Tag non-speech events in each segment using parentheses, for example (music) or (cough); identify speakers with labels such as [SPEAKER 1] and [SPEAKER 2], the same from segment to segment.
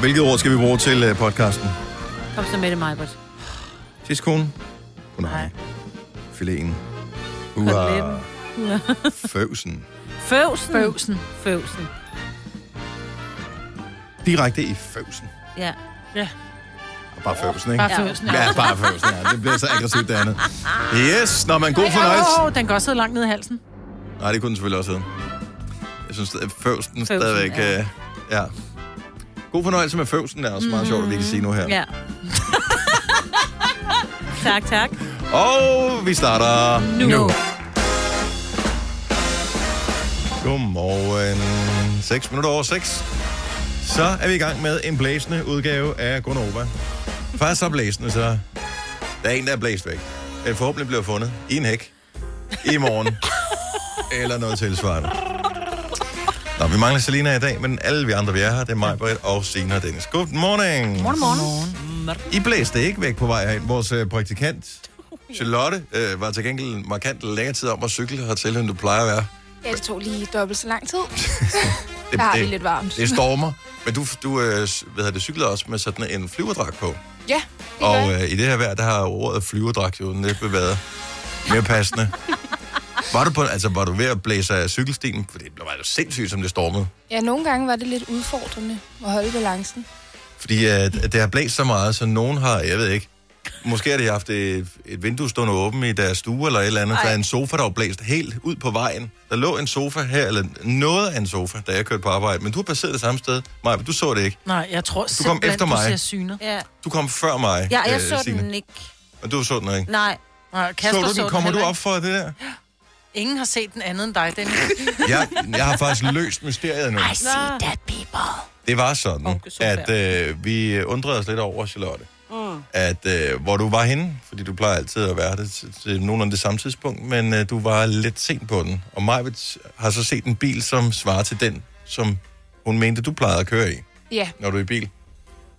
[SPEAKER 1] hvilket ord skal vi bruge til øh, podcasten?
[SPEAKER 2] Kom så med det, Majbert.
[SPEAKER 1] Tidskonen? Oh, nej. Filéen. Uha. Føvsen.
[SPEAKER 2] (laughs) Føvsen.
[SPEAKER 3] Bøvsen.
[SPEAKER 2] Føvsen.
[SPEAKER 1] Direkte i føvsen.
[SPEAKER 2] Ja.
[SPEAKER 1] Bare føvsen, ikke?
[SPEAKER 3] Bare føvsen. Ja.
[SPEAKER 1] Ja, bare føvsen. Ja. Det bliver så aggressivt, det andet. Yes, når man god fornøjelse.
[SPEAKER 3] Åh, oh, den kan også sidde langt ned i halsen.
[SPEAKER 1] Nej, det kunne den selvfølgelig også hedde. Jeg synes, at føvsen stadigvæk...
[SPEAKER 2] ja.
[SPEAKER 1] Ja. ja. God fornøjelse med føvsen, det er også meget
[SPEAKER 3] Mhm.
[SPEAKER 1] sjovt, at vi kan sige nu her.
[SPEAKER 2] Ja. (laughs) tak, tak.
[SPEAKER 1] Og vi starter nu.
[SPEAKER 2] Nu.
[SPEAKER 1] Godmorgen. 6 minutter over 6. Så er vi i gang med en blæsende udgave af Gonova. Faktisk så blæsende, så der er en, der er blæst væk. Den forhåbentlig bliver fundet i en hæk i morgen. Eller noget tilsvarende. Nå, vi mangler Selina i dag, men alle vi andre, vi er her, det er mig, Britt og Sina og Dennis. Good morning.
[SPEAKER 3] Morgen, morgen.
[SPEAKER 1] I blæste ikke væk på vej herind. Vores øh,
[SPEAKER 4] (laughs)
[SPEAKER 1] praktikant, Charlotte, øh, var til gengæld markant længere tid om at cykle hertil, end du plejer at være.
[SPEAKER 4] Ja, det tog lige dobbelt så
[SPEAKER 3] (laughs)
[SPEAKER 4] lang tid.
[SPEAKER 1] Det,
[SPEAKER 4] Der har vi lidt varmt.
[SPEAKER 1] Det stormer. Men du, du øh, s- hvad hedder det, cykler også med sådan en flyverdragt på.
[SPEAKER 4] Ja, det
[SPEAKER 1] Og
[SPEAKER 4] gør jeg.
[SPEAKER 1] øh, i det her vejr, der har ordet flyverdragt jo næppe været mere passende.
[SPEAKER 4] (laughs)
[SPEAKER 1] Var du, på, altså, var du ved at blæse af cykelstien? For det var jo sindssygt, som det stormede.
[SPEAKER 4] Ja, nogle gange var det lidt udfordrende at holde balancen.
[SPEAKER 1] Fordi at, at det har blæst så meget, så nogen har, jeg ved ikke, måske har de haft et, et vindue stående åbent i deres stue eller et eller andet. Ej. Der er en sofa, der var blæst helt ud på vejen. Der lå en sofa her, eller noget af en sofa, da jeg kørte på arbejde. Men du har passeret det samme sted. Maja, du så det ikke.
[SPEAKER 3] Nej, jeg tror simpelthen,
[SPEAKER 1] efter
[SPEAKER 3] du
[SPEAKER 1] mig.
[SPEAKER 3] ser synet.
[SPEAKER 2] Ja,
[SPEAKER 1] Du kom før mig,
[SPEAKER 2] ja jeg
[SPEAKER 1] øh,
[SPEAKER 2] så
[SPEAKER 1] Signe.
[SPEAKER 2] den ikke.
[SPEAKER 1] Men du så den ikke.
[SPEAKER 2] Nej.
[SPEAKER 3] Nej,
[SPEAKER 1] Så
[SPEAKER 3] Kasper
[SPEAKER 1] du den? Kommer du
[SPEAKER 3] heller
[SPEAKER 1] op for det der?
[SPEAKER 3] ikke. Ingen har set den anden end dig,
[SPEAKER 1] (laughs)
[SPEAKER 3] Dennis.
[SPEAKER 1] Jeg, jeg har faktisk løst mysteriet nu.
[SPEAKER 2] Nå.
[SPEAKER 1] Det var sådan,
[SPEAKER 2] Okay, sofa.
[SPEAKER 1] at øh, vi undrede os lidt over, Charlotte, mm. at øh, hvor du var henne, fordi du plejer altid at være det til, til nogenlunde det samme tidspunkt, men øh, du var lidt sent på den. Og Majvits har så set en bil, som svarer til den, som hun mente, du plejede at køre i,
[SPEAKER 4] Ja,
[SPEAKER 1] når du er i bil.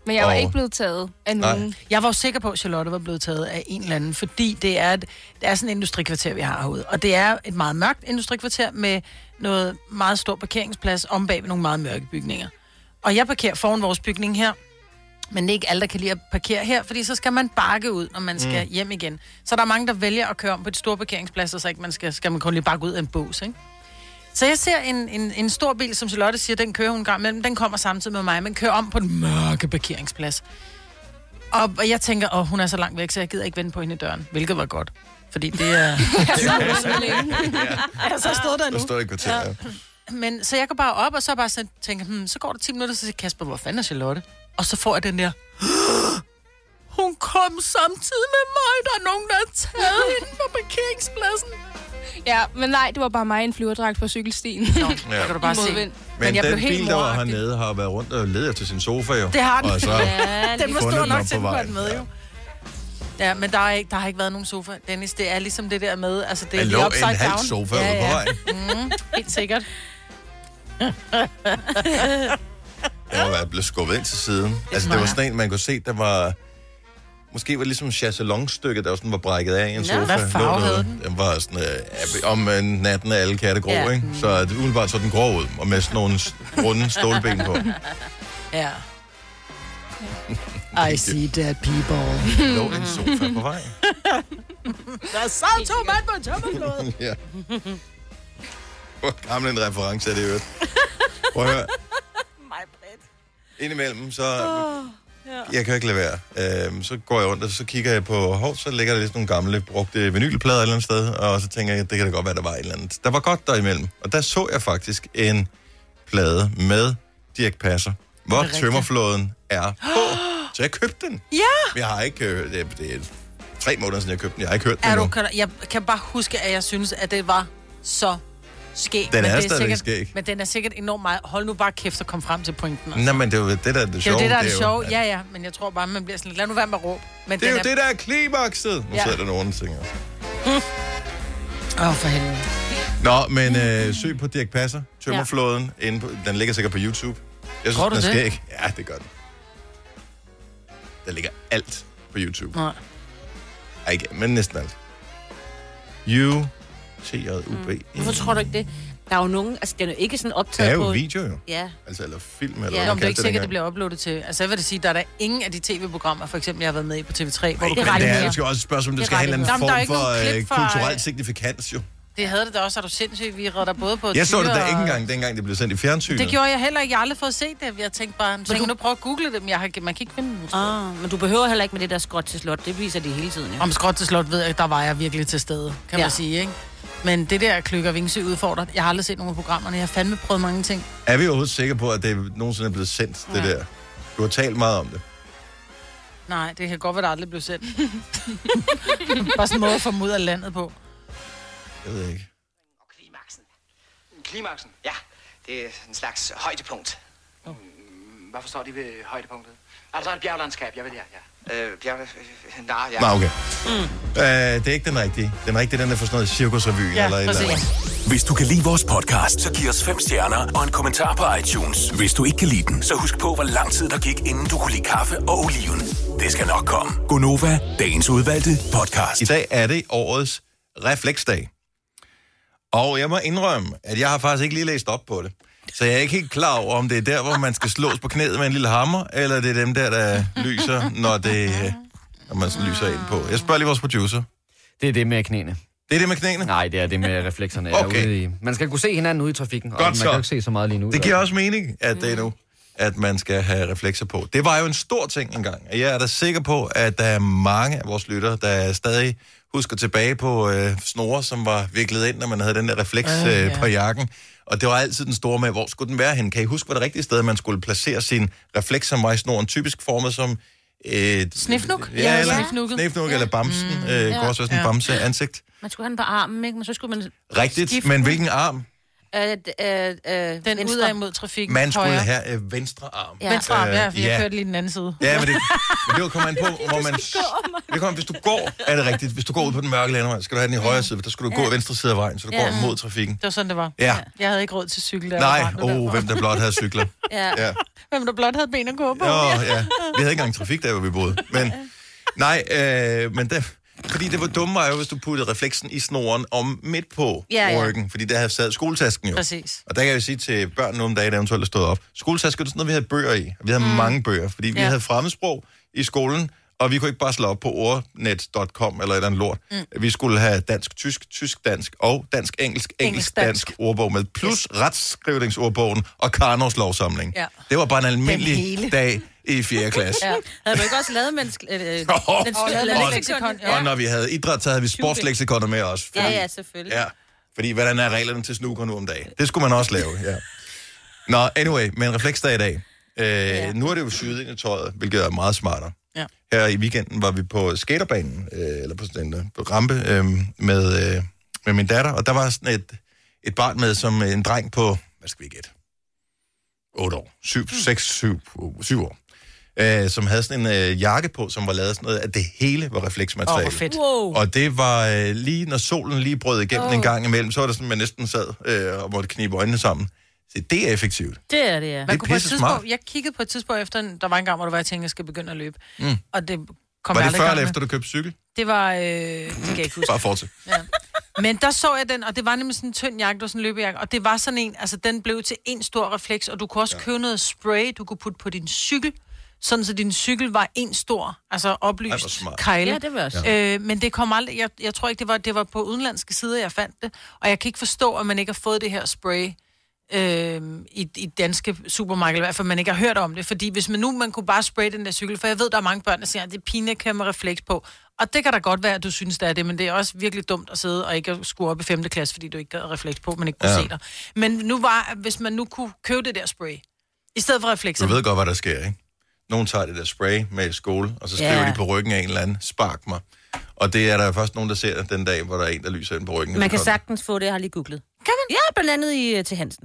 [SPEAKER 4] men jeg var
[SPEAKER 1] Og-
[SPEAKER 4] ikke blevet taget af
[SPEAKER 1] Nej.
[SPEAKER 4] nogen.
[SPEAKER 3] Jeg var jo sikker på, at Charlotte var blevet taget af en eller anden, fordi det er, et, det er sådan et industrikvarter, vi har herude. Og det er et meget mørkt industrikvarter med noget meget stor parkeringsplads om bag ved nogle meget mørke bygninger. Og jeg parkerer foran vores bygning her, men det er ikke alle, der kan lide at parkere her, fordi så skal man bakke ud, når man skal mm. hjem igen. Så der er mange, der vælger at køre om på et stort parkeringsplads, og så ikke man skal, skal man kun lige bakke ud af en bås, ikke? Så jeg ser en, en, en stor bil, som Charlotte siger, den kører hun en gang imellem, den kommer samtidig med mig, men kører om på den mørke parkeringsplads. Og, og jeg tænker, åh, hun er så langt væk, så jeg gider ikke vente på hende i døren, hvilket var godt. Fordi det er... (laughs) jeg så stod der
[SPEAKER 1] Der
[SPEAKER 3] nu.
[SPEAKER 1] står i kvarteret. Ja.
[SPEAKER 3] Men, så jeg går bare op, og så bare sådan, tænker, hmm, så går der 10 minutter, så siger Kasper, hvor fanden er Charlotte? Og så får jeg den der, hun kom samtidig med mig, der er nogen, der har
[SPEAKER 4] (laughs)
[SPEAKER 3] taget hende på parkeringspladsen.
[SPEAKER 4] Ja, men nej, det var bare mig i en flyverdragt på (laughs) cykelstien.
[SPEAKER 3] Ja.
[SPEAKER 1] Ja.
[SPEAKER 3] Der kan du bare se.
[SPEAKER 1] Men, men
[SPEAKER 3] jeg
[SPEAKER 1] den
[SPEAKER 3] blev helt
[SPEAKER 1] bil, der var
[SPEAKER 3] moragtig.
[SPEAKER 1] hernede, har været rundt og ledet efter sin sofa jo.
[SPEAKER 3] Det har den.
[SPEAKER 1] Og
[SPEAKER 3] (laughs)
[SPEAKER 1] så,
[SPEAKER 2] Ja,
[SPEAKER 3] Den
[SPEAKER 1] fundet
[SPEAKER 3] var stor
[SPEAKER 1] den
[SPEAKER 3] nok
[SPEAKER 1] oppe
[SPEAKER 3] til,
[SPEAKER 1] på
[SPEAKER 3] at
[SPEAKER 1] vejen.
[SPEAKER 3] den var den med,
[SPEAKER 1] Ja.
[SPEAKER 3] jo. Ja, men der, er ikke, der har ikke været nogen sofa, Dennis. Det er ligesom det der med, altså det
[SPEAKER 1] der
[SPEAKER 3] er
[SPEAKER 1] lå
[SPEAKER 3] lige
[SPEAKER 1] en
[SPEAKER 3] upside down. Mhm,
[SPEAKER 1] halv sofa ja, ja. ude på vejen.
[SPEAKER 3] Helt sikkert.
[SPEAKER 1] Jeg var blevet skubbet ind til siden. Altså, det var sådan en, man kunne se, der var... Måske var det ligesom chassalonstykket, der sådan var brækket af i en
[SPEAKER 2] Nå,
[SPEAKER 1] sofa.
[SPEAKER 3] hvad
[SPEAKER 1] Lå
[SPEAKER 3] farve
[SPEAKER 1] noget.
[SPEAKER 3] havde den?
[SPEAKER 1] Den var sådan, øh, ab- om øh, natten er alle katte grå,
[SPEAKER 2] Ja.
[SPEAKER 1] ja. ikke? Så det umiddelbart så den grå ud, og med sådan nogle s- runde stålben på.
[SPEAKER 3] (laughs) Ja. I see dead people.
[SPEAKER 1] Der lå en sofa på vej.
[SPEAKER 3] (laughs) Der sad to mand på tømmerflåde.
[SPEAKER 1] Ja. Hvor gammel en reference er det, i øvrigt. Prøv at høre. Indimellem, så... Jeg kan jo ikke lade være. Øhm, så går jeg rundt, og så kigger jeg på... Hov, så ligger der lidt nogle gamle brugte vinylplader et eller andet sted, og så tænker jeg, det kan da godt være, der var et eller andet. Der var godt der imellem. Og der så jeg faktisk en plade med Dirk Passer, hvor
[SPEAKER 3] rigtigt?
[SPEAKER 1] tømmerflåden er på.
[SPEAKER 3] (gasps)
[SPEAKER 1] Så jeg købte den.
[SPEAKER 3] Ja!
[SPEAKER 1] Jeg har ikke... Øh, det, er- det er tre måneder siden, jeg købte den. Jeg har ikke hørt den
[SPEAKER 3] (laughs) Er
[SPEAKER 1] endnu.
[SPEAKER 3] du, kan, jeg kan bare huske, at jeg synes, at det var så skæg.
[SPEAKER 1] Den
[SPEAKER 3] men
[SPEAKER 1] er
[SPEAKER 3] det
[SPEAKER 1] stadigvæk
[SPEAKER 3] sikkert,
[SPEAKER 1] skæg.
[SPEAKER 3] Men den er sikkert enormt meget. Hold nu bare kæft og kom frem til pointen. Altså.
[SPEAKER 1] Nej, men det er jo det, der er det
[SPEAKER 3] Det er
[SPEAKER 1] sjove.
[SPEAKER 3] jo det, der er det
[SPEAKER 1] jo-
[SPEAKER 3] sjove. Ja, ja, men jeg tror bare, man bliver sådan lidt, lad nu være med at råbe. Men
[SPEAKER 1] Det er jo
[SPEAKER 3] den
[SPEAKER 1] det, der er klimakset. Nu
[SPEAKER 3] Ja.
[SPEAKER 1] sidder der nogen og tænker.
[SPEAKER 3] (laughs) Åh, oh, for helvede.
[SPEAKER 1] Nå, men øh, søg på Dirk Passer, Tømmerflåden. Ja. Inde på, den ligger sikkert på YouTube. Jeg synes,
[SPEAKER 3] Tror du
[SPEAKER 1] den er
[SPEAKER 3] det?
[SPEAKER 1] skæg. Ja, det gør den. Der ligger alt på YouTube.
[SPEAKER 3] Nej.
[SPEAKER 1] Ej, ikke, men næsten alt. You T-J-U-B.
[SPEAKER 2] Hvorfor tror du ikke det? Der er jo nogen, altså den er jo ikke sådan
[SPEAKER 1] Det
[SPEAKER 2] optaget
[SPEAKER 1] er jo
[SPEAKER 2] på...
[SPEAKER 1] video, jo.
[SPEAKER 2] Ja.
[SPEAKER 1] Altså, eller film, eller ja,
[SPEAKER 2] Ja.
[SPEAKER 3] Nå,
[SPEAKER 1] hvad
[SPEAKER 3] men
[SPEAKER 1] man
[SPEAKER 3] det er
[SPEAKER 1] kaldte
[SPEAKER 3] ikke
[SPEAKER 1] det
[SPEAKER 3] sikkert, det
[SPEAKER 1] dengang.
[SPEAKER 3] bliver uploadet til. Altså, jeg vil da sige, der er der ingen af de tv-programmer, for eksempel, jeg har været med i på TV3, hvor
[SPEAKER 1] Ej,
[SPEAKER 3] det,
[SPEAKER 1] men
[SPEAKER 2] ret
[SPEAKER 1] det er
[SPEAKER 2] mere.
[SPEAKER 1] måske også et spørgsmål, om det
[SPEAKER 2] Det
[SPEAKER 1] skal have en eller
[SPEAKER 2] retter
[SPEAKER 1] anden
[SPEAKER 3] mere. Jamen, der er
[SPEAKER 1] form
[SPEAKER 3] ikke
[SPEAKER 1] for
[SPEAKER 3] nogen
[SPEAKER 1] øh,
[SPEAKER 3] klip fra,
[SPEAKER 1] kulturel
[SPEAKER 3] øh,
[SPEAKER 1] signifikans, jo.
[SPEAKER 3] det havde det da også, er du sindssygt. Vi redder både på
[SPEAKER 1] Jeg så det
[SPEAKER 3] tyre
[SPEAKER 1] da
[SPEAKER 3] og-
[SPEAKER 1] ikke engang, dengang det blev sendt i fjernsynet.
[SPEAKER 3] Det gjorde jeg heller ikke. Jeg har aldrig fået set det. Jeg tænkte bare, så kan du prøve at google det, men jeg har, man kan ikke finde det.
[SPEAKER 2] Ah, men du behøver heller ikke med det der skråt til slot. Det viser de hele tiden, ja.
[SPEAKER 3] Om skråt til slot ved jeg, der var jeg virkelig til stede, kan ja.
[SPEAKER 2] Ja.
[SPEAKER 3] man sige, ikke? Men det der Klyk og Vingsø udfordrer, jeg har aldrig set nogen af programmerne. Jeg har fandme prøvet mange ting.
[SPEAKER 1] Er vi overhovedet sikre på, at det nogensinde er blevet sendt, det der? Du har talt meget om det.
[SPEAKER 3] Nej, det kan godt være, der aldrig blev sendt. (laughs) bare sådan en måde at få dem ud af landet på.
[SPEAKER 1] Jeg ved ikke.
[SPEAKER 5] Og klimaksen. Klimaksen? Ja, det er en slags højdepunkt. Mm, Hvad forstår de ved højdepunktet? Altså et bjerglandskab, jeg ved ja, ja. Øh, bjerg... øh, Nej, ja.
[SPEAKER 1] Nå, okay. Mm. Øh, det er ikke den rigtige. Den rigtige, den er for sådan noget cirkusrevyen ja, eller et eller andet.
[SPEAKER 6] Hvis du kan lide vores podcast, så giv os fem stjerner og en kommentar på iTunes. Hvis du ikke kan lide den, så husk på, hvor lang tid der gik, inden du kunne lide kaffe og oliven. Det skal nok komme. Gonova, dagens udvalgte podcast.
[SPEAKER 1] I dag er det årets refleksdag. Og jeg må indrømme, at jeg har faktisk ikke lige læst op på det. Så jeg er ikke helt klar over, om det er der, hvor man skal slås på knæet med en lille hammer, eller det er dem der, der lyser, når, det, øh, når man sådan lyser ind på. Jeg spørger lige vores producer.
[SPEAKER 7] Det er det med knæene.
[SPEAKER 1] Det er det med knæene?
[SPEAKER 7] Nej, det er det med reflekserne. jeg er
[SPEAKER 1] Okay.
[SPEAKER 7] ude i. Man skal kunne se hinanden ude i trafikken. og
[SPEAKER 1] Godt
[SPEAKER 7] man
[SPEAKER 1] så.
[SPEAKER 7] kan jo ikke se så meget lige nu.
[SPEAKER 1] Det giver også mening, at det er nu, at man skal have reflekser på. Det var jo en stor ting engang, og jeg er da sikker på, at der er mange af vores lyttere, der stadig husker tilbage på øh, snore, som var viklet ind, når man havde den der refleks øh,
[SPEAKER 3] Øh, ja.
[SPEAKER 1] på jakken. Og det var altid den store med, hvor skulle den være henne? Kan I huske, hvor det rigtige sted, man skulle placere sin refleks, som var i snoren, typisk formet som... Øh,
[SPEAKER 3] Snifnuk?
[SPEAKER 1] Ja,
[SPEAKER 3] Ja,
[SPEAKER 1] eller
[SPEAKER 3] snifnukket.
[SPEAKER 1] snifnuk, eller bamsen. Mm, øh, ja, også være sådan en
[SPEAKER 3] ja.
[SPEAKER 1] bamse ansigt.
[SPEAKER 2] Man skulle have den på armen, ikke? Men så skulle man...
[SPEAKER 1] Rigtigt,
[SPEAKER 2] Skift.
[SPEAKER 1] men hvilken arm?
[SPEAKER 2] Øh, øh, øh,
[SPEAKER 3] Den ud
[SPEAKER 2] venstre.
[SPEAKER 3] af mod trafikken.
[SPEAKER 1] Man skulle
[SPEAKER 3] højre.
[SPEAKER 1] have øh, venstre arm.
[SPEAKER 2] Ja.
[SPEAKER 3] Venstre arm, ja,
[SPEAKER 1] Øh,
[SPEAKER 3] for jeg
[SPEAKER 1] ja.
[SPEAKER 3] kørte lige den anden side.
[SPEAKER 1] Ja, men det, men det kommer an
[SPEAKER 3] (laughs)
[SPEAKER 1] på, hvor man... Det kommer, hvis du går, er det rigtigt. Hvis du går ud på den mørke landevej, skal du have den i højre side, for der skal du gå i venstre side af vejen, så du går mod trafikken.
[SPEAKER 3] Det var sådan, det var.
[SPEAKER 1] Ja.
[SPEAKER 3] Jeg havde ikke råd til cykel, der
[SPEAKER 1] Nej, oh, hvem der blot havde
[SPEAKER 3] (laughs)
[SPEAKER 1] cykler.
[SPEAKER 2] Ja.
[SPEAKER 1] Ja.
[SPEAKER 3] hvem der blot havde ben at gå på.
[SPEAKER 1] Nå, ja. Vi havde ikke engang trafik der, hvor vi boede. Men, nej, øh, men det, fordi det var dumme var jo, hvis du puttede refleksen i snoren om midt på
[SPEAKER 2] Ja, ja.
[SPEAKER 1] ryggen, fordi der havde sad skoletasken jo.
[SPEAKER 3] Præcis.
[SPEAKER 1] Og der kan jeg jo sige til børn nogle dage, der eventuelt er stået op. Skoletasker, det er sådan noget, vi havde bøger i. Vi havde mm. mange bøger, fordi vi
[SPEAKER 3] Ja.
[SPEAKER 1] havde fremmedsprog i skolen, og vi kunne ikke bare slå op på ordnet.com eller et eller andet lort. Mm. Vi skulle have dansk-tysk, tysk-dansk og dansk-engelsk, engelsk-dansk
[SPEAKER 3] Engelsk-dansk.
[SPEAKER 1] ordbog med, plus yes. retsskrivningsordbogen og Karnovs lovsamling.
[SPEAKER 3] Ja.
[SPEAKER 1] Det var bare en
[SPEAKER 3] Den
[SPEAKER 1] almindelig
[SPEAKER 3] hele.
[SPEAKER 1] dag i
[SPEAKER 3] (laughs)
[SPEAKER 1] 4. klasse. ja.
[SPEAKER 3] Ja.
[SPEAKER 2] Havde du ikke også lavet menneske... Øh, øh,
[SPEAKER 1] og,
[SPEAKER 3] leksikon,
[SPEAKER 2] ja.
[SPEAKER 3] ja.
[SPEAKER 1] og når vi havde idræt, så havde vi sportsleksikon med os.
[SPEAKER 2] ja, ja, selvfølgelig.
[SPEAKER 1] Ja, fordi hvordan er reglerne til snooker nu om dagen? Det skulle man også lave, ja. Nå, anyway, men refleksdag i dag. Øh, ja. Nu er det jo syet ind i tøjet, hvilket er meget smartere.
[SPEAKER 3] Ja.
[SPEAKER 1] Her i weekenden var vi på skaterbanen, øh, eller på sådan en øh, på rampe, øh, med, øh, med min datter, og der var sådan et, et barn med, som øh, en dreng på, hvad skal vi gætte? 8 år.
[SPEAKER 3] Mm.
[SPEAKER 1] 7, 6, 7, 7 år. Øh, som havde sådan en øh, jakke på, som var lavet sådan noget, at det hele var
[SPEAKER 3] Åh,
[SPEAKER 1] refleksmateriale.
[SPEAKER 3] hvor fedt.
[SPEAKER 2] Wow.
[SPEAKER 1] Og det var øh, lige, når solen lige brød igennem oh. en gang imellem, så var det sådan, man næsten sad øh, og måtte knibe øjnene sammen. Så det er effektivt.
[SPEAKER 2] Det er det, ja.
[SPEAKER 1] Det er
[SPEAKER 3] Man kunne på et
[SPEAKER 1] pisse
[SPEAKER 3] tidspunkt,
[SPEAKER 1] smart.
[SPEAKER 3] jeg kiggede på et tidspunkt efter, en- der var en gang, hvor det var, jeg tænkte, jeg skal begynde at løbe. Mm. Og det kom
[SPEAKER 1] Var
[SPEAKER 3] jeg
[SPEAKER 1] det
[SPEAKER 3] aldrig
[SPEAKER 1] før
[SPEAKER 3] i gang
[SPEAKER 1] eller
[SPEAKER 3] med.
[SPEAKER 1] efter, du købte cykel?
[SPEAKER 3] Det var, øh, det kan jeg ikke huske.
[SPEAKER 1] Bare fortsæt.
[SPEAKER 3] Men der så jeg den, og det var nemlig sådan en tynd jakke, det var sådan en løbejakke, og det var sådan en, altså den blev til en stor refleks, og du kunne også ja. købe noget spray, du kunne putte på din cykel, sådan så din cykel var en stor, altså
[SPEAKER 1] Ej, hvor
[SPEAKER 3] oplyst
[SPEAKER 1] smart.
[SPEAKER 3] kejle.
[SPEAKER 2] Ja, det vil jeg også.
[SPEAKER 3] Øh, men det kom aldrig, jeg, jeg tror ikke, det var, det var på udenlandske sider, jeg fandt det, og jeg kan ikke forstå, at man ikke har fået det her spray øh, i, i danske supermarkeder, i hvert fald man ikke har hørt om det, fordi hvis man nu man kunne bare spraye den der cykel, for jeg ved, der er mange børn, der siger, at det er pinligt at køre med refleks på, og det kan da godt være, at du synes, det er det, men det er også virkelig dumt at sidde og ikke at skulle op i 5. klasse, fordi du ikke havde refleks på, men ikke kunne
[SPEAKER 1] Ja.
[SPEAKER 3] ja. se dig. Men nu var, hvis man nu kunne købe det der spray, i stedet for reflekser,
[SPEAKER 1] Du ved godt, hvad der sker, ikke? Nogen tager det der spray med i skole, og så skriver
[SPEAKER 2] Ja.
[SPEAKER 1] yeah. de på ryggen af en eller anden, spark mig. Og det er der først nogen, der ser den dag, hvor der er en, der lyser ind på ryggen.
[SPEAKER 2] Man kan sagtens få det, jeg har lige googlet.
[SPEAKER 3] Kan man?
[SPEAKER 2] Ja, blandt andet i, øh, til Hansen.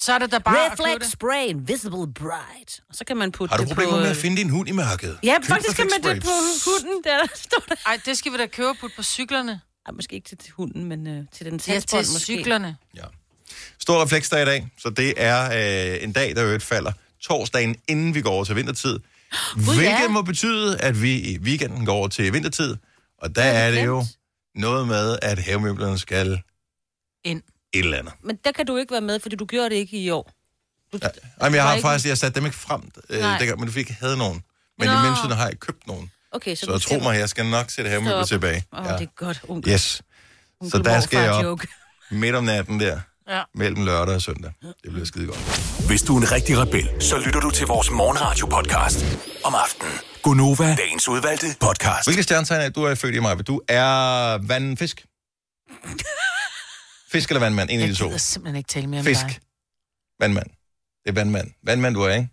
[SPEAKER 3] så er det da bare at købe
[SPEAKER 2] Reflex
[SPEAKER 3] det.
[SPEAKER 2] Spray Invisible Bright. Og så kan man putte
[SPEAKER 1] Har du
[SPEAKER 2] det
[SPEAKER 1] problemer
[SPEAKER 2] på...
[SPEAKER 1] med at
[SPEAKER 2] øh,
[SPEAKER 1] finde din hund i mørket?
[SPEAKER 2] Ja,
[SPEAKER 1] Køb
[SPEAKER 2] faktisk kan man det på
[SPEAKER 1] refleksspray.
[SPEAKER 2] hunden, der, (laughs) der står der.
[SPEAKER 3] Ej, det skal vi da købe og putte på cyklerne.
[SPEAKER 2] Ej, måske ikke til hunden, men øh, til den
[SPEAKER 3] Ja, til
[SPEAKER 2] satsbånd måske.
[SPEAKER 3] cyklerne.
[SPEAKER 1] Ja. Stor refleksdag i dag, så det er øh, en dag, der i øvrigt falder torsdagen, inden vi går over til
[SPEAKER 2] (gasps)
[SPEAKER 1] vintertid. Hvilket
[SPEAKER 2] ja.
[SPEAKER 1] må betyde, at vi i weekenden går over til vintertid. Og der er det jo
[SPEAKER 2] nemt.
[SPEAKER 1] noget med, at havemøblerne skal
[SPEAKER 3] ind.
[SPEAKER 1] Et eller andet.
[SPEAKER 2] Men der kan du ikke være med, fordi du gjorde det ikke i år. Du, ja.
[SPEAKER 1] Jamen, jeg
[SPEAKER 2] var
[SPEAKER 1] har
[SPEAKER 2] ikke-
[SPEAKER 1] faktisk, jeg satte dem ikke frem, øh,
[SPEAKER 2] Nej.
[SPEAKER 1] dengang, men du fik jeg havde nogen. Men i
[SPEAKER 2] Nå.
[SPEAKER 1] mellemtiden har jeg ikke købt nogen.
[SPEAKER 2] Okay, så,
[SPEAKER 1] Så jeg tro mig, jeg skal nok sætte havemøbler tilbage.
[SPEAKER 2] Åh, oh, ja. det er godt, onkel.
[SPEAKER 1] Yes.
[SPEAKER 2] onkel
[SPEAKER 1] Så der skal jeg op
[SPEAKER 2] morfar-joke.
[SPEAKER 1] midt om natten der,
[SPEAKER 3] Ja.
[SPEAKER 1] mellem lørdag og søndag. Det bliver skide godt.
[SPEAKER 6] Hvis du er en rigtig rebel, så lytter du til vores morgenradio-podcast om aftenen. Gunova, dagens udvalgte podcast.
[SPEAKER 1] Hvilke stjernetegn er det, du er født i, Maja? Du er vandfisk. Fisk eller vandmand? En af
[SPEAKER 3] Jeg
[SPEAKER 1] de to.
[SPEAKER 3] gider simpelthen ikke tale mere om
[SPEAKER 1] Fisk.
[SPEAKER 3] dig.
[SPEAKER 1] Vandmand. Det er vandmand. Vandmand, du er, ikke?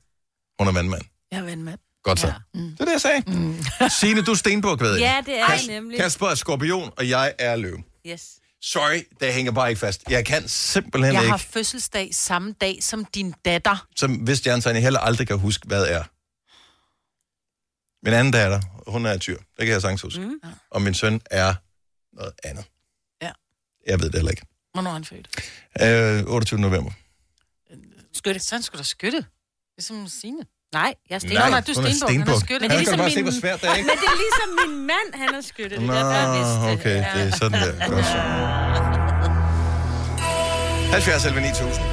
[SPEAKER 1] Hun er vandmand.
[SPEAKER 3] Jeg er vandmand.
[SPEAKER 1] Godt så.
[SPEAKER 2] Ja.
[SPEAKER 1] Ja. Det er det, jeg sagde. Mm. Signe, du er stenbuk, ved jeg.
[SPEAKER 2] Ja, det er jeg nemlig.
[SPEAKER 1] Kasper er skorpion, og jeg er løv.
[SPEAKER 2] Yes.
[SPEAKER 1] Sorry, det hænger bare ikke fast. Jeg kan simpelthen
[SPEAKER 3] Jeg
[SPEAKER 1] ikke,
[SPEAKER 3] har fødselsdag samme dag som din datter.
[SPEAKER 1] som hvis stjernetegn, jeg heller aldrig kan huske, hvad er. Min anden datter, hun er tyr. Det kan jeg sagtens huske. Mm. Og min søn er noget andet.
[SPEAKER 3] Ja.
[SPEAKER 1] Jeg ved det heller ikke.
[SPEAKER 3] Hvornår er han født?
[SPEAKER 1] Øh, 28. november.
[SPEAKER 3] Skytte. Så han skulle da skytte. Ligesom Signe.
[SPEAKER 2] Nej, jeg er
[SPEAKER 3] Nå,
[SPEAKER 2] stenbog.
[SPEAKER 3] nej, du er
[SPEAKER 1] hun er
[SPEAKER 3] stenbuk, han er
[SPEAKER 1] stenbuk.
[SPEAKER 3] skytte.
[SPEAKER 1] Men
[SPEAKER 3] Men
[SPEAKER 1] det
[SPEAKER 3] det
[SPEAKER 1] er ligesom
[SPEAKER 3] er
[SPEAKER 2] ligesom
[SPEAKER 1] bare se,
[SPEAKER 2] min-
[SPEAKER 1] hvor svært det er, ikke?
[SPEAKER 2] Men det er ligesom min mand, han er skytte. Det er derfor, jeg vidste
[SPEAKER 1] Nå,
[SPEAKER 2] det.
[SPEAKER 1] okay,
[SPEAKER 2] Ja.
[SPEAKER 1] det er sådan der. Godt så. 70 11 9000.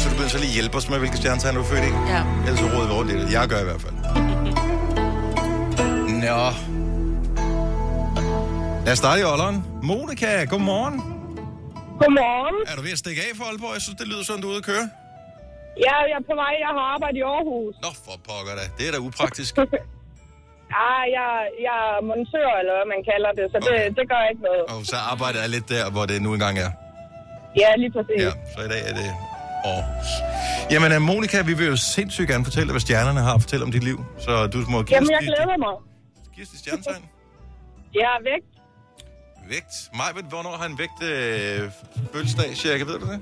[SPEAKER 1] Så du kan så lige hjælpe os med, hvilke stjernetegn du er født i.
[SPEAKER 3] Ja.
[SPEAKER 1] Ellers så råder vi rundt i det. Jeg gør i hvert
[SPEAKER 3] (laughs)
[SPEAKER 1] fald. Nå. Lad os starte i ålderen. Monika, godmorgen.
[SPEAKER 8] Godmorgen.
[SPEAKER 1] Er du ved at stikke af for Aalborg? Jeg synes, det lyder sådan, du er ude at køre.
[SPEAKER 8] Ja, jeg er på vej. Jeg har arbejdet i Aarhus.
[SPEAKER 1] Nå, for pokker da. Det er da upraktisk.
[SPEAKER 8] (laughs) Ah, jeg, jeg er montør, eller hvad man kalder det, så det,
[SPEAKER 1] Okay.
[SPEAKER 8] det gør ikke noget.
[SPEAKER 1] Og så arbejder jeg lidt der, hvor det nu engang er.
[SPEAKER 8] Ja, lige præcis.
[SPEAKER 1] Ja, så i dag er det Aarhus. Jamen, øh, Monika, vi vil jo sindssygt gerne fortælle dig, hvad stjernerne har at fortælle om dit liv. Så du må give
[SPEAKER 8] Jamen, jeg
[SPEAKER 1] dit-
[SPEAKER 8] glæder mig.
[SPEAKER 1] Giv os dit stjernetegn.
[SPEAKER 8] Jeg er væk.
[SPEAKER 1] Vægt. Majbet, hvornår har han vægt øh, fødselsdag cirka? Ved du det?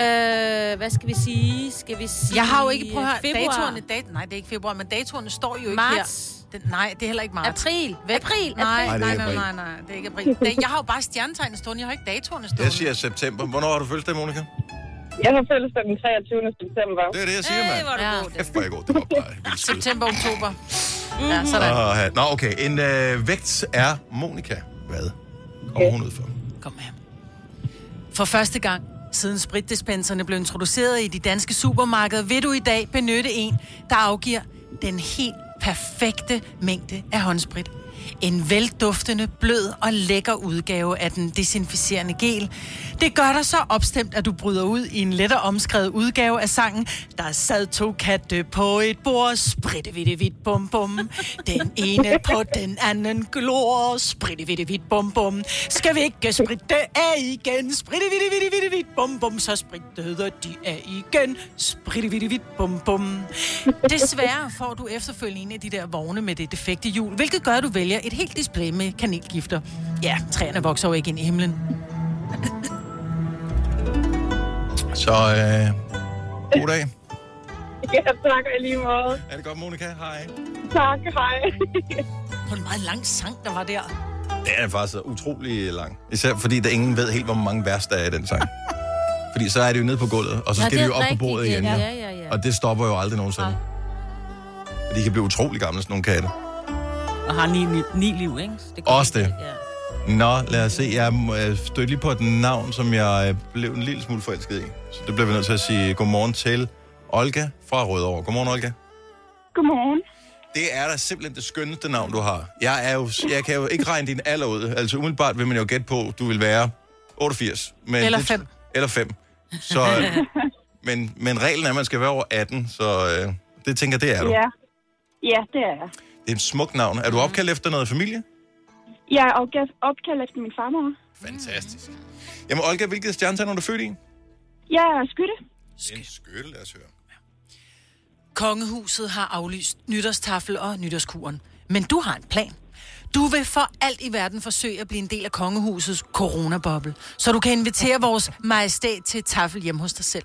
[SPEAKER 2] Øh, hvad skal vi sige? Skal vi sige...
[SPEAKER 3] Jeg har jo ikke, prøv at høre,
[SPEAKER 2] februar,
[SPEAKER 3] datorerne, dat, nej, det er ikke februar, men datorerne står jo ikke
[SPEAKER 2] Marts.
[SPEAKER 3] her. Den, nej, det er heller ikke marts.
[SPEAKER 2] April. April.
[SPEAKER 3] Nej,
[SPEAKER 1] April. Nej, det er
[SPEAKER 3] nej, nej, nej,
[SPEAKER 1] april.
[SPEAKER 3] nej, nej, det er ikke april. Det- Jeg har jo bare stjernetegnet stående, jeg har ikke datorerne stående.
[SPEAKER 1] Jeg siger september. Hvornår har du fødselsdag, Monika?
[SPEAKER 8] Jeg har fødselsdag den 23. september.
[SPEAKER 1] Det er det, jeg siger,
[SPEAKER 2] Hey,
[SPEAKER 1] mand.
[SPEAKER 2] hvor er du
[SPEAKER 3] Ja.
[SPEAKER 2] god, Dan.
[SPEAKER 1] Kæft, hvor er jeg god. Det var bare vildt skud.
[SPEAKER 3] September, oktober.
[SPEAKER 2] Mm.
[SPEAKER 3] Ja, sådan.
[SPEAKER 1] Åh, ja. Nå, okay. En øh, vægt er Monika. Hvad kommer hun ud for?
[SPEAKER 3] Kom her. For første gang siden spritdispenserne blev introduceret i de danske supermarkeder, vil du i dag benytte en, der afgiver den helt perfekte mængde af håndsprit. En velduftende, blød og lækker udgave af den desinficerende gel. Det gør dig så opstemt, at du bryder ud i en lettere omskrevet udgave af sangen Der sad to katte på et bord, sprittevidtevidt bum bum. Den ene på den anden glor, sprittevidtevidt bum bum. Skal vi ikke spritte af igen, sprittevidtevidtevidt bum bum, så sprittede de af igen, sprittevidtevidt bum bum. Desværre får du efterfølgende en af de der vogne med det defekte hjul, hvilket gør, at du vælger et helt display med kanelgifter. Ja, træerne vokser jo ikke ind i himlen.
[SPEAKER 1] Så øh, god dag.
[SPEAKER 8] Ja, tak og i lige måde.
[SPEAKER 1] Er det godt, Monika? Hej.
[SPEAKER 8] Tak, hej.
[SPEAKER 3] Det var en meget lang sang, der var der.
[SPEAKER 1] Den er faktisk utrolig lang. Især fordi, der ingen ved helt, hvor mange vers der er i den
[SPEAKER 2] (laughs)
[SPEAKER 1] sang. Fordi så er det jo nede på gulvet, og så
[SPEAKER 2] Nå,
[SPEAKER 1] skal det
[SPEAKER 2] det er
[SPEAKER 1] jo op på
[SPEAKER 2] rigtigt,
[SPEAKER 1] bordet
[SPEAKER 2] ja.
[SPEAKER 1] igen. jo.
[SPEAKER 2] Ja, ja, ja.
[SPEAKER 1] Og det stopper jo aldrig nogensinde. Og de kan blive utrolig gamle, sådan nogle katte.
[SPEAKER 2] Og har ni, ni, ni liv, ikke? Så Det
[SPEAKER 1] Også
[SPEAKER 2] kan-
[SPEAKER 1] det.
[SPEAKER 2] Ja.
[SPEAKER 1] Nå, lad os se. Jeg øh, stødte lige på et navn, som jeg øh, blev en lille smule forelsket i. Så det bliver vi nødt til at sige godmorgen til Olga fra Rødovre. Godmorgen, Olga.
[SPEAKER 8] Godmorgen.
[SPEAKER 1] Det er da simpelthen det skønneste navn, du har. Jeg, er jo, jeg kan jo ikke regne din alder ud. Altså umiddelbart vil man jo gætte på, du vil være 88. Men
[SPEAKER 3] Eller
[SPEAKER 1] det-
[SPEAKER 3] fem.
[SPEAKER 1] Eller 5. Så,
[SPEAKER 3] (laughs)
[SPEAKER 1] øh, men, men reglen er, at man skal være over 18, så øh, det tænker jeg, det er du.
[SPEAKER 8] Ja. Ja, det er jeg.
[SPEAKER 1] Det er et smukt navn. Er du opkaldt efter noget familie?
[SPEAKER 8] Jeg er opga- opkaldt efter min farmor.
[SPEAKER 1] Fantastisk. Jamen, Olga, hvilket stjernetegn er du født i? En
[SPEAKER 8] Jeg er skytte.
[SPEAKER 1] skytte, lad os høre.
[SPEAKER 3] Kongehuset har aflyst nytårstafel og nytårskuren. Men du har en plan. Du vil for alt i verden forsøge at blive en del af kongehusets coronaboble, så du kan invitere vores majestæt til taffel hjemme hos dig selv.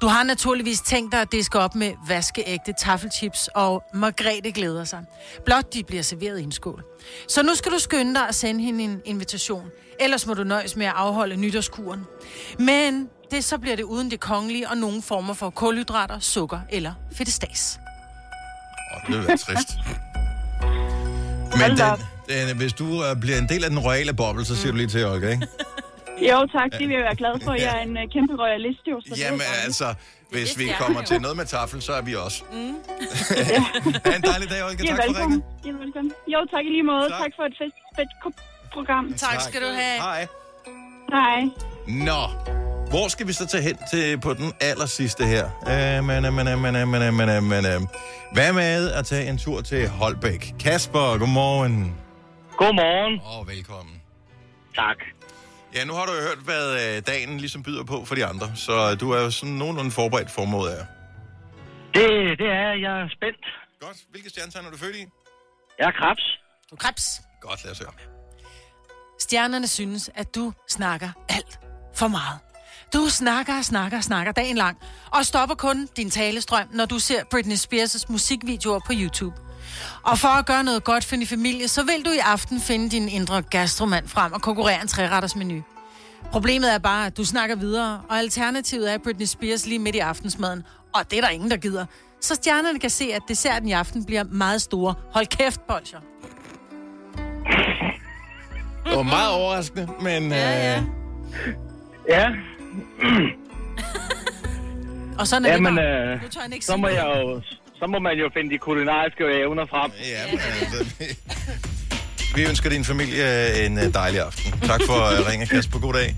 [SPEAKER 3] Du har naturligvis tænkt dig, at det skal op med vaskeægte taffelchips, og Margrethe glæder sig. Blot de bliver serveret i en skål. Så nu skal du skynde dig at sende hende en invitation. Ellers må du nøjes med at afholde nytårskuren. Men det, så bliver det uden det kongelige og nogle former for kulhydrater, sukker eller fedtestas.
[SPEAKER 1] Åh, det ville være
[SPEAKER 8] (laughs)
[SPEAKER 1] trist. øh, Men
[SPEAKER 8] Hold da
[SPEAKER 1] den,
[SPEAKER 8] op. (laughs)
[SPEAKER 1] den, hvis du øh, bliver en del af den royale boble, så siger du lige til Olga, ikke?
[SPEAKER 8] Jo, tak. Det vil jeg være glad for. Jeg er en øh, kæmpe royalist, jo. Så det er
[SPEAKER 1] Jamen
[SPEAKER 8] jo dejligt.
[SPEAKER 1] altså, hvis
[SPEAKER 2] det,
[SPEAKER 1] vi
[SPEAKER 2] vi er.
[SPEAKER 1] kommer til noget med tafel, så er vi også. Mm. ha' en dejlig dag, Olga.
[SPEAKER 8] I
[SPEAKER 1] Tak
[SPEAKER 8] er
[SPEAKER 1] for ringen.
[SPEAKER 8] velkommen. I er velkommen. Jo, tak i lige måde.
[SPEAKER 1] Tak.
[SPEAKER 8] Tak, tak for et fedt, fedt ko- program.
[SPEAKER 2] Tak skal du have.
[SPEAKER 1] Hej.
[SPEAKER 8] Hej.
[SPEAKER 1] Nå, hvor skal vi så tage hen til på den aller sidste her? Øh, men, øh, men, øh, men, øh, men, øh, men, øh, men, øh. Hvad med at tage en tur til Holbæk? Kasper, godmorgen.
[SPEAKER 9] Godmorgen.
[SPEAKER 1] Og oh, velkommen.
[SPEAKER 9] Tak.
[SPEAKER 1] Ja, nu har du jo hørt, hvad øh, dagen ligesom byder på for de andre, så du er jo sådan nogenlunde forberedt formodet af.
[SPEAKER 9] Det, det er, jeg er spændt.
[SPEAKER 1] Godt. Hvilke stjernetegn er du født i?
[SPEAKER 9] Jeg er krebs.
[SPEAKER 3] Du krebs.
[SPEAKER 1] Godt, lad os høre.
[SPEAKER 3] Stjernerne synes, at du snakker alt for meget. Du snakker og snakker og snakker dagen lang, og stopper kun din talestrøm, når du ser Britney Spears' musikvideoer på YouTube. Og for at gøre noget godt for din familie, så vil du i aften finde din indre gastromand frem og konkurrere en træretters menu. Problemet er bare, at du snakker videre, og alternativet er Britney Spears lige midt i aftensmaden. Og det er der ingen, der gider. Så stjernerne kan se, at desserten i aften bliver meget store. Hold kæft, bolcher.
[SPEAKER 1] Det var meget overraskende, men...
[SPEAKER 2] ja.
[SPEAKER 1] øh,
[SPEAKER 9] Ja,
[SPEAKER 3] (laughs) Og sådan er det
[SPEAKER 9] jamen,
[SPEAKER 3] bare.
[SPEAKER 9] øh,
[SPEAKER 3] Nu tør jeg ikke
[SPEAKER 9] så
[SPEAKER 3] sige
[SPEAKER 9] må
[SPEAKER 3] noget.
[SPEAKER 9] jeg jo... Så må man jo finde de kulinariske evner frem.
[SPEAKER 1] Ja, men altså, vi- vi ønsker din familie øh, en øh, dejlig aften. Tak for at
[SPEAKER 9] (laughs)
[SPEAKER 1] ringe, Kasper. God dag.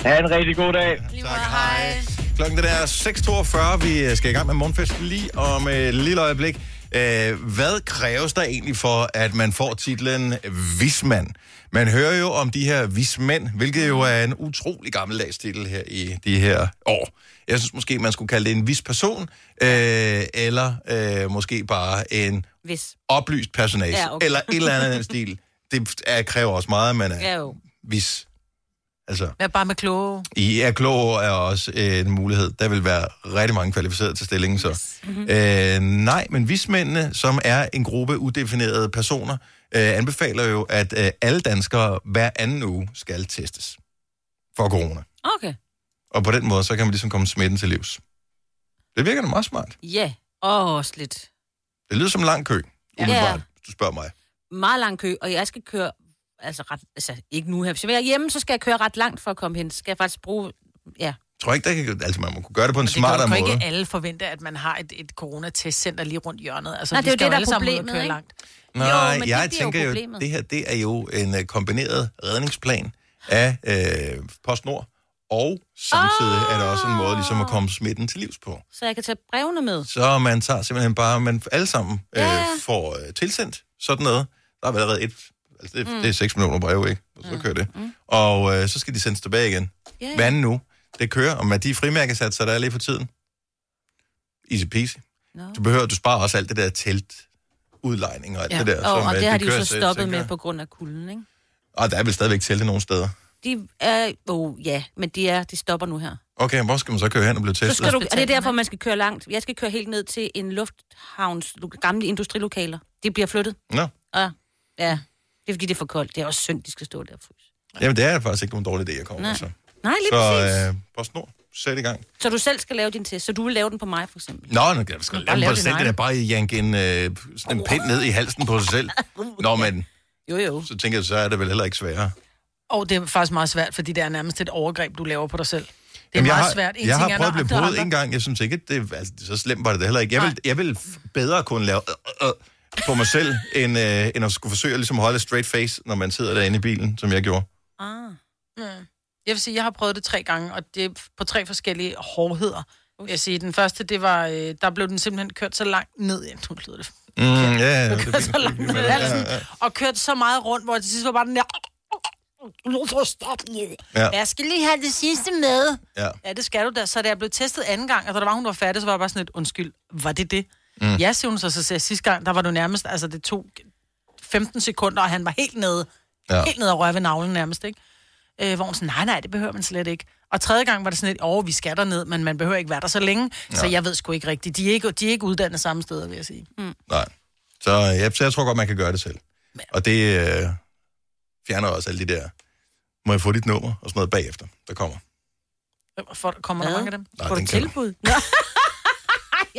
[SPEAKER 9] Ha' en rigtig god dag.
[SPEAKER 2] Lige
[SPEAKER 1] Tak,
[SPEAKER 2] meget.
[SPEAKER 1] hej. Klokken den er 6.42. Vi øh, skal i gang med morgenfest lige om øh, et lille øjeblik. Øh, Hvad kræves der egentlig for, at man får titlen vismand? Man hører jo om de her vismænd, hvilket jo er en utrolig gammeldags titel her i de her år. Jeg synes måske, man skulle kalde det en vis person, øh, eller øh, måske bare en
[SPEAKER 2] Hvis.
[SPEAKER 1] oplyst personage, ja,
[SPEAKER 2] Ja,
[SPEAKER 1] okay.
[SPEAKER 2] okay.
[SPEAKER 1] eller et eller andet i den stil. Det er, kræver også meget, at man er
[SPEAKER 2] Ja
[SPEAKER 1] ja.
[SPEAKER 2] jo.
[SPEAKER 1] vis. Altså,
[SPEAKER 3] Vær bare med kloge.
[SPEAKER 1] I er klog er også øh, en mulighed. Der vil være rigtig mange kvalificerede til stillingen, så. Mm-hmm. Øh, nej, men vismændene, som er en gruppe udefinerede personer, øh, anbefaler jo, at øh, alle danskere hver anden uge skal testes for corona.
[SPEAKER 2] Okay.
[SPEAKER 1] Og på den måde, så kan man ligesom komme smitten til livs. Det virker da meget smart.
[SPEAKER 2] Ja. Åh, oh, også lidt.
[SPEAKER 1] Det lyder som en lang kø, umiddelbart, hvis du spørger mig.
[SPEAKER 2] Meget lang kø, og jeg skal køre... Altså, ret, altså ikke nu her. Hvis jeg vil hjemme, så skal jeg køre ret langt for at komme hen. Så skal jeg faktisk bruge... Ja.
[SPEAKER 1] Jeg tror ikke, der kan, altså man må kunne gøre det på en
[SPEAKER 3] Det kan
[SPEAKER 1] smartere
[SPEAKER 3] jo
[SPEAKER 1] måde.
[SPEAKER 3] ikke alle forvente, at man har et, et coronatestcenter lige rundt hjørnet. Altså,
[SPEAKER 2] Nej,
[SPEAKER 3] du
[SPEAKER 2] det er jo
[SPEAKER 3] skal
[SPEAKER 2] det, der er
[SPEAKER 3] alle sammen ud og
[SPEAKER 2] problemet,
[SPEAKER 3] køre
[SPEAKER 2] ikke?
[SPEAKER 3] Langt.
[SPEAKER 1] Nej,
[SPEAKER 2] men det
[SPEAKER 1] jeg
[SPEAKER 2] bliver jo
[SPEAKER 1] tænker jo,
[SPEAKER 2] problemet.
[SPEAKER 1] det her det er jo en øh, kombineret redningsplan af øh, PostNord, og samtidig er det også en måde ligesom at komme smitten til livs på.
[SPEAKER 2] Så jeg kan tage brevene med.
[SPEAKER 1] Så man tager simpelthen bare, man alle sammen øh,
[SPEAKER 2] Ja,
[SPEAKER 1] ja.
[SPEAKER 2] ja.
[SPEAKER 1] får øh, tilsendt sådan noget. Der er vel allerede et, altså det, mm. det er 6 millioner brev, ikke? Og så kører det. Mm. Og øh, så skal de sendes tilbage igen.
[SPEAKER 2] Ja,
[SPEAKER 1] Hvad andet nu? Det kører, og med de frimærkesatser, der er lige for tiden. Easy peasy.
[SPEAKER 2] Nå.
[SPEAKER 1] Du behøver, du sparer også alt det der telt udlejning og alt ja.
[SPEAKER 3] Ja.
[SPEAKER 1] det der.
[SPEAKER 2] Og, og
[SPEAKER 1] øh,
[SPEAKER 2] det har de jo
[SPEAKER 1] kører
[SPEAKER 2] så
[SPEAKER 1] selv,
[SPEAKER 2] stoppet
[SPEAKER 1] tænker
[SPEAKER 2] med
[SPEAKER 1] jeg.
[SPEAKER 2] på grund af kulden, ikke?
[SPEAKER 1] Og der er vel stadigvæk telte nogle steder.
[SPEAKER 2] De er... Oh, ja, men de, er, de stopper nu her.
[SPEAKER 1] Okay, hvor skal man så køre hen og blive
[SPEAKER 2] Så
[SPEAKER 1] testet?
[SPEAKER 2] skal du, og det er
[SPEAKER 3] Hospitalerne.
[SPEAKER 2] derfor, man skal køre langt. Jeg skal køre helt ned til en lufthavns lo- gamle industrilokaler. De bliver flyttet.
[SPEAKER 1] Nå,
[SPEAKER 2] Og, ja, det er fordi, det er for koldt. Det er også synd, de skal stå der og fryse.
[SPEAKER 1] jamen det er faktisk ikke nogen dårlig idé, jeg kommer med.
[SPEAKER 2] Nej.
[SPEAKER 1] Så,
[SPEAKER 2] Nej, lige præcis.
[SPEAKER 1] altså. så øh, PostNord, sæt i gang.
[SPEAKER 2] Så du selv skal lave din test. Så du vil lave den på mig, for eksempel.
[SPEAKER 1] Nå, nu kan jeg skal
[SPEAKER 3] bare
[SPEAKER 1] lave
[SPEAKER 3] lave
[SPEAKER 1] på
[SPEAKER 3] din
[SPEAKER 1] selv, det
[SPEAKER 3] egen.
[SPEAKER 1] der bare janke en, øh, sådan en pind ned i halsen på sig
[SPEAKER 3] (laughs)
[SPEAKER 1] selv. Nå, men
[SPEAKER 2] Jo, jo.
[SPEAKER 1] så tænker jeg, så er det vel heller ikke sværere.
[SPEAKER 3] Og det er faktisk meget svært, fordi det er nærmest et overgreb, du laver på dig selv. Det er
[SPEAKER 1] Jamen, jeg
[SPEAKER 3] meget
[SPEAKER 1] har,
[SPEAKER 3] svært. En
[SPEAKER 1] Jeg
[SPEAKER 3] ting
[SPEAKER 1] har
[SPEAKER 3] er,
[SPEAKER 1] prøvet at
[SPEAKER 3] når
[SPEAKER 1] blive
[SPEAKER 3] andre-
[SPEAKER 1] prøvet en gang. Jeg synes ikke, at det, altså, så slemt var det da heller ikke. Jeg vil, jeg vil f- bedre kunne lave øh, øh, på mig selv, end, øh, end at skulle forsøge at ligesom holde et straight face, når man sidder derinde i bilen, som jeg gjorde.
[SPEAKER 2] Ah.
[SPEAKER 3] Mm. Jeg vil sige, jeg har prøvet det tre gange, og det er på tre forskellige hårdheder. Vil Jeg siger, den første, det var, øh, der blev den simpelthen kørt så langt ned, ja, nu lyder det,
[SPEAKER 1] Mm, yeah, ja, det er
[SPEAKER 3] kørt
[SPEAKER 1] fint.
[SPEAKER 3] så langt ned i
[SPEAKER 10] Altså,
[SPEAKER 3] halsen, og kørt så meget rundt, hvor det til sidst var bare den der, nu får stop ned.
[SPEAKER 1] Ja.
[SPEAKER 3] Jeg skal lige have det sidste med.
[SPEAKER 1] ja.
[SPEAKER 3] Ja, det skal du da. Så da jeg blev testet anden gang, og da der var, hun var færdig, så var jeg bare sådan lidt, undskyld, var det det? Mm. Ja, siger hun så, så siger jeg, sidste gang, der var du nærmest, altså det tog 15 sekunder, og han var helt nede,
[SPEAKER 1] Ja.
[SPEAKER 3] ja. helt nede og røre ved navlen nærmest, ikke? Øh, hvor hun sådan, nej, nej, det behøver man slet ikke. Og tredje gang var det sådan lidt, åh, vi skal derned, men man behøver ikke være der så længe, ja. så jeg ved sgu ikke rigtigt. De er ikke, de er ikke uddannet samme steder, vil jeg sige.
[SPEAKER 1] Nej. Så øh, jeg, så jeg tror godt, man kan gøre det selv. Og det øh, fjerner også alle de der, må jeg få dit nummer og sådan noget bagefter, der kommer.
[SPEAKER 3] For, kommer der
[SPEAKER 2] Hvad?
[SPEAKER 3] mange af dem?
[SPEAKER 1] Nej,
[SPEAKER 2] Får du
[SPEAKER 1] den kan du.
[SPEAKER 2] tilbud? (laughs)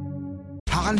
[SPEAKER 11] Harald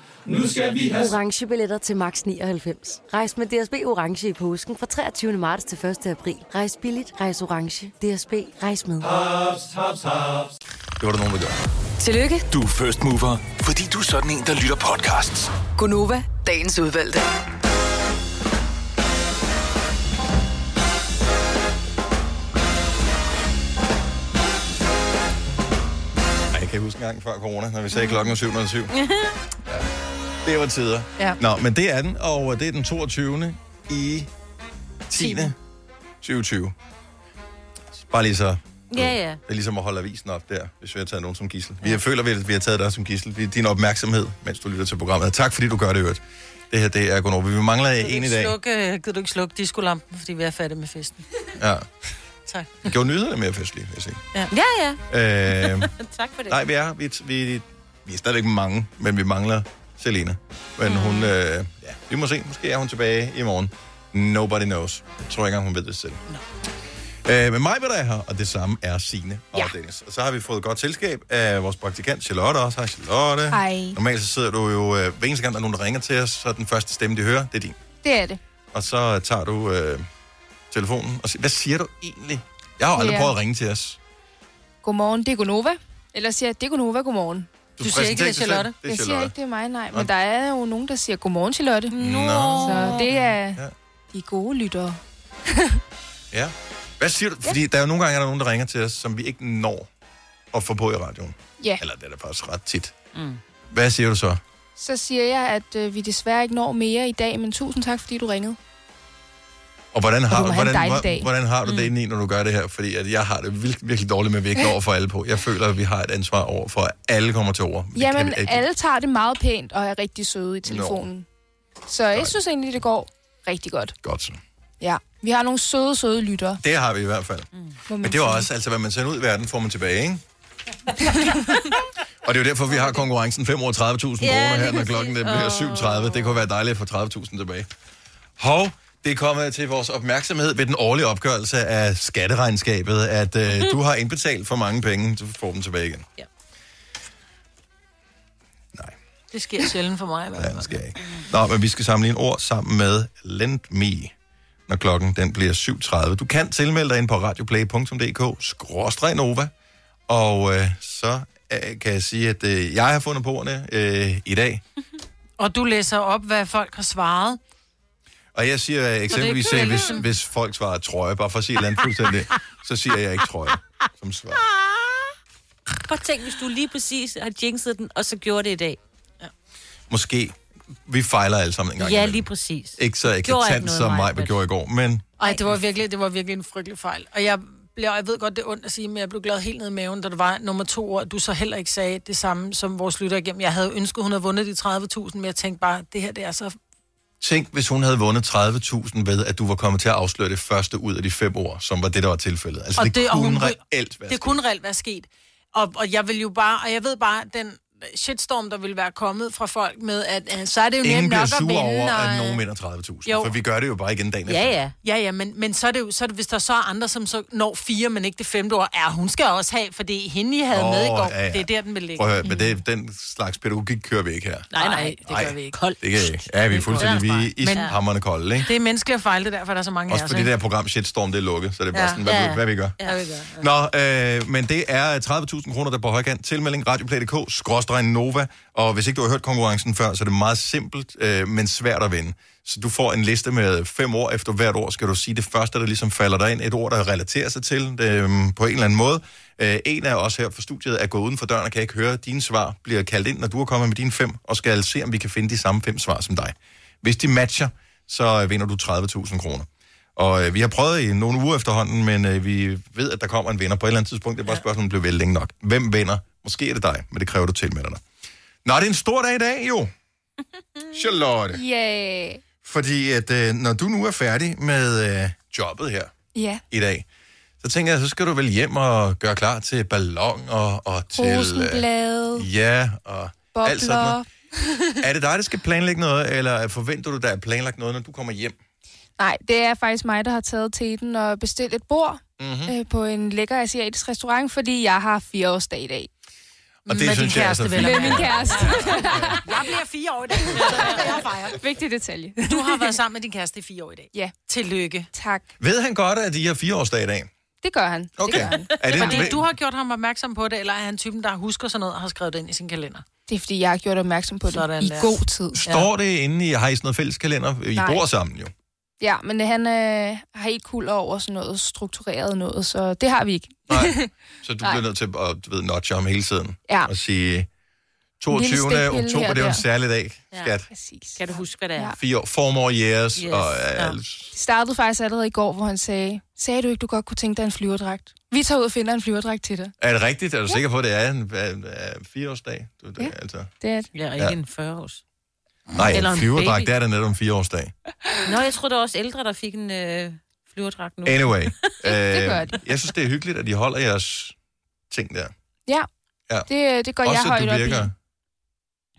[SPEAKER 12] Nu skal vi have...
[SPEAKER 13] orange billetter til max 99. Rejs med DSB orange i påsken fra 23. marts til 1. april. Rejs billigt, rejs orange. DSB rejs med.
[SPEAKER 12] Haps, haps, haps.
[SPEAKER 1] Det var der nogen, der gjorde.
[SPEAKER 13] Tillykke.
[SPEAKER 6] Du er first mover, fordi du er sådan en, der lytter podcasts.
[SPEAKER 14] Gunova, dagens udvalgte.
[SPEAKER 1] Ej, jeg kan huske en gang før corona, når vi sagde klokken var 707. Det var tider.
[SPEAKER 3] (laughs) Ja.
[SPEAKER 1] Nå, men det er den, og det er den 22. i 10. 2020. Bare lige så
[SPEAKER 2] Ja, ja.
[SPEAKER 1] Det er ligesom at holde avisen op der, hvis vi har taget nogen som gissel. Vi føler, at vi har taget dig som gissel. Det er din opmærksomhed, mens du lytter til programmet. Tak, fordi du gør det, i øvrigt. Det her, det er kun over. Vi mangler en i dag.
[SPEAKER 3] Slukke, gider du ikke slukke diskolampen, fordi vi er fattige med festen.
[SPEAKER 1] Ja.
[SPEAKER 3] Tak.
[SPEAKER 1] Vi gjorde nyhederne mere festlige, vil jeg sige.
[SPEAKER 3] Ja,
[SPEAKER 2] ja. ja.
[SPEAKER 3] (laughs)
[SPEAKER 1] Øh,
[SPEAKER 2] tak for det.
[SPEAKER 1] nej, vi er, vi, vi, vi er stadigvæk mange, men vi mangler Selena. Men hun, øh, ja, vi må se. Måske er hun tilbage i morgen. Nobody knows. Jeg tror ikke engang, hun ved det selv. No. Øh, men mig var der her, og det samme er Sine og ja. Dennis. Og så har vi fået godt selskab af vores praktikant Charlotte også. Hej Charlotte.
[SPEAKER 4] Hej.
[SPEAKER 1] Normalt så sidder du jo, øh, hver eneste gang der er nogen, der ringer til os, så er den første stemme, de hører, det er din.
[SPEAKER 4] Det er det.
[SPEAKER 1] Og så tager du øh, telefonen og siger, hvad siger du egentlig? Jeg har jo aldrig
[SPEAKER 4] Ja.
[SPEAKER 1] prøvet at ringe til os.
[SPEAKER 4] Godmorgen, det er Gunova. Eller siger jeg, det er Gunova, godmorgen.
[SPEAKER 1] Du Du siger ikke, det er præsenterer dig selv. Charlotte. Det er
[SPEAKER 4] Jeg siger
[SPEAKER 1] Charlotte.
[SPEAKER 4] ikke, det er mig, nej.
[SPEAKER 1] Nå.
[SPEAKER 4] Men der er jo nogen, der siger, godmorgen, Charlotte.
[SPEAKER 1] Nå.
[SPEAKER 4] Så det er de gode lyttere.
[SPEAKER 1] Ja. Hvad siger du? Fordi der er jo nogle gange, er der nogen, der ringer til os, som vi ikke når at få på i radioen.
[SPEAKER 4] Ja.
[SPEAKER 1] Eller det er der faktisk ret tit. Mm. Hvad siger du så?
[SPEAKER 4] Så siger jeg, at øh, vi desværre ikke når mere i dag, men tusind tak, fordi du ringede.
[SPEAKER 1] Og hvordan
[SPEAKER 4] du
[SPEAKER 1] har,
[SPEAKER 4] må have en
[SPEAKER 1] hvordan,
[SPEAKER 4] dejlig
[SPEAKER 1] hvor-
[SPEAKER 4] dag. Mm.
[SPEAKER 1] hvordan har du det indeni, når du gør det her? Fordi at jeg har det virkelig, virkelig dårligt med, at vi ikke når for alle på. Jeg føler, at vi har et ansvar over for, at alle kommer til ord. Det kan
[SPEAKER 4] Jamen,
[SPEAKER 1] vi ikke.
[SPEAKER 4] alle tager det meget pænt og er rigtig søde i telefonen. Så jeg synes egentlig, det går rigtig godt.
[SPEAKER 1] Godt så.
[SPEAKER 4] Ja, vi har nogle søde, søde lyttere.
[SPEAKER 1] Det har vi i hvert fald.
[SPEAKER 4] må man
[SPEAKER 1] Men det er jo
[SPEAKER 4] sige.
[SPEAKER 1] også, altså hvad man sender ud i verden, får man tilbage, ikke? Og det er jo derfor, vi har konkurrencen 5 over 30.000
[SPEAKER 10] Ja,
[SPEAKER 1] kroner
[SPEAKER 10] lige
[SPEAKER 1] her, når
[SPEAKER 10] præcis.
[SPEAKER 1] klokken den bliver
[SPEAKER 10] Åh.
[SPEAKER 1] 7.30. Det kunne være dejligt at få 30.000 tilbage. Hov, det er kommet til vores opmærksomhed ved den årlige opgørelse af skatteregnskabet, at
[SPEAKER 10] (laughs)
[SPEAKER 1] øh, du har indbetalt for mange penge, du får dem tilbage igen.
[SPEAKER 3] Det sker sjældent for mig. Ja, det
[SPEAKER 1] sker ikke. Nå, men vi skal samle en ord sammen med Lend Me, når klokken den bliver 7.30. Du kan tilmelde dig ind på radioplay.dk, skråstreg Nova, og øh, så øh, kan jeg sige, at øh, jeg har fundet på ordene øh, i dag,
[SPEAKER 3] Og du læser op, hvad folk har svaret.
[SPEAKER 1] og jeg siger øh, eksempelvis,
[SPEAKER 3] ikke
[SPEAKER 1] øh, hvis,
[SPEAKER 3] vælgerne?
[SPEAKER 1] hvis folk svarer trøje, bare for at sige et eller andet fuldstændig, så siger jeg ikke trøje som svar.
[SPEAKER 2] Prøv at tænk, hvis du lige præcis har jinxet den, og så gjorde det i dag.
[SPEAKER 1] Måske. Vi fejler alle sammen en gang.
[SPEAKER 2] Ja,
[SPEAKER 1] imellem.
[SPEAKER 2] lige præcis.
[SPEAKER 1] Ikke så
[SPEAKER 3] ikke
[SPEAKER 1] eklatant
[SPEAKER 3] noget,
[SPEAKER 1] som
[SPEAKER 3] Maja,
[SPEAKER 1] mig, vi gjorde i går, men
[SPEAKER 3] Ej, det var virkelig, det var virkelig en frygtelig fejl. Og jeg, bliver, jeg ved godt, det er ondt at sige, men jeg blev glad helt ned i maven, da det var nummer to år. Du så heller ikke sagde det samme som vores lytter igennem. Jeg havde ønsket, hun havde vundet de 30.000, men jeg tænkte bare, det her det er så...
[SPEAKER 1] Tænk, hvis hun havde vundet 30.000 ved, at du var kommet til at afsløre det første ud af de fem år, som var det, der var tilfældet. Altså, og det, det
[SPEAKER 3] og
[SPEAKER 1] kunne
[SPEAKER 3] hun-
[SPEAKER 1] reelt være
[SPEAKER 3] Det kunne reelt være sket. Og, og jeg vil jo bare, og jeg ved bare, den shitstorm, der ville være kommet fra folk med, at øh, så er det jo
[SPEAKER 1] Ingen
[SPEAKER 3] nemt
[SPEAKER 1] bliver
[SPEAKER 3] nok at
[SPEAKER 1] sure
[SPEAKER 3] vinde.
[SPEAKER 1] over,
[SPEAKER 3] og,
[SPEAKER 1] at nogen
[SPEAKER 3] øh,
[SPEAKER 1] vinder 30.000,
[SPEAKER 3] Jo.
[SPEAKER 1] for vi gør det jo bare igen dagen efter.
[SPEAKER 3] Ja, ja, men, men så er det jo, så er det, hvis der så er andre, som så når fire, men ikke det femte år, ja, hun skal også have, fordi hende, I havde
[SPEAKER 1] Åh,
[SPEAKER 3] oh, med i går,
[SPEAKER 1] ja,
[SPEAKER 3] ja,
[SPEAKER 1] ja.
[SPEAKER 3] ja. det er der, den vil ligge. Mm.
[SPEAKER 1] Prøv at høre, men det, den slags pædagogik kører vi ikke her.
[SPEAKER 3] Nej, nej, det gør vi ikke. Koldt.
[SPEAKER 1] Det kan jeg ikke. Ja, vi er fuldstændig vi er
[SPEAKER 3] Men-
[SPEAKER 1] ishammerende kolde, ikke?
[SPEAKER 3] Det er menneskeligt at fejle, det er derfor, der er så mange
[SPEAKER 1] Også
[SPEAKER 3] af os.
[SPEAKER 1] fordi det
[SPEAKER 3] ikke?
[SPEAKER 1] der program Shitstorm, det er lukket, så det er bare
[SPEAKER 3] Ja.
[SPEAKER 1] sådan, hvad, vi-
[SPEAKER 3] Ja.
[SPEAKER 1] hvad vi gør.
[SPEAKER 3] Ja, det gør.
[SPEAKER 1] Nå, øh, men det er 30.000 kroner, der er på højkant. Tilmelding radioplay.dk, skråstreg Nova. Og hvis ikke du har hørt konkurrencen før, så er det meget simpelt, øh, men svært at vinde. Så du får en liste med fem ord. Efter hvert ord skal du sige det første, der ligesom falder dig ind. Et ord, der relaterer sig til øh, på en eller anden måde. Øh, en af os her fra studiet er gået uden for døren og kan ikke høre. Dine svar bliver kaldt ind, når du er kommet med dine fem, og skal se, om vi kan finde de samme fem svar som dig. Hvis de matcher, så øh, vinder du 30.000 kroner. Og øh, vi har prøvet i nogle uger efterhånden, men øh, vi ved, at der kommer en vinder på et eller andet tidspunkt. Det er bare et spørgsmål, om det bliver vel længe nok. Hvem vinder? Måske er det dig, men det kræver du tilmelder dig. Nå, det er en stor dag i dag,
[SPEAKER 4] (laughs)
[SPEAKER 1] jo. Charlotte.
[SPEAKER 4] Yeah.
[SPEAKER 1] Fordi at øh, når du nu er færdig med øh, jobbet her
[SPEAKER 4] Ja.
[SPEAKER 1] i dag, så tænker jeg, så skal du vel hjem og gøre klar til ballon og, og til... øh,
[SPEAKER 4] Rosenblade,
[SPEAKER 1] ja, og alt sådan noget.
[SPEAKER 4] bobler.
[SPEAKER 1] Er det dig, der skal planlægge noget, eller forventer du, der er planlagt noget, når du kommer hjem?
[SPEAKER 4] Nej, det er faktisk mig, der har taget teten og bestilt et bord
[SPEAKER 1] Mhm.
[SPEAKER 4] øh, på en lækker asiatisk restaurant, fordi jeg har fireårsdag i dag.
[SPEAKER 1] Og det
[SPEAKER 4] Mm, Med
[SPEAKER 1] synes
[SPEAKER 4] din
[SPEAKER 1] jeg er så
[SPEAKER 4] kæreste,
[SPEAKER 1] fint.
[SPEAKER 4] vel at mærke. Med min kæreste.
[SPEAKER 3] Jeg bliver fire år i dag, men så er det, jeg fejrer.
[SPEAKER 4] Vigtig (laughs) detalje.
[SPEAKER 3] Du har været sammen med din kæreste i fire år i dag.
[SPEAKER 4] Ja.
[SPEAKER 3] Tillykke.
[SPEAKER 4] Tak.
[SPEAKER 1] Ved han godt, at de har fireårsdag i dag?
[SPEAKER 4] Det gør han.
[SPEAKER 1] Okay.
[SPEAKER 4] Det gør han.
[SPEAKER 1] Er det en-
[SPEAKER 3] Fordi du har gjort ham opmærksom på det, eller er han typen, der husker sådan noget og har skrevet det ind i sin kalender?
[SPEAKER 4] Det er, fordi jeg har gjort opmærksom på det
[SPEAKER 3] Sådan
[SPEAKER 4] i
[SPEAKER 3] der.
[SPEAKER 4] god tid.
[SPEAKER 1] Står det inde i, har I sådan noget fælles kalender? I
[SPEAKER 4] Nej.
[SPEAKER 1] bor sammen jo.
[SPEAKER 4] Ja, men øh, han øh, har ikke kul over sådan noget struktureret noget, så det har vi ikke. (laughs)
[SPEAKER 1] Så du
[SPEAKER 4] Nej.
[SPEAKER 1] bliver nødt til at du ved, notche ham hele tiden.
[SPEAKER 4] Ja.
[SPEAKER 1] Og sige,
[SPEAKER 4] Lille
[SPEAKER 1] 22.
[SPEAKER 4] stikpille
[SPEAKER 1] oktober,
[SPEAKER 4] her og
[SPEAKER 1] det er jo en
[SPEAKER 4] der.
[SPEAKER 1] særlig dag,
[SPEAKER 4] Ja.
[SPEAKER 1] skat.
[SPEAKER 4] Præcis.
[SPEAKER 2] Kan du huske, hvad det er?
[SPEAKER 4] Ja.
[SPEAKER 1] Fire år, four more years,
[SPEAKER 2] Yes.
[SPEAKER 1] yes. og
[SPEAKER 2] Ja.
[SPEAKER 1] uh,
[SPEAKER 4] Det startede faktisk allerede i går, hvor han sagde, sagde du ikke, du godt kunne tænke dig en flyverdragt? Vi tager ud og finder en flyverdragt til dig.
[SPEAKER 1] er det rigtigt? Er du sikker på, at det er en, en, en fireårsdag? Du, det,
[SPEAKER 4] Ja.
[SPEAKER 1] altså.
[SPEAKER 4] Det er det.
[SPEAKER 2] Ja, og
[SPEAKER 1] Ja.
[SPEAKER 2] ikke en 40-års.
[SPEAKER 1] Nej,
[SPEAKER 2] Eller
[SPEAKER 1] en
[SPEAKER 2] en
[SPEAKER 1] flyverdragt,
[SPEAKER 2] baby.
[SPEAKER 1] det er det netop en fireårsdag.
[SPEAKER 2] Nå, jeg tror, der var også ældre, der fik en øh, flyverdragt nu. (laughs)
[SPEAKER 4] (laughs)
[SPEAKER 1] Anyway,
[SPEAKER 4] gør
[SPEAKER 1] øh,
[SPEAKER 4] de.
[SPEAKER 1] jeg synes, det er hyggeligt, at I holder jeres ting der.
[SPEAKER 4] Ja,
[SPEAKER 1] Ja.
[SPEAKER 4] det, øh, det går
[SPEAKER 1] Også,
[SPEAKER 4] jeg
[SPEAKER 1] at
[SPEAKER 4] højt
[SPEAKER 1] du
[SPEAKER 4] op
[SPEAKER 1] virker.
[SPEAKER 4] i.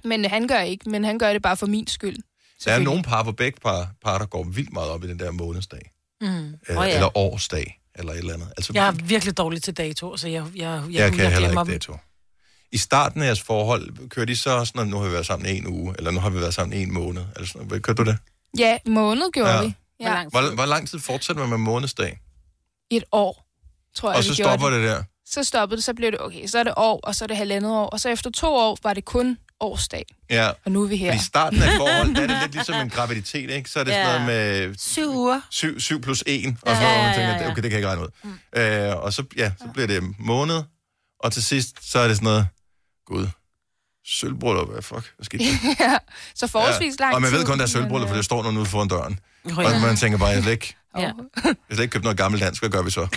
[SPEAKER 4] Men han gør ikke, men han gør det bare for min skyld.
[SPEAKER 1] Der er nogle par på begge par, par, der går vildt meget op i den der månedsdag.
[SPEAKER 3] Mm.
[SPEAKER 1] Øh,
[SPEAKER 3] Åh,
[SPEAKER 1] oh,
[SPEAKER 3] ja.
[SPEAKER 1] ja. Eller årsdag, eller et eller andet. Altså,
[SPEAKER 3] Jeg er virkelig dårlig til datoer, så jeg, jeg, jeg,
[SPEAKER 1] jeg, jeg kan jeg heller
[SPEAKER 3] glemmer
[SPEAKER 1] ikke
[SPEAKER 3] dem.
[SPEAKER 1] dato. I starten af jeres forhold, kører de så sådan, at nu har vi været sammen en uge, eller nu har vi været sammen en måned, eller sådan noget. Kørte du det?
[SPEAKER 4] Ja, en måned gjorde
[SPEAKER 1] Ja.
[SPEAKER 4] ja. vi. Ja.
[SPEAKER 1] Hvor, hvor lang tid fortsætter man med månedsdag?
[SPEAKER 4] I et år, tror jeg,
[SPEAKER 1] Og
[SPEAKER 4] vi
[SPEAKER 1] så
[SPEAKER 4] gjorde
[SPEAKER 1] stopper det der.
[SPEAKER 4] Så stoppede det, så blev det okay. Så er det år, og så er det halvandet år. Og så efter to år var det kun årsdag.
[SPEAKER 1] Ja.
[SPEAKER 4] Og nu er vi her.
[SPEAKER 1] Fordi i starten af et forhold, der er det lidt ligesom en graviditet, ikke? Så er det sådan
[SPEAKER 4] Ja.
[SPEAKER 1] noget med
[SPEAKER 3] Syv uger.
[SPEAKER 1] 7, 7 plus 1, og sådan noget, hvor man tænker, okay, det kan jeg ikke regne ud. Mm. Øh, og så, ja, så bliver det måned, og til sidst, så er det sådan noget, gud, sølvbryllup, hvad fuck, hvad skete der?
[SPEAKER 4] (laughs) ja. Så forholdsvis
[SPEAKER 1] Ja,
[SPEAKER 4] lang
[SPEAKER 1] Og man ved
[SPEAKER 4] tid,
[SPEAKER 1] kun, der er
[SPEAKER 4] men,
[SPEAKER 1] sølvbryllup, for
[SPEAKER 4] øh,
[SPEAKER 1] det står nogen ude foran døren.
[SPEAKER 4] Nå
[SPEAKER 1] Og
[SPEAKER 4] ja.
[SPEAKER 1] man tænker bare, jeg vil ikke,
[SPEAKER 4] Ja.
[SPEAKER 1] (laughs) jeg vil ikke købe noget gammelt dansk, hvad gør vi så? (laughs)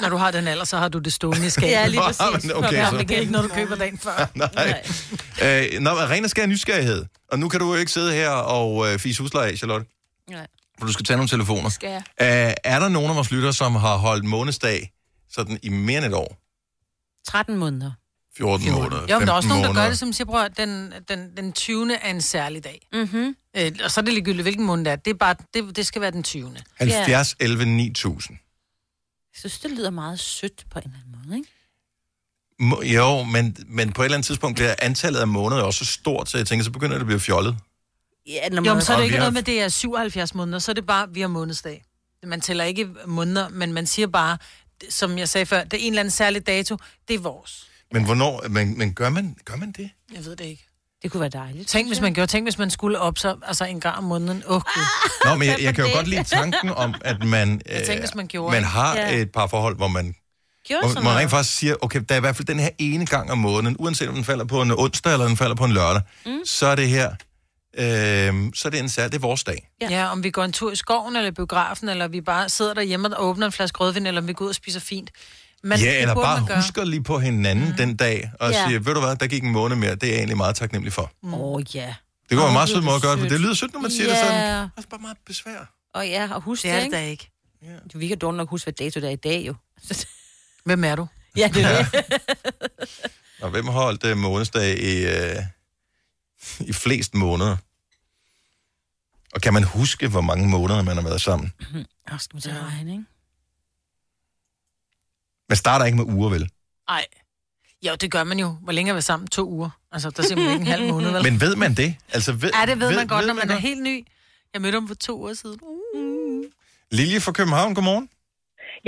[SPEAKER 3] Når du har den alder, så har du det stående i skabet.
[SPEAKER 1] Ja, lige præcis. (laughs) Nå, men okay,
[SPEAKER 3] Kom,
[SPEAKER 1] så.
[SPEAKER 3] Det er ikke noget, du køber dagen før.
[SPEAKER 1] Nej. Øh, nå, men ren og skær nysgerrighed. Og nu kan du jo ikke sidde her og øh, fise husleje, af, Charlotte.
[SPEAKER 2] Nej.
[SPEAKER 1] For du skal tage nogle telefoner.
[SPEAKER 4] Skal jeg?
[SPEAKER 1] Øh, er der nogen af vores lyttere, som har holdt månedsdag sådan i mere end et år?
[SPEAKER 2] 13 måneder.
[SPEAKER 1] 14 måneder,
[SPEAKER 3] Jo, men der er
[SPEAKER 1] 15
[SPEAKER 3] også nogen, der
[SPEAKER 1] måneder.
[SPEAKER 3] gør det, som siger, prøv at den, den, den 20. er en særlig dag. Mm-hmm. Øh, og så er det ligegyldigt, hvilken måned det er. Det, er bare, det, det skal være den 20.
[SPEAKER 1] 70, 11, 9000.
[SPEAKER 2] Jeg synes, det lyder meget sødt på en eller anden måde, ikke?
[SPEAKER 1] Må- Jo, men, men på et eller andet tidspunkt bliver antallet af måneder jo også så stort, så jeg tænker, så begynder det at blive fjollet.
[SPEAKER 2] Ja,
[SPEAKER 3] Når man jo, men så er
[SPEAKER 1] Og
[SPEAKER 3] det
[SPEAKER 1] vi
[SPEAKER 3] ikke
[SPEAKER 1] har-
[SPEAKER 3] noget med, at det er 77 måneder, så er det bare, vi har månedsdag. Man tæller ikke måneder, men man siger bare, som jeg sagde før, det er en eller anden særlig dato, det er vores.
[SPEAKER 1] Men hvornår, men, men gør, man, gør man det?
[SPEAKER 3] Jeg ved det ikke.
[SPEAKER 2] Det kunne være dejligt.
[SPEAKER 3] Tænk, hvis man gjorde, tænk, hvis man skulle op så, altså en gang om måneden. Åh, Gud.
[SPEAKER 1] Nå, men jeg, jeg kan jo godt lide tanken om, at man,
[SPEAKER 3] (laughs)
[SPEAKER 1] øh,
[SPEAKER 3] tænker, hvis man gjorde
[SPEAKER 1] man
[SPEAKER 3] det.
[SPEAKER 1] har
[SPEAKER 3] Ja.
[SPEAKER 1] et par forhold, hvor man
[SPEAKER 3] Gjorde
[SPEAKER 1] Hvor man rent faktisk siger, okay, der er i hvert fald den her ene gang om måneden, uanset om den falder på en onsdag eller den falder på en lørdag, mm. så er det her, øh, så er det en sær, det er vores dag.
[SPEAKER 3] Ja. ja, om vi går en tur i skoven eller i biografen, eller vi bare sidder derhjemme og åbner en flaske rødvin, eller om vi går ud og spiser fint.
[SPEAKER 1] Men ja, eller
[SPEAKER 3] burde
[SPEAKER 1] bare
[SPEAKER 3] gøre.
[SPEAKER 1] husker lige på hinanden mm. den dag, og
[SPEAKER 3] Ja.
[SPEAKER 1] yeah. siger, ved du hvad, der gik en måned mere, det er jeg egentlig meget taknemmelig for.
[SPEAKER 2] Åh, mm. oh, ja.
[SPEAKER 1] Det går
[SPEAKER 2] Åh,
[SPEAKER 1] en meget
[SPEAKER 2] lyder
[SPEAKER 1] sød måde at gøre det,
[SPEAKER 2] sødt.
[SPEAKER 1] for det lyder sødt, når man siger yeah. det sådan.
[SPEAKER 2] Ja.
[SPEAKER 1] Også bare meget besvær.
[SPEAKER 2] Og ja, og husk
[SPEAKER 3] Det
[SPEAKER 2] det,
[SPEAKER 3] er det
[SPEAKER 2] ikke?
[SPEAKER 3] da ikke.
[SPEAKER 2] Du vi
[SPEAKER 3] (laughs)
[SPEAKER 2] kan dårligt nok huske, hvad dato der er i dag, jo.
[SPEAKER 3] Hvem er du?
[SPEAKER 2] Ja, det er det.
[SPEAKER 1] (laughs) Og hvem har holdt øh, månedsdag i, øh, i flest måneder? Og kan man huske, hvor mange måneder man har været sammen?
[SPEAKER 2] Åh, skal man til at regne, ikke?
[SPEAKER 1] Man starter ikke med uger, vel?
[SPEAKER 3] Nej. Jo, det gør man jo. Hvor længe er vi sammen? To uger. Altså, der er simpelthen ikke en halv måned, vel?
[SPEAKER 1] Men ved man det? Altså, ved,
[SPEAKER 3] ja, det ved, man godt, når man, er helt ny. Jeg mødte ham for to år siden. Uh.
[SPEAKER 1] Lilje fra København, godmorgen.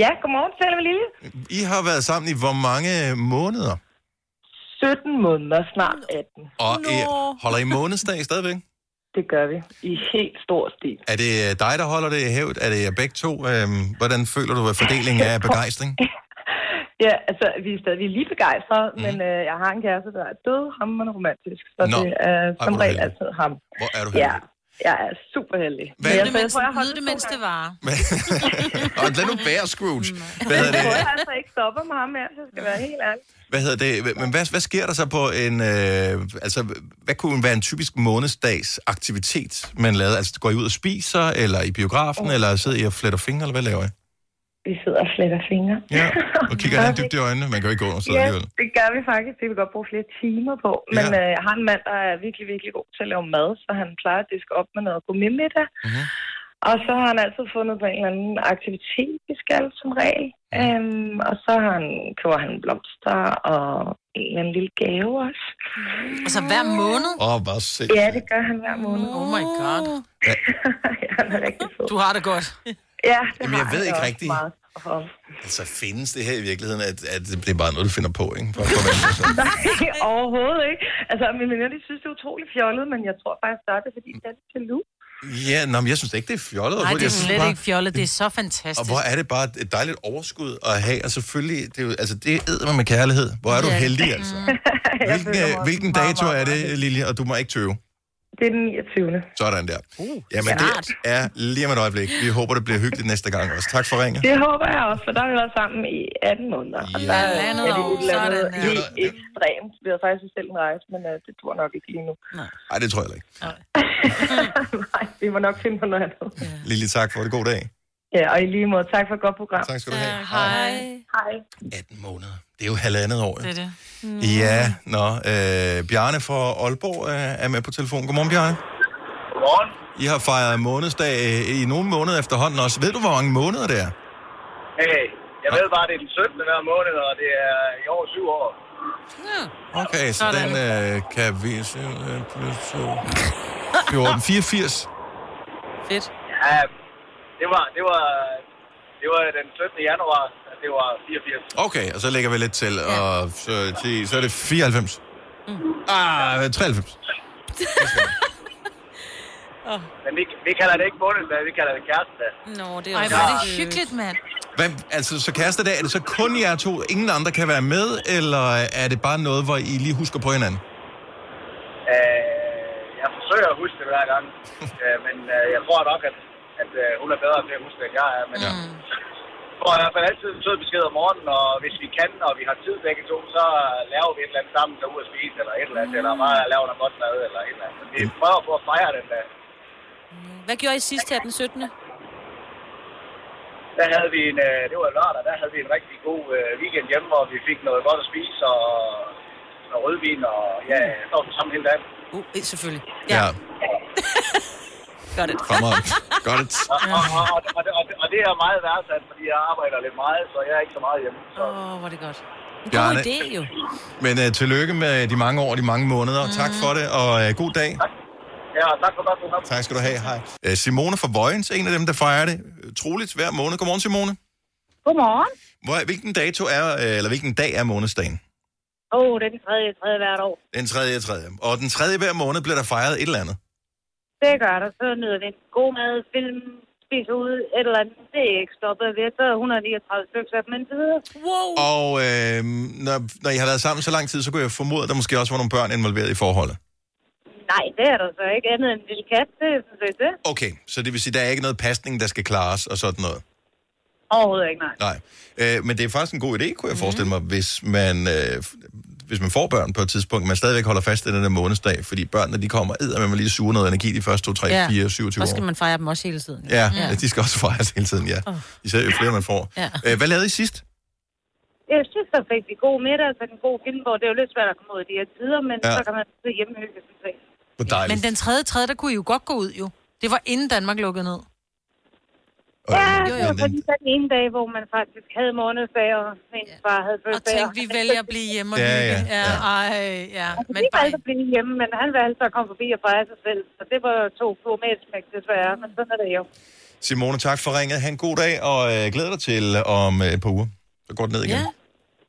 [SPEAKER 10] Ja, godmorgen, selv Lille.
[SPEAKER 1] I har været sammen i hvor mange måneder?
[SPEAKER 10] 17 måneder, snart 18.
[SPEAKER 1] Og I, holder I månedsdag stadigvæk?
[SPEAKER 10] Det gør vi, i helt stor stil.
[SPEAKER 1] Er det øh, dig, der holder det i hævd? Er det jer begge to? Øhm, hvordan føler du, at fordelingen er af begejstring?
[SPEAKER 10] Ja, altså, vi er stadig vi er lige begejstrede, mm. men øh, jeg har en kæreste, der er død, ham er romantisk, så
[SPEAKER 1] Nå.
[SPEAKER 10] Nå. det er
[SPEAKER 1] Ej,
[SPEAKER 10] som
[SPEAKER 1] hvor er du
[SPEAKER 10] regel
[SPEAKER 1] heldig.
[SPEAKER 10] altid ham.
[SPEAKER 1] Hvor er du
[SPEAKER 10] Ja, jeg er super heldig.
[SPEAKER 1] Hvad-
[SPEAKER 10] Men jeg,
[SPEAKER 1] Nyd
[SPEAKER 10] jeg,
[SPEAKER 1] det,
[SPEAKER 10] jeg tror, jeg holder
[SPEAKER 3] Mød det, mens det varer.
[SPEAKER 1] Og lad nu bære, Scrooge. Hvad hedder
[SPEAKER 10] Jeg tror,
[SPEAKER 1] det?
[SPEAKER 10] jeg altså ikke stopper med ham her, så jeg skal være helt ærlig.
[SPEAKER 1] Hvad hedder det? Men hvad, hvad sker der så på en... Øh, altså, hvad kunne være en typisk månedsdags aktivitet, man lavede? Altså, går I ud og spiser, eller i biografen, eller sidder I og fletter fingre, eller hvad laver I?
[SPEAKER 10] Vi sidder og fletter fingre.
[SPEAKER 1] Ja, og kigger hinanden dybt i øjnene. Man kan jo ikke gå under sådan
[SPEAKER 10] Ja,
[SPEAKER 1] alligevel.
[SPEAKER 10] det gør vi faktisk. Det kan vi godt bruge flere timer på. Men
[SPEAKER 1] Ja.
[SPEAKER 10] øh, jeg har en mand, der er virkelig, virkelig god til at lave mad, så han plejer at diske op med noget gourmetmiddag.
[SPEAKER 1] Mm-hmm.
[SPEAKER 10] Og så har han altid fundet på en eller anden aktivitet, vi skal som regel.
[SPEAKER 1] Mhm.
[SPEAKER 10] Mm. Øhm, og så har han, køber han blomster og en eller anden lille gave også.
[SPEAKER 3] Altså hver måned?
[SPEAKER 1] Åh, oh, bare se.
[SPEAKER 10] Ja, det gør han hver måned.
[SPEAKER 3] Oh my god.
[SPEAKER 15] (laughs)
[SPEAKER 3] Du har det godt.
[SPEAKER 10] Ja, det
[SPEAKER 1] Jamen, jeg
[SPEAKER 10] har
[SPEAKER 1] ved
[SPEAKER 10] han
[SPEAKER 1] ikke
[SPEAKER 10] også
[SPEAKER 1] rigtigt.
[SPEAKER 10] meget for.
[SPEAKER 1] Altså, findes det her i virkeligheden, at, at det er bare noget, du finder på, ikke? For at komme ind.
[SPEAKER 10] (laughs) Nej, overhovedet ikke. Altså, min venner, de synes, det er utroligt fjollet, men jeg tror faktisk, det er det, fordi
[SPEAKER 1] Mm.
[SPEAKER 10] det er lidt jaloux.
[SPEAKER 1] ja, nå, men jeg synes da ikke, det er fjollet.
[SPEAKER 3] Nej,
[SPEAKER 1] overhovedet.
[SPEAKER 3] det er
[SPEAKER 1] Jeg synes
[SPEAKER 3] slet
[SPEAKER 1] bare-
[SPEAKER 3] ikke fjollet. Det er så fantastisk.
[SPEAKER 1] Og hvor er det bare et dejligt overskud at have, og selvfølgelig, det er jo, altså, det æder man med kærlighed. Hvor er du
[SPEAKER 10] (laughs) Ja.
[SPEAKER 1] heldig, altså. Hvilken, øh, hvilken dato er det, Lilje? Og du må ikke tøve.
[SPEAKER 10] Det er den 29.
[SPEAKER 1] Sådan der. Uh, Jamen, det er lige om et øjeblik. Vi håber, det bliver hyggeligt næste gang også. Tak for ringen.
[SPEAKER 10] Det håber jeg også, for der har vi været sammen i 18 måneder. Og
[SPEAKER 1] Ja.
[SPEAKER 10] der
[SPEAKER 1] Halvandet
[SPEAKER 10] er vi
[SPEAKER 1] år,
[SPEAKER 10] et eller andet
[SPEAKER 1] sådan, ja.
[SPEAKER 10] lige ekstremt. Vi har faktisk selv en rejse, men uh, det tror nok ikke lige nu.
[SPEAKER 1] Nej, det tror jeg heller ikke.
[SPEAKER 10] Nej, vi må nok finde på noget andet.
[SPEAKER 1] Lilje, tak for det. God dag.
[SPEAKER 10] Ja, og i lige måde, tak for et godt program.
[SPEAKER 1] Tak skal du have.
[SPEAKER 10] Hej. Hej.
[SPEAKER 1] 18 måneder. Det er jo halvandet år.
[SPEAKER 3] Det
[SPEAKER 1] jo.
[SPEAKER 3] er det.
[SPEAKER 1] Ja, nå. Øh, Bjarne fra Aalborg øh, er med på telefon. Godmorgen, Bjarne.
[SPEAKER 16] Godmorgen.
[SPEAKER 1] I har fejret månedsdag øh, i nogle måneder efterhånden også. Ved du, hvor mange måneder det er?
[SPEAKER 16] Hey, jeg ved bare, det er den 17. hver måned, og det er i år syv år.
[SPEAKER 1] Okay, så den øh, kan vi... se, øh, plus to. 14, 84.
[SPEAKER 2] Fedt.
[SPEAKER 16] Ja, det var, det var, det var den 17. januar, at det var 84.
[SPEAKER 1] Okay, og så lægger vi lidt til, og så, 10, så er det 94. Mm. Ah, 93.
[SPEAKER 16] Men vi, vi kalder det ikke månedsdag, vi kalder det kærestedag.
[SPEAKER 2] Nå, det
[SPEAKER 3] Ej, hvor er det
[SPEAKER 2] øh,
[SPEAKER 3] hyggeligt, mand.
[SPEAKER 1] Hvad, altså, så kærestedag, er det så kun jer to? Ingen andre kan være med, eller er det bare noget, hvor I lige husker på hinanden?
[SPEAKER 16] Øh, jeg forsøger at huske det hver gang, øh, men øh, jeg tror nok, at, at øh, hun er bedre til at huske det, end jeg er. Men mm. jeg får i hvert fald altid en sød besked om morgenen, og hvis vi kan, og vi har tid begge to, så laver vi et eller andet sammen, tager ud og spise, eller et eller andet, mm. eller bare laver noget godt mad, eller et eller andet. Så vi prøver på at fejre den øh. dag.
[SPEAKER 2] Hvad gjorde I sidst her den 17.
[SPEAKER 16] Der havde vi en, øh, det var lørdag, der havde vi en rigtig god øh, weekend hjemme, hvor vi fik noget godt at spise, og noget rødvin, og ja, så var vi sammen hele dagen.
[SPEAKER 2] Uh, selvfølgelig.
[SPEAKER 1] Ja.
[SPEAKER 2] (laughs) Gør det.
[SPEAKER 1] Kom on. Gør det.
[SPEAKER 16] Og, og, og, og, og, og, og det er meget værdsat, fordi jeg arbejder lidt meget, så jeg er ikke så meget hjemme. Så.
[SPEAKER 2] Åh, hvor er det godt. En god
[SPEAKER 1] Bjarne.
[SPEAKER 2] idé, jo.
[SPEAKER 1] Men uh, tillykke med de mange år og de mange måneder. Mm. Tak for det, og uh, god dag.
[SPEAKER 16] Ja, tak for godt program.
[SPEAKER 1] Tak skal du have. Hej. Uh, Simone fra Vojens, en af dem, der fejrer det. øh, Troligt hver måned. Godmorgen, Simone.
[SPEAKER 17] Godmorgen.
[SPEAKER 1] Hvor, hvilken, dato er, øh, eller hvilken dag er månedsdagen?
[SPEAKER 17] Åh, oh, det er den tredje, tredje hvert år.
[SPEAKER 1] Den 3. 3. Og den 3. hver måned bliver der fejret et eller andet.
[SPEAKER 17] Det gør der. Så nyder vi god mad, film, spise ude, et eller andet. Det er ikke stoppet. Vi har taget 139 stykker af dem indtil videre. Wow.
[SPEAKER 1] Og øh, når, når I har været sammen så lang tid, så kunne jeg formode, at der måske også var nogle børn involveret i forholdet.
[SPEAKER 17] Nej, det er der så ikke andet end en lille kat. Det er sådan set det.
[SPEAKER 1] Okay, så det vil sige, at der er ikke noget pasning, der skal klares og sådan noget.
[SPEAKER 17] Overhovedet ikke, nej.
[SPEAKER 1] Nej. Øh, men det er faktisk en god idé, kunne jeg forestille mig, hvis man, øh, f- hvis man får børn på et tidspunkt, man stadigvæk holder fast i den der månedsdag, fordi børnene de kommer og man lige suger noget energi de første 2, 3, ja. 4, 27
[SPEAKER 2] Og skal
[SPEAKER 1] år.
[SPEAKER 2] man fejre dem også hele tiden.
[SPEAKER 1] Ja, ja, de skal også fejres hele tiden, ja.
[SPEAKER 2] Åh.
[SPEAKER 1] Især jo flere man får.
[SPEAKER 2] Ja.
[SPEAKER 1] Øh, hvad lavede I sidst?
[SPEAKER 17] Jeg synes, så fik vi god middag, så en god film, hvor det er jo lidt svært at komme ud i de her tider, men
[SPEAKER 1] Ja.
[SPEAKER 17] ja. så kan man sidde hjemme og hygge sig til.
[SPEAKER 1] Hvor dejligt.
[SPEAKER 3] Men den tredje, tredje, der kunne I jo godt gå ud, jo. Det var inden Danmark lukkede ned.
[SPEAKER 17] Ja,
[SPEAKER 3] jo,
[SPEAKER 17] det var
[SPEAKER 3] men
[SPEAKER 17] fordi så den ene dag, hvor man faktisk havde morgendag, og ens far havde
[SPEAKER 3] Og
[SPEAKER 17] fødselsdag.
[SPEAKER 3] tænk, vi vælger at blive hjemme og
[SPEAKER 17] Ja,
[SPEAKER 3] hygge.
[SPEAKER 17] ja,
[SPEAKER 3] Ja, ja. Ej, ja.
[SPEAKER 17] Men Altså, vi valgte at blive hjemme, men han valgte så at komme forbi og fejre sig selv. Så det var to fluer med et smæk, desværre. Men sådan er det jo.
[SPEAKER 1] Simone, tak for ringet. Ha' en god dag, og øh, glæder dig til øh, om øh, et par uger. Så går den ned igen. Ja,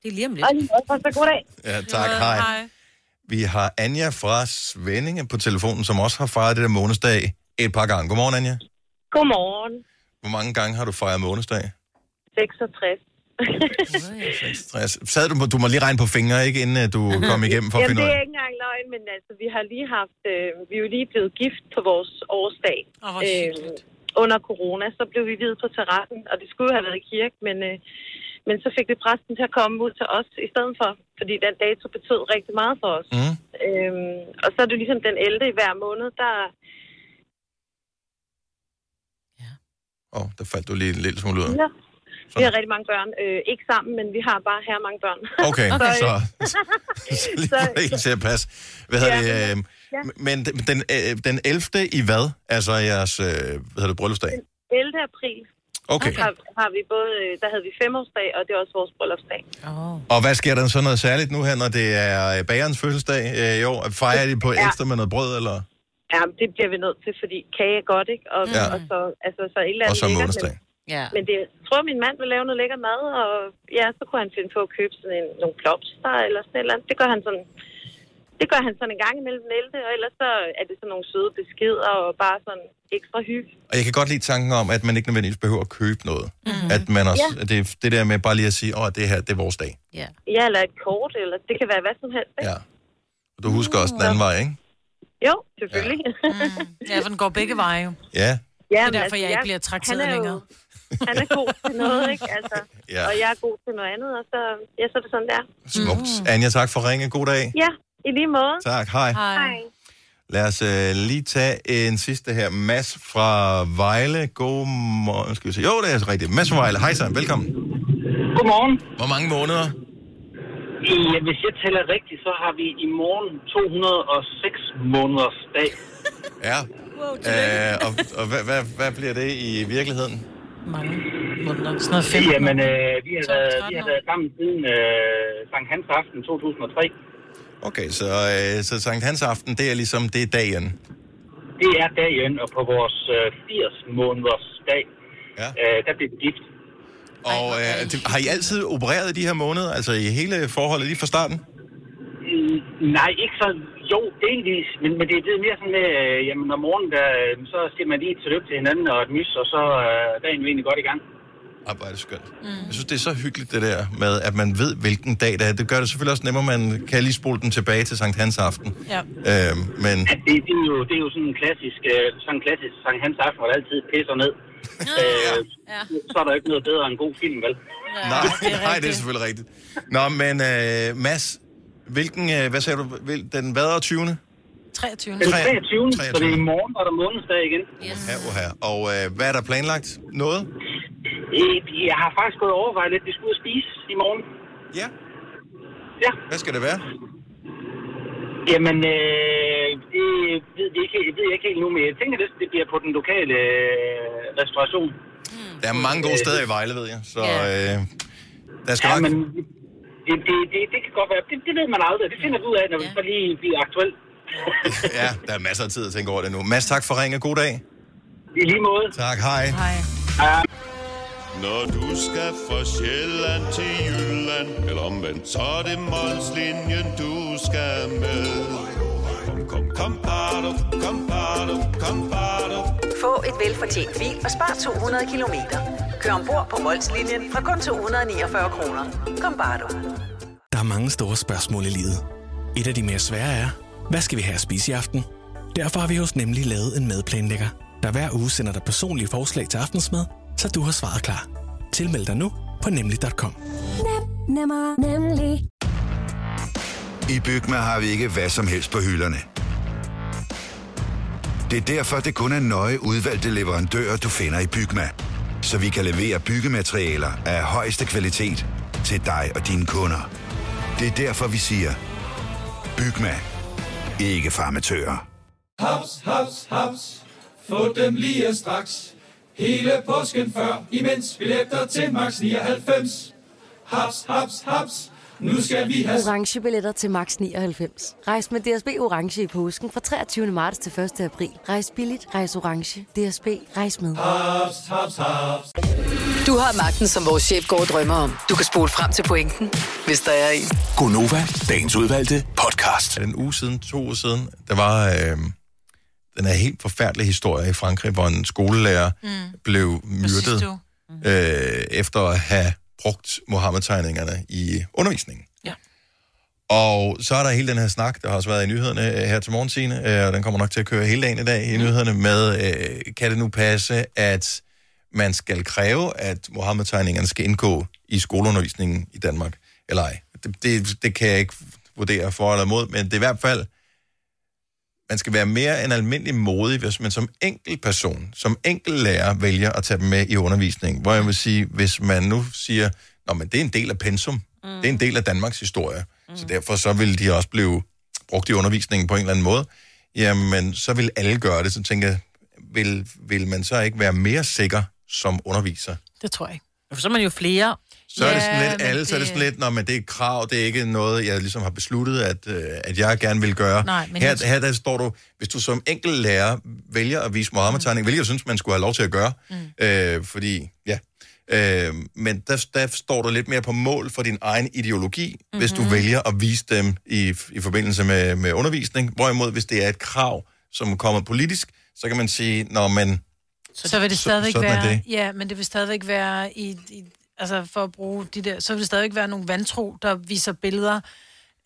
[SPEAKER 2] Det er lige om lidt.
[SPEAKER 17] Og lige måde, så god dag.
[SPEAKER 1] ja tak. hej. Vi har Anja fra Svendinge på telefonen, som også har fejret det der månedsdag et par gange. Godmorgen, Anja.
[SPEAKER 15] Godmorgen.
[SPEAKER 1] Hvor mange gange har du fejret månedsdag?
[SPEAKER 15] 66.
[SPEAKER 1] 60. Sad du, du må lige regne på fingre, ikke, inden øh,
[SPEAKER 15] (laughs)
[SPEAKER 1] du kom igennem for at
[SPEAKER 15] Jamen,
[SPEAKER 1] finde ud
[SPEAKER 15] det
[SPEAKER 1] af.
[SPEAKER 15] er ikke engang løgn, men altså, vi har lige haft, øh, vi er jo lige blevet gift på vores årsdag.
[SPEAKER 3] Åh, hvor
[SPEAKER 15] øh, under corona, så blev vi videt på terrassen, og det skulle jo have været i kirke, men, øh, men så fik vi præsten til at komme ud til os i stedet for, fordi den dato betød rigtig meget for os.
[SPEAKER 1] Mm.
[SPEAKER 15] Øhm, og så er det jo ligesom den 11. i hver måned, der...
[SPEAKER 1] Åh, oh, der faldt du lige en lille smule ud.
[SPEAKER 15] Ja. Vi har rigtig mange børn. Øh, ikke sammen, men vi har bare her mange børn.
[SPEAKER 1] (laughs)
[SPEAKER 15] øh,
[SPEAKER 1] Okay, så, (laughs) så lige
[SPEAKER 15] (laughs) (laughs) så-
[SPEAKER 1] for det hele til at passe. Hvad hedder
[SPEAKER 15] Ja,
[SPEAKER 1] det? Øh,
[SPEAKER 15] ja.
[SPEAKER 1] men den- den, øh, den 11. i hvad? Altså jeres, øh, hvad hedder det, bryllupsdag?
[SPEAKER 15] 11. april
[SPEAKER 1] Okay.
[SPEAKER 15] har, har vi både, øh, der havde vi femårsdag, og det er også vores bryllupsdag.
[SPEAKER 2] Oh.
[SPEAKER 1] Og hvad sker der så noget særligt nu her, når det er øh, bagerens fødselsdag øh, i år? Fejrer de på
[SPEAKER 15] Ja.
[SPEAKER 1] ekstra med noget brød, eller?
[SPEAKER 15] Ja, men det bliver vi nødt til, fordi kage er godt, ikke? Og,
[SPEAKER 1] Ja.
[SPEAKER 15] ja. og så, altså, så et eller
[SPEAKER 1] Og
[SPEAKER 15] andet
[SPEAKER 1] så
[SPEAKER 15] lækkert,
[SPEAKER 1] månedsdag.
[SPEAKER 2] Ja.
[SPEAKER 15] Men det, jeg tror, min mand vil lave noget lækker mad, og ja, så kunne han finde på at købe sådan en, nogle blomster eller sådan et eller andet. Det gør han sådan, det gør han sådan en gang imellem den 11., og ellers så er det sådan nogle søde beskeder og bare sådan ekstra hygge.
[SPEAKER 1] Og jeg kan godt lide tanken om, at man ikke nødvendigvis behøver at købe noget. Mm-hmm. At man også,
[SPEAKER 15] Mhm. Ja.
[SPEAKER 1] ja. det, det der med bare lige at sige, åh, det her, det er vores dag.
[SPEAKER 2] Ja.
[SPEAKER 15] ja, eller et kort, eller det kan være hvad som helst, ikke?
[SPEAKER 1] Ja. Og du husker også den anden vej, ikke?
[SPEAKER 15] Jo, selvfølgelig. Ja, mm.
[SPEAKER 3] Ja, for den går begge veje jo.
[SPEAKER 1] Ja.
[SPEAKER 15] Ja,
[SPEAKER 3] Det er derfor, jeg ikke bliver trakteret
[SPEAKER 15] han er jo-
[SPEAKER 3] længere.
[SPEAKER 15] Han er god til noget, ikke? Altså,
[SPEAKER 1] (laughs) Ja.
[SPEAKER 15] ja. Og jeg er god til noget andet, og så, ja, så er det sådan, der.
[SPEAKER 1] Smukt. Mm. Anja, tak for ringen. God dag.
[SPEAKER 15] Mhm. Ja, i lige måde.
[SPEAKER 1] Tak. Hej.
[SPEAKER 15] Hej.
[SPEAKER 1] Lad os øh, lige tage en sidste her. Mads fra Vejle. Godmorgen. Skal vi se. Jo, det er rigtigt. Mads fra Vejle. Hej så. Velkommen.
[SPEAKER 18] Godmorgen.
[SPEAKER 1] Hvor mange måneder?
[SPEAKER 18] Ja, hvis jeg tæller rigtigt, så har vi i morgen 206 måneders dag.
[SPEAKER 1] Ja. Øh, og og hvad, hvad, hvad bliver det i virkeligheden?
[SPEAKER 3] Mange måneder. Sådan noget fem.
[SPEAKER 18] Jamen, øh, vi, har været, vi har været sammen siden øh, Sankt Hans Aften 2003.
[SPEAKER 1] Okay, så, øh, så Sankt Hans Aften, det er ligesom, det er dagen.
[SPEAKER 18] Det er dagen, og på vores øh, 80 måneders dag,
[SPEAKER 1] ja.
[SPEAKER 18] øh, der blev vi gift.
[SPEAKER 1] Og øh, det, har I altid opereret i de her måneder? Altså i hele forholdet lige fra starten?
[SPEAKER 18] Mm, Nej, ikke så. Jo, delvis, men, men det er blevet mere sådan med, øh, jamen om morgenen, der, øh, så siger man lige et tillykke til hinanden og et mys, og så øh, der er vi egentlig godt i gang.
[SPEAKER 1] Arbejde skønt. Mm. Jeg synes, det er så hyggeligt det der med, at man ved, hvilken dag det er. Det gør det selvfølgelig også nemmere, man kan lige spole den tilbage til Sankt Hans Aften.
[SPEAKER 3] Ja.
[SPEAKER 1] Øh, men
[SPEAKER 18] At det, det, er jo, det er jo sådan en klassisk, øh, sådan en klassisk Sankt Hans Aften, hvor der altid pisser ned. øh, Så er der jo ikke noget bedre end en god film, vel?
[SPEAKER 1] (laughs) nej, det nej, det er selvfølgelig rigtigt. Nå, men øh, Mads, hvilken, øh, hvad sagde du, Hvil- den hvad 20.
[SPEAKER 3] 23.
[SPEAKER 18] Den 23. Så det er i morgen, og der er månedsdag igen.
[SPEAKER 1] Yes. Her og her. Og øh, hvad er der planlagt? Noget?
[SPEAKER 18] Øh, Jeg har faktisk gået og overvejet lidt, vi skulle ud og spise i morgen.
[SPEAKER 1] Ja.
[SPEAKER 18] Ja.
[SPEAKER 1] Hvad skal det være?
[SPEAKER 18] Jamen, øh, det ved, vi ikke, det ved jeg ikke helt nu, men jeg tænker, det, det bliver på den lokale øh, restauration.
[SPEAKER 1] Der er mange gode steder i Vejle, ved jeg. Så
[SPEAKER 18] Ja.
[SPEAKER 1] øh, der skal ja, nok...
[SPEAKER 18] men det, det, det, det kan godt være. Det, det ved man aldrig. Det finder vi ud af, når vi så lige bliver aktuelt. (laughs)
[SPEAKER 1] ja, Ah, der er masser af tid at tænke over det nu. Mads, tak for ringen. God dag.
[SPEAKER 18] I lige måde.
[SPEAKER 1] Tak, hej.
[SPEAKER 3] Hej.
[SPEAKER 19] Når du skal fra Sjælland til Jylland, eller omvendt, så er det Molslinjen, du skal med. Kom, kom, kom, bado, kom, bado, kom, bado.
[SPEAKER 14] Få et velfortjent bil og spar 200 kilometer. Kør ombord på Molslinjen fra kun 249 kroner. Kom bare du.
[SPEAKER 20] Der er mange store spørgsmål i livet. Et af de mere svære er, hvad skal vi have at spise i aften? Derfor har vi hos Nemlig lavet en madplanlægger, der hver uge sender dig personlige forslag til aftensmad, så du har svaret klar. Tilmeld dig nu på nemlig.com.
[SPEAKER 21] Nemmer, nemlig.
[SPEAKER 22] I Bygma har vi ikke hvad som helst på hylderne. Det er derfor, det kun er nøje udvalgte leverandører, du finder i Bygma. Så vi kan levere byggematerialer af højeste kvalitet til dig og dine kunder. Det er derfor, vi siger, Bygma. Ikke farmatører.
[SPEAKER 12] Haps, haps, haps. Få dem lige straks. Hele påsken før, imens billetter til max 99. Haps, haps, haps. Nu skal vi have...
[SPEAKER 13] Orange billetter til max 99. Rejs med DSB Orange i påsken fra 23. marts til 1. april. Rejs billigt, rejs orange. DSB, rejs med.
[SPEAKER 12] Haps, haps, haps.
[SPEAKER 5] Du har magten, som vores chef går og drømmer om. Du kan spole frem til pointen, hvis der er en.
[SPEAKER 1] Gonova, dagens udvalgte podcast. Er det en uge siden, to uger siden, der var øh, den her helt forfærdelige historie i Frankrig, hvor en skolelærer mm. blev myrdet
[SPEAKER 3] du?
[SPEAKER 1] mm. øh, efter at have brugt Mohammed-tegningerne i undervisningen.
[SPEAKER 3] Ja.
[SPEAKER 1] Og så er der hele den her snak, der har også været i nyhederne øh, her til morgen, Signe, øh, og den kommer nok til at køre hele dagen i dag i nyhederne, med, øh, kan det nu passe, at man skal kræve, at Mohammed-tegningerne skal indgå i skoleundervisningen i Danmark, eller ej. Det, det, det kan jeg ikke vurdere for eller imod, men det er i hvert fald, man skal være mere end almindelig modig, hvis man som enkel person, som enkel lærer, vælger at tage dem med i undervisningen. Hvor jeg vil sige, hvis man nu siger, Nå, men det er en del af pensum, mm. det er en del af Danmarks historie, mm. så derfor så vil de også blive brugt i undervisningen på en eller anden måde, jamen så vil alle gøre det, så tænker jeg, vil, vil man så ikke være mere sikker som underviser?
[SPEAKER 3] (laughs) Det tror jeg ikke.
[SPEAKER 2] For så er man jo flere.
[SPEAKER 1] Så er det sådan lidt alle, så er det sådan lidt, når men det er et krav, det er ikke noget, jeg ligesom har besluttet, at, øh, at jeg gerne vil gøre.
[SPEAKER 3] Nej, men
[SPEAKER 1] her,
[SPEAKER 3] jeg-
[SPEAKER 1] her der står du, hvis du som enkelt lærer vælger at vise Mohammed-tegning, mm. hvilket jeg synes, man skulle have lov til at gøre, mm. øh, fordi, ja. Øh, men der, der står du lidt mere på mål for din egen ideologi, mm-hmm. hvis du vælger at vise dem i, i forbindelse med, med undervisning. Hvorimod, hvis det er et krav, som kommer politisk, så kan man sige, når man...
[SPEAKER 3] Så, så vil det stadigvæk
[SPEAKER 1] sådan er
[SPEAKER 3] være...
[SPEAKER 1] det.
[SPEAKER 3] Ja, men det vil stadigvæk være i, i... Altså, for at bruge de der... Så vil det stadigvæk være nogle vantro, der viser billeder,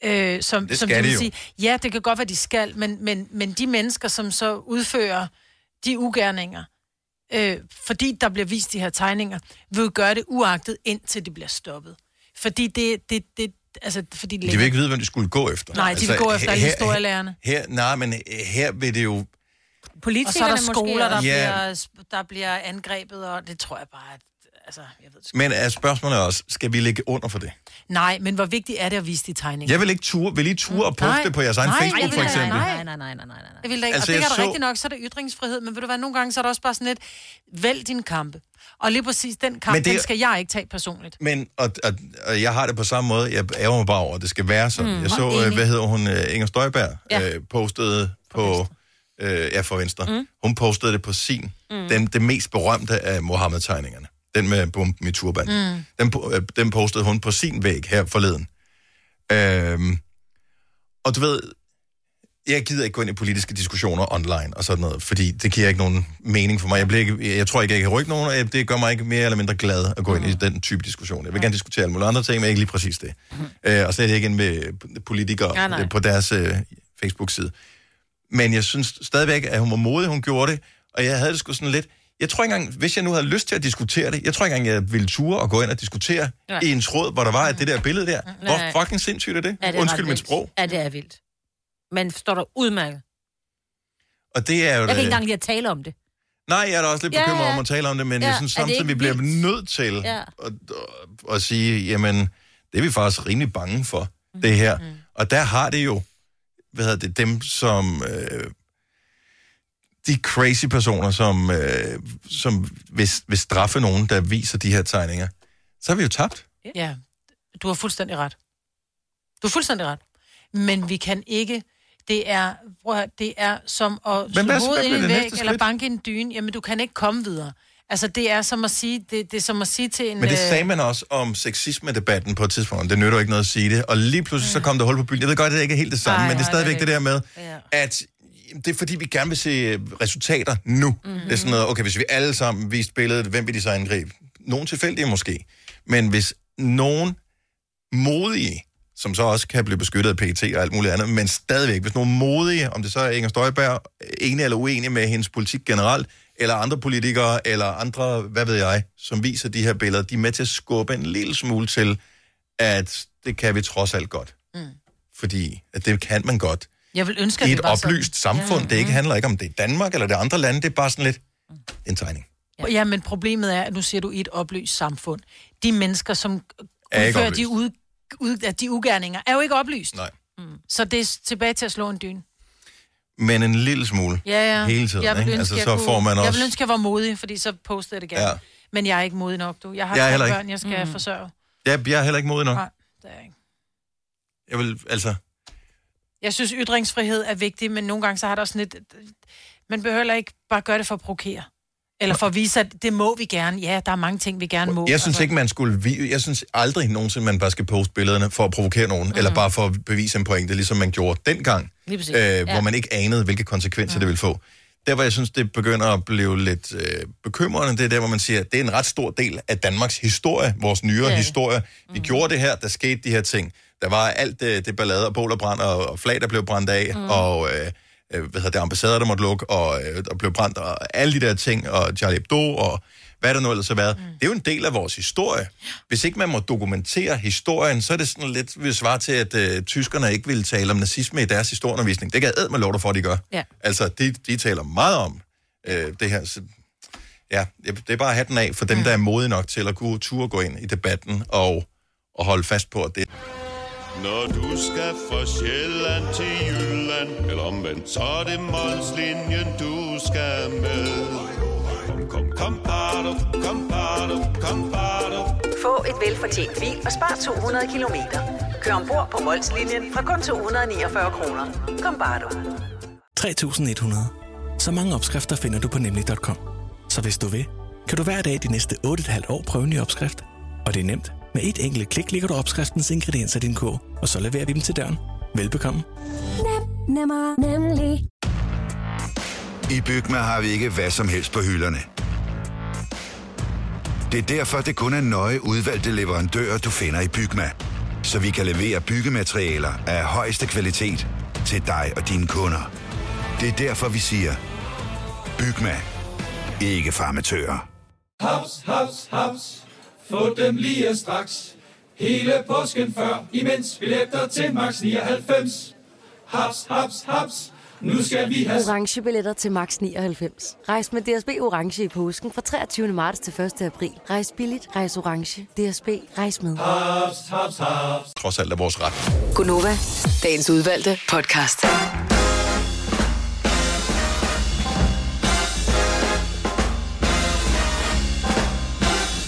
[SPEAKER 3] øh, som,
[SPEAKER 1] Det
[SPEAKER 3] som
[SPEAKER 1] skal de
[SPEAKER 3] du vil
[SPEAKER 1] jo.
[SPEAKER 3] sige... Ja, det kan godt være, de skal, men, men, men de mennesker, som så udfører de ugerninger, øh, fordi der bliver vist de her tegninger, vil jo gøre det uagtet, indtil de bliver stoppet. Fordi det... det, det altså, fordi
[SPEAKER 1] De vil ikke vide, hvem de skulle gå efter. Altså,
[SPEAKER 3] Nej, de vil gå efter alle historielærerne.
[SPEAKER 1] Her, nej, men øh, her vil det jo...
[SPEAKER 3] Og så er der
[SPEAKER 2] Politikerne måske
[SPEAKER 3] skoler, der,
[SPEAKER 1] også. Ja.
[SPEAKER 3] bliver, der bliver angrebet, og det tror jeg bare, at, altså, jeg ved, det sgu
[SPEAKER 1] Men er spørgsmålet også, skal vi ligge under for det?
[SPEAKER 3] ikke. Nej, men hvor vigtigt er det at vise de tegninger?
[SPEAKER 1] Jeg vil ikke ture, vil I ture og poste
[SPEAKER 3] Mm. Nej.
[SPEAKER 1] det på jeres egen
[SPEAKER 3] Nej,
[SPEAKER 1] Facebook,
[SPEAKER 3] det
[SPEAKER 1] for
[SPEAKER 3] vil
[SPEAKER 1] eksempel?
[SPEAKER 3] jeg ikke.
[SPEAKER 2] Nej, nej, nej, nej, nej.
[SPEAKER 3] Det vil der ikke.
[SPEAKER 1] Altså,
[SPEAKER 3] Altså, og det
[SPEAKER 1] jeg
[SPEAKER 3] er der
[SPEAKER 1] så-
[SPEAKER 3] så... rigtigt nok, så er det ytringsfrihed, men ved du hvad, nogle gange så er der også bare sådan lidt, vælg din kampe. Og lige præcis den kamp,
[SPEAKER 1] Men
[SPEAKER 3] det...
[SPEAKER 1] det-
[SPEAKER 3] den skal jeg ikke tage personligt.
[SPEAKER 1] Men, og, og, og jeg har det på samme måde, jeg ærger mig bare over, at det skal være sådan.
[SPEAKER 3] Mm,
[SPEAKER 1] jeg så,
[SPEAKER 3] enig.
[SPEAKER 1] øh, hvad hedder hun, øh, Inger Støjberg,
[SPEAKER 3] Ja.
[SPEAKER 1] øh, postede på, øh, ja, for Venstre,
[SPEAKER 7] Mm.
[SPEAKER 1] hun postede det på sin,
[SPEAKER 7] Mm.
[SPEAKER 1] den, det mest berømte af Mohammed-tegningerne. Den med bomben i turban. Mm. Den, po- øh, den postede hun på sin væg her forleden. Øhm, og du ved, jeg gider ikke gå ind i politiske diskussioner online og sådan noget, fordi det giver ikke nogen mening for mig. Jeg, bliver ikke, jeg tror ikke, jeg kan rykke nogen, og jeg- det gør mig ikke mere eller mindre glad at gå
[SPEAKER 2] Mm.
[SPEAKER 1] ind i den type diskussion. Jeg vil gerne diskutere alle mulige andre ting, men ikke lige præcis det. Øh, og slet ikke ind med politikere
[SPEAKER 7] Nej, nej.
[SPEAKER 1] øh, på deres øh, Facebook-side. Men jeg synes stadigvæk, at hun var modig, hun gjorde det, og jeg havde det sgu sådan lidt... Jeg tror ikke engang, hvis jeg nu havde lyst til at diskutere det, jeg tror ikke engang, jeg ville ture og gå ind og diskutere
[SPEAKER 2] Nej.
[SPEAKER 1] ja. i en tråd, hvor der var at det der billede der.
[SPEAKER 2] Mm. Nej.
[SPEAKER 1] Hvor fucking sindssygt er det?
[SPEAKER 2] Ja, det er
[SPEAKER 1] Undskyld
[SPEAKER 2] ret
[SPEAKER 1] mit
[SPEAKER 2] vildt.
[SPEAKER 1] sprog.
[SPEAKER 2] Ja, det er vildt. Man står der udmærket.
[SPEAKER 1] Og det er jo
[SPEAKER 2] Jeg kan ikke
[SPEAKER 1] det-
[SPEAKER 2] engang lide at tale om det.
[SPEAKER 1] Nej, jeg er da også lidt
[SPEAKER 2] Ja,
[SPEAKER 1] bekymret
[SPEAKER 2] ja.
[SPEAKER 1] om at tale om det, men ja,
[SPEAKER 2] Ja,
[SPEAKER 1] jeg synes
[SPEAKER 2] er det
[SPEAKER 1] samtidig,
[SPEAKER 2] ikke
[SPEAKER 1] vi bliver
[SPEAKER 2] vildt?
[SPEAKER 1] nødt til
[SPEAKER 2] Ja.
[SPEAKER 1] at, at, at sige, jamen, det er vi faktisk rimelig bange for, det her. Mm. Og der har det jo, hvad hedder det, dem som, øh, de crazy personer, som, øh, som vil, vil straffe nogen, der viser de her tegninger. Så har vi jo tabt.
[SPEAKER 3] Ja, du har fuldstændig ret. Du har fuldstændig ret. Men vi kan ikke... Det er, prøv at høre, det er som at
[SPEAKER 1] hvad-
[SPEAKER 3] slå
[SPEAKER 1] hvad
[SPEAKER 3] hovedet ind
[SPEAKER 1] bliver
[SPEAKER 3] i en
[SPEAKER 1] det
[SPEAKER 3] væg
[SPEAKER 1] næste
[SPEAKER 3] eller
[SPEAKER 1] skridt?
[SPEAKER 3] banke i en dyne. Jamen, du kan ikke komme videre. Altså, det er som at sige, det, det er som at sige til en...
[SPEAKER 1] Men det
[SPEAKER 3] øh,
[SPEAKER 1] sagde man også om sexisme-debatten på et tidspunkt. Det nytter jo ikke noget at sige det. Og lige pludselig så kom der hul på byen. Jeg ved godt, at det ikke er helt det samme,
[SPEAKER 7] Ej,
[SPEAKER 1] men det er
[SPEAKER 7] nej, det er
[SPEAKER 1] stadigvæk det,
[SPEAKER 7] det
[SPEAKER 1] der med, at det er fordi, vi gerne vil se øh, resultater nu.
[SPEAKER 7] Mhm.
[SPEAKER 1] Mm-hmm. Det er sådan noget, okay, hvis vi alle sammen viste billedet, hvem vil de så angribe? Nogen tilfældige måske. Men hvis nogen modige, som så også kan blive beskyttet af PET og alt muligt andet, men stadigvæk, hvis nogen modige, om det så er Inger Støjberg, enig eller uenig med hendes politik generelt, eller andre politikere, eller andre, hvad ved jeg, som viser de her billeder, de er med til at skubbe en lille smule til, at det kan vi trods alt godt.
[SPEAKER 3] Mm.
[SPEAKER 1] Fordi at det kan man godt.
[SPEAKER 3] Jeg vil ønske,
[SPEAKER 1] I
[SPEAKER 3] at
[SPEAKER 1] et
[SPEAKER 3] det var
[SPEAKER 1] oplyst
[SPEAKER 3] sådan.
[SPEAKER 1] samfund. Det ikke handler ikke om, det er Danmark eller det er andre lande. Det er bare sådan lidt en tegning.
[SPEAKER 3] Ja. ja, men problemet er, at nu siger du i et oplyst samfund. De mennesker, som
[SPEAKER 1] Er ikke
[SPEAKER 3] udfører
[SPEAKER 1] oplyst.
[SPEAKER 3] de, ud, ud, at de ugerninger, er jo ikke oplyst.
[SPEAKER 1] Nej.
[SPEAKER 3] Mm. Så det er s- tilbage til at slå en dyne.
[SPEAKER 1] Men en lille smule.
[SPEAKER 3] Ja, ja.
[SPEAKER 1] Hele tiden,
[SPEAKER 3] jeg vil
[SPEAKER 1] ikke?
[SPEAKER 3] Ønske,
[SPEAKER 1] Altså,
[SPEAKER 3] jeg
[SPEAKER 1] så
[SPEAKER 3] kunne,
[SPEAKER 1] får man
[SPEAKER 3] Jeg
[SPEAKER 1] også-
[SPEAKER 3] vil ønske, jeg var modig, fordi så postede jeg det gerne.
[SPEAKER 1] Ja.
[SPEAKER 3] Ja. Men jeg er ikke modig nok, du. Jeg har
[SPEAKER 1] Jeg er
[SPEAKER 3] jeg
[SPEAKER 1] heller ikke.
[SPEAKER 3] børn, jeg skal mm. forsørge.
[SPEAKER 1] Jeg, jeg er heller ikke modig nok.
[SPEAKER 3] Nej.
[SPEAKER 1] Jeg vil, altså,
[SPEAKER 3] Jeg synes, ytringsfrihed er vigtig, men nogle gange så har der også sådan lidt... Man behøver heller ikke bare gøre det for at provokere. Eller for at vise, at det må vi gerne. Ja, der er mange ting, vi gerne må. Altså-
[SPEAKER 1] jeg synes ikke, man skulle... vi- Jeg synes aldrig nogensinde, man bare skal poste billederne for at provokere nogen, mm. eller bare for at bevise en pointe, ligesom man gjorde dengang,
[SPEAKER 2] Lige præcis.
[SPEAKER 1] øh, ja.
[SPEAKER 2] Ja.
[SPEAKER 1] hvor man ikke anede, hvilke konsekvenser mm. det ville få. Der, hvor jeg synes, det begynder at blive lidt øh, bekymrende, det er der, hvor man siger, at det er en ret stor del af Danmarks historie, vores nyere
[SPEAKER 7] Ja.
[SPEAKER 1] ja. historie. Vi mm. gjorde det her, der skete de her ting. Der var alt øh, det ballade og bål og brand, og, og flag, der blev brændt af,
[SPEAKER 7] Mm.
[SPEAKER 1] mm. og... Øh, øh, hvad hedder det, ambassader, der måtte lukke, og øh, der blev brændt, og alle de der ting, og Charlie Hebdo, og hvad der nu ellers har været. Mm. Det er jo en del af vores historie. Hvis ikke man må dokumentere historien, så er det sådan lidt, vi svarer til, at øh, tyskerne ikke ville tale om nazisme i deres historieundervisning. Det kan jeg æd med lov dig for, at de gør.
[SPEAKER 2] Ja.
[SPEAKER 1] Altså, de, de taler meget om øh, det her. Så, ja, det det er bare hatten af for dem, mm. der er modige nok til at kunne turde gå ind i debatten og, og holde fast på, at det
[SPEAKER 19] Når du skal fra Sjælland til Jylland Eller omvendt, så er det Molslinjen, du skal med Kom, kom, bado, kom, bado, kom, bado.
[SPEAKER 14] Få et velfortjent bil og spar 200 kilometer. Kør ombord på Molslinjen fra kun 249 kroner. Kom bare du.
[SPEAKER 20] 3.100. Så mange opskrifter finder du på nemlig.com. Så hvis du vil, kan du hver dag de næste 8,5 år prøve en ny opskrift. Og det er nemt. Med et enkelt klik ligger du opskriftens ingredienser i din kog, og så leverer vi dem til døren. Velbekomme.
[SPEAKER 21] Nem, nemmer, nemlig.
[SPEAKER 8] I Bygma har vi ikke hvad som helst på hylderne. Det er derfor, det kun er nøje udvalgte leverandører, du finder i Bygma. Så vi kan levere byggematerialer af højeste kvalitet til dig og dine kunder. Det er derfor, vi siger, Bygma. Ikke farmatører.
[SPEAKER 12] Haps, haps, haps. Få dem lige straks. Hele påsken før, imens billetter til max 99. Haps, haps, haps. Nu skal vi have...
[SPEAKER 13] Orange billetter til max 99. Rejs med DSB Orange i påsken fra 23. marts til 1. april. Rejs billigt, rejs orange. DSB, rejs med.
[SPEAKER 12] Haps, haps, haps.
[SPEAKER 1] trods alt er vores ret.
[SPEAKER 5] Gunova, dagens udvalgte podcast.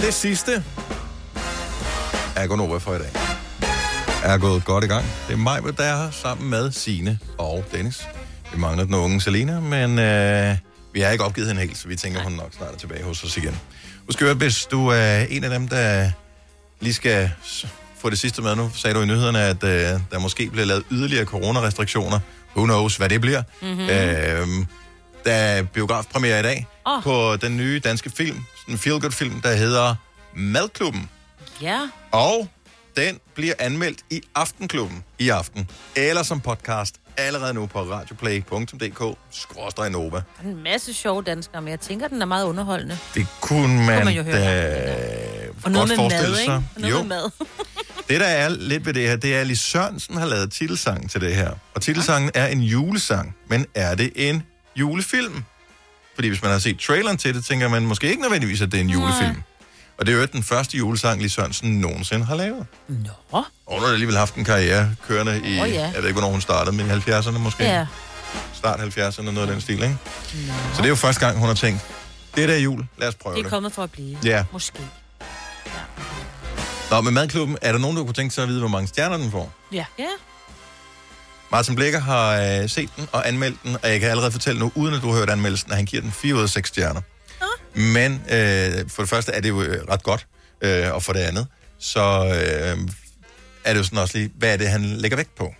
[SPEAKER 1] Det sidste er gået over for i dag. Er gået godt i gang. Det er mig, der er her sammen med Sine og Dennis. Vi mangler den unge Selina, men øh, vi har ikke opgivet hende helt, så vi tænker, hun nok snart er tilbage hos os igen. Husk at hvis du er en af dem, der lige skal s- få det sidste med nu, sagde du i nyhederne, at øh, der måske bliver lavet yderligere coronarestriktioner. Who knows, hvad det bliver.
[SPEAKER 7] Mhm.
[SPEAKER 1] Øh, der er biografpremiere i dag
[SPEAKER 2] Åh.
[SPEAKER 1] oh. på den nye danske film, sådan en feel-good-film, der hedder Madklubben.
[SPEAKER 2] Ja.
[SPEAKER 1] Og den bliver anmeldt i Aftenklubben i aften, eller som podcast allerede nu på radioplay.dk-nova.
[SPEAKER 2] Der er en masse sjove danskere, men jeg tænker, den er meget underholdende.
[SPEAKER 1] Det kunne man,
[SPEAKER 2] man jo høre,
[SPEAKER 1] da
[SPEAKER 2] Og
[SPEAKER 1] godt
[SPEAKER 2] noget med
[SPEAKER 1] forestille
[SPEAKER 2] mad, ikke?
[SPEAKER 1] sig.
[SPEAKER 2] Og Noget
[SPEAKER 1] Jo,
[SPEAKER 2] med mad.
[SPEAKER 1] det der er lidt ved det her, det er, at Lis Sørensen har lavet titelsangen til det her. Og titelsangen er en julesang, men er det en julefilm? Fordi hvis man har set traileren til det, tænker man måske ikke nødvendigvis, at det er en julefilm. Og det er jo den første julesang, Lis Sørensen nogensinde har lavet.
[SPEAKER 2] Nå.
[SPEAKER 1] Og hun har alligevel haft en karriere kørende i,
[SPEAKER 2] Åh,
[SPEAKER 1] oh,
[SPEAKER 2] ja.
[SPEAKER 1] ja. jeg ved ikke, hvornår hun startede, men i 70'erne måske.
[SPEAKER 2] Ja.
[SPEAKER 1] Start 70'erne, noget af den stil, ikke? Så det er jo første gang, hun har tænkt, det der er jul, lad os prøve
[SPEAKER 2] Det
[SPEAKER 1] det.
[SPEAKER 2] er kommet for at blive.
[SPEAKER 1] Ja.
[SPEAKER 2] Måske.
[SPEAKER 1] Nå, med madklubben, er der nogen, der kunne tænke sig at vide, hvor mange stjerner den får?
[SPEAKER 2] Ja. Ja.
[SPEAKER 1] Martin Blikker har øh, set den og anmeldt den, og jeg kan allerede fortælle nu, uden at du har hørt anmeldelsen, at han giver den 4 ud af 6 stjerner. Men øh, for det første er det jo øh, ret godt, øh, og for det andet, så øh, er det jo sådan også lige, hvad er det, han lægger vægt på?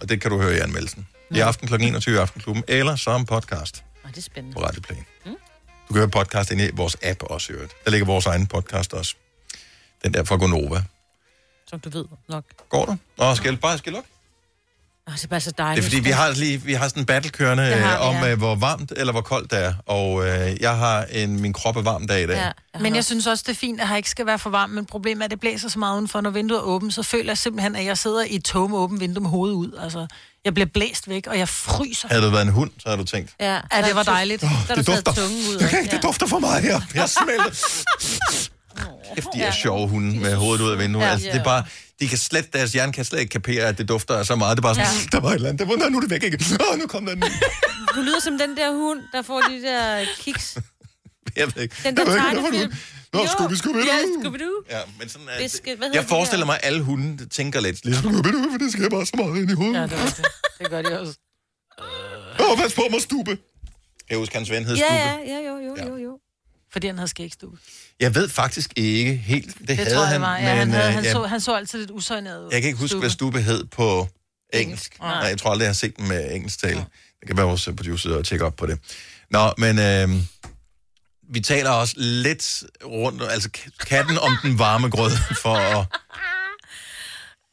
[SPEAKER 1] Og det kan du høre i anmeldelsen. I aften kl. 21 i Aftenklubben, eller som podcast
[SPEAKER 2] Og det er spændende.
[SPEAKER 1] på Radio Play. Du kan høre podcast inde i vores app også, i øvrigt. Der ligger vores egen podcast også. Den der fra Gonova.
[SPEAKER 2] Som du ved nok.
[SPEAKER 1] Går du? Nå, skal jeg bare skal jeg lukke?
[SPEAKER 2] Åh, det er bare så dejligt.
[SPEAKER 1] Det er fordi, vi har, lige, vi har sådan en battle kørende
[SPEAKER 2] Det har
[SPEAKER 1] øh,
[SPEAKER 2] vi,
[SPEAKER 1] om,
[SPEAKER 2] ja.
[SPEAKER 1] øh, hvor varmt eller hvor koldt det er. Og øh, jeg har en, min krop er varm dag i dag. Ja.
[SPEAKER 3] Men jeg synes også, det er fint, at jeg ikke skal være for varm, men problemet er, at det blæser så meget udenfor. Når vinduet er åbent, så føler jeg simpelthen, at jeg sidder i et tog med åbent vindue med hovedet ud. Altså, jeg bliver blæst væk, og jeg fryser.
[SPEAKER 1] Havde du været en hund, så havde du tænkt,
[SPEAKER 2] Ja,
[SPEAKER 3] ja det var dejligt.
[SPEAKER 1] (laughs) det dufter, jeg kan ikke, det dufter for meget her. Jeg smelter. Kæft, de er sjove hunde med hovedet ud af vinduet.
[SPEAKER 7] Ja.
[SPEAKER 1] Ja. Altså, det er bare, de kan slet, deres hjerne kan slet ikke kapere, at det dufter af så meget. Det er bare sådan,
[SPEAKER 2] Ja.
[SPEAKER 1] ja. der var et eller andet. Der var, "Nå, nu er det væk igen. Åh, nu kom der en ny. (laughs)
[SPEAKER 2] Du lyder som den der hund, der får de der kiks.
[SPEAKER 1] Jeg ved ikke.
[SPEAKER 2] Den
[SPEAKER 1] der
[SPEAKER 2] der
[SPEAKER 1] var ikke, der var
[SPEAKER 2] tegnefilm.
[SPEAKER 1] Nå, Scooby, Scooby,
[SPEAKER 2] Ja,
[SPEAKER 1] Doo.
[SPEAKER 2] Scooby-Doo.
[SPEAKER 1] Ja, men sådan er
[SPEAKER 2] Biske, hvad
[SPEAKER 1] det.
[SPEAKER 2] hedder
[SPEAKER 1] Jeg
[SPEAKER 2] de
[SPEAKER 1] forestiller mig, at alle hunde tænker lidt. Ligesom, "Scooby, Doo", for det sker bare så meget ind i hovedet.
[SPEAKER 3] Ja, det, var det. det gør de også.
[SPEAKER 1] Åh, pas på mig, stube. Jeg husker, hans ven hed Stube.
[SPEAKER 3] Ja,
[SPEAKER 1] Ja, ja.
[SPEAKER 3] ja, ja, jo, jo, jo, jo. Fordi han havde skægstue.
[SPEAKER 1] Jeg ved faktisk ikke helt. Det, det havde
[SPEAKER 3] tror jeg,
[SPEAKER 1] han,
[SPEAKER 3] det var. Ja, han,
[SPEAKER 1] men
[SPEAKER 3] havde,
[SPEAKER 1] øh,
[SPEAKER 3] han,
[SPEAKER 1] jeg,
[SPEAKER 3] så, han så altid lidt usøgnet ud.
[SPEAKER 1] jeg kan ikke huske, hvad stube hed på engelsk.
[SPEAKER 3] Nej.
[SPEAKER 1] Nej, jeg tror aldrig, jeg har set den med engelsk tale. Det kan være vores øh, producer og tjekke op på det. Nå, men øh, vi taler også lidt rundt, altså k- katten om den varme grød, for at...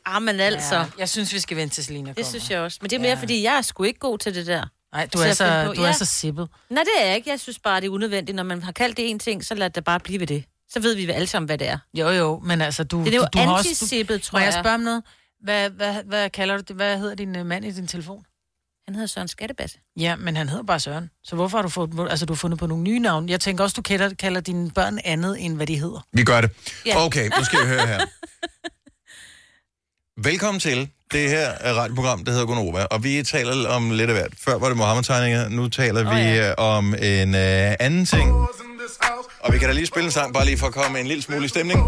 [SPEAKER 2] Ah, men altså. Ja,
[SPEAKER 3] jeg synes, vi skal vente til Selina
[SPEAKER 2] Det synes jeg også. Men det er mere, ja. fordi jeg er sgu ikke god til det der.
[SPEAKER 3] Nej, du
[SPEAKER 2] Til
[SPEAKER 3] er
[SPEAKER 2] at finde
[SPEAKER 3] så,
[SPEAKER 2] på-
[SPEAKER 3] du er så sippet.
[SPEAKER 2] Nej, det er jeg ikke. Jeg synes bare, det er unødvendigt. Når man har kaldt det en ting, så lad det bare blive ved det. Så ved vi alle sammen, hvad det er.
[SPEAKER 3] Jo, jo, men altså, du...
[SPEAKER 2] Det er jo
[SPEAKER 3] du, du har også-
[SPEAKER 2] antisippet, tror
[SPEAKER 3] Må jeg
[SPEAKER 2] jeg.
[SPEAKER 3] spørge om noget? Hvad, hvad, hvad kalder du det? Hvad hedder din øh, mand i din telefon?
[SPEAKER 2] Han hedder Søren Skattebasse.
[SPEAKER 3] Ja, men han hedder bare Søren. Så hvorfor har du, fået, hvor- altså, du har fundet på nogle nye navne? Jeg tænker også, du kalder, kalder dine børn andet, end hvad de hedder.
[SPEAKER 1] Vi gør det.
[SPEAKER 3] Ja.
[SPEAKER 1] Okay, nu skal jeg høre
[SPEAKER 3] (laughs)
[SPEAKER 1] her. Velkommen til. Det her er et radioprogram, der hedder Gonova, og vi taler om lidt af hvert. Før var det Mohammed-tegninger, nu taler oh, vi ja. om en øh, anden ting. Og vi kan da lige spille en sang, bare lige for at komme en lille smule i stemning.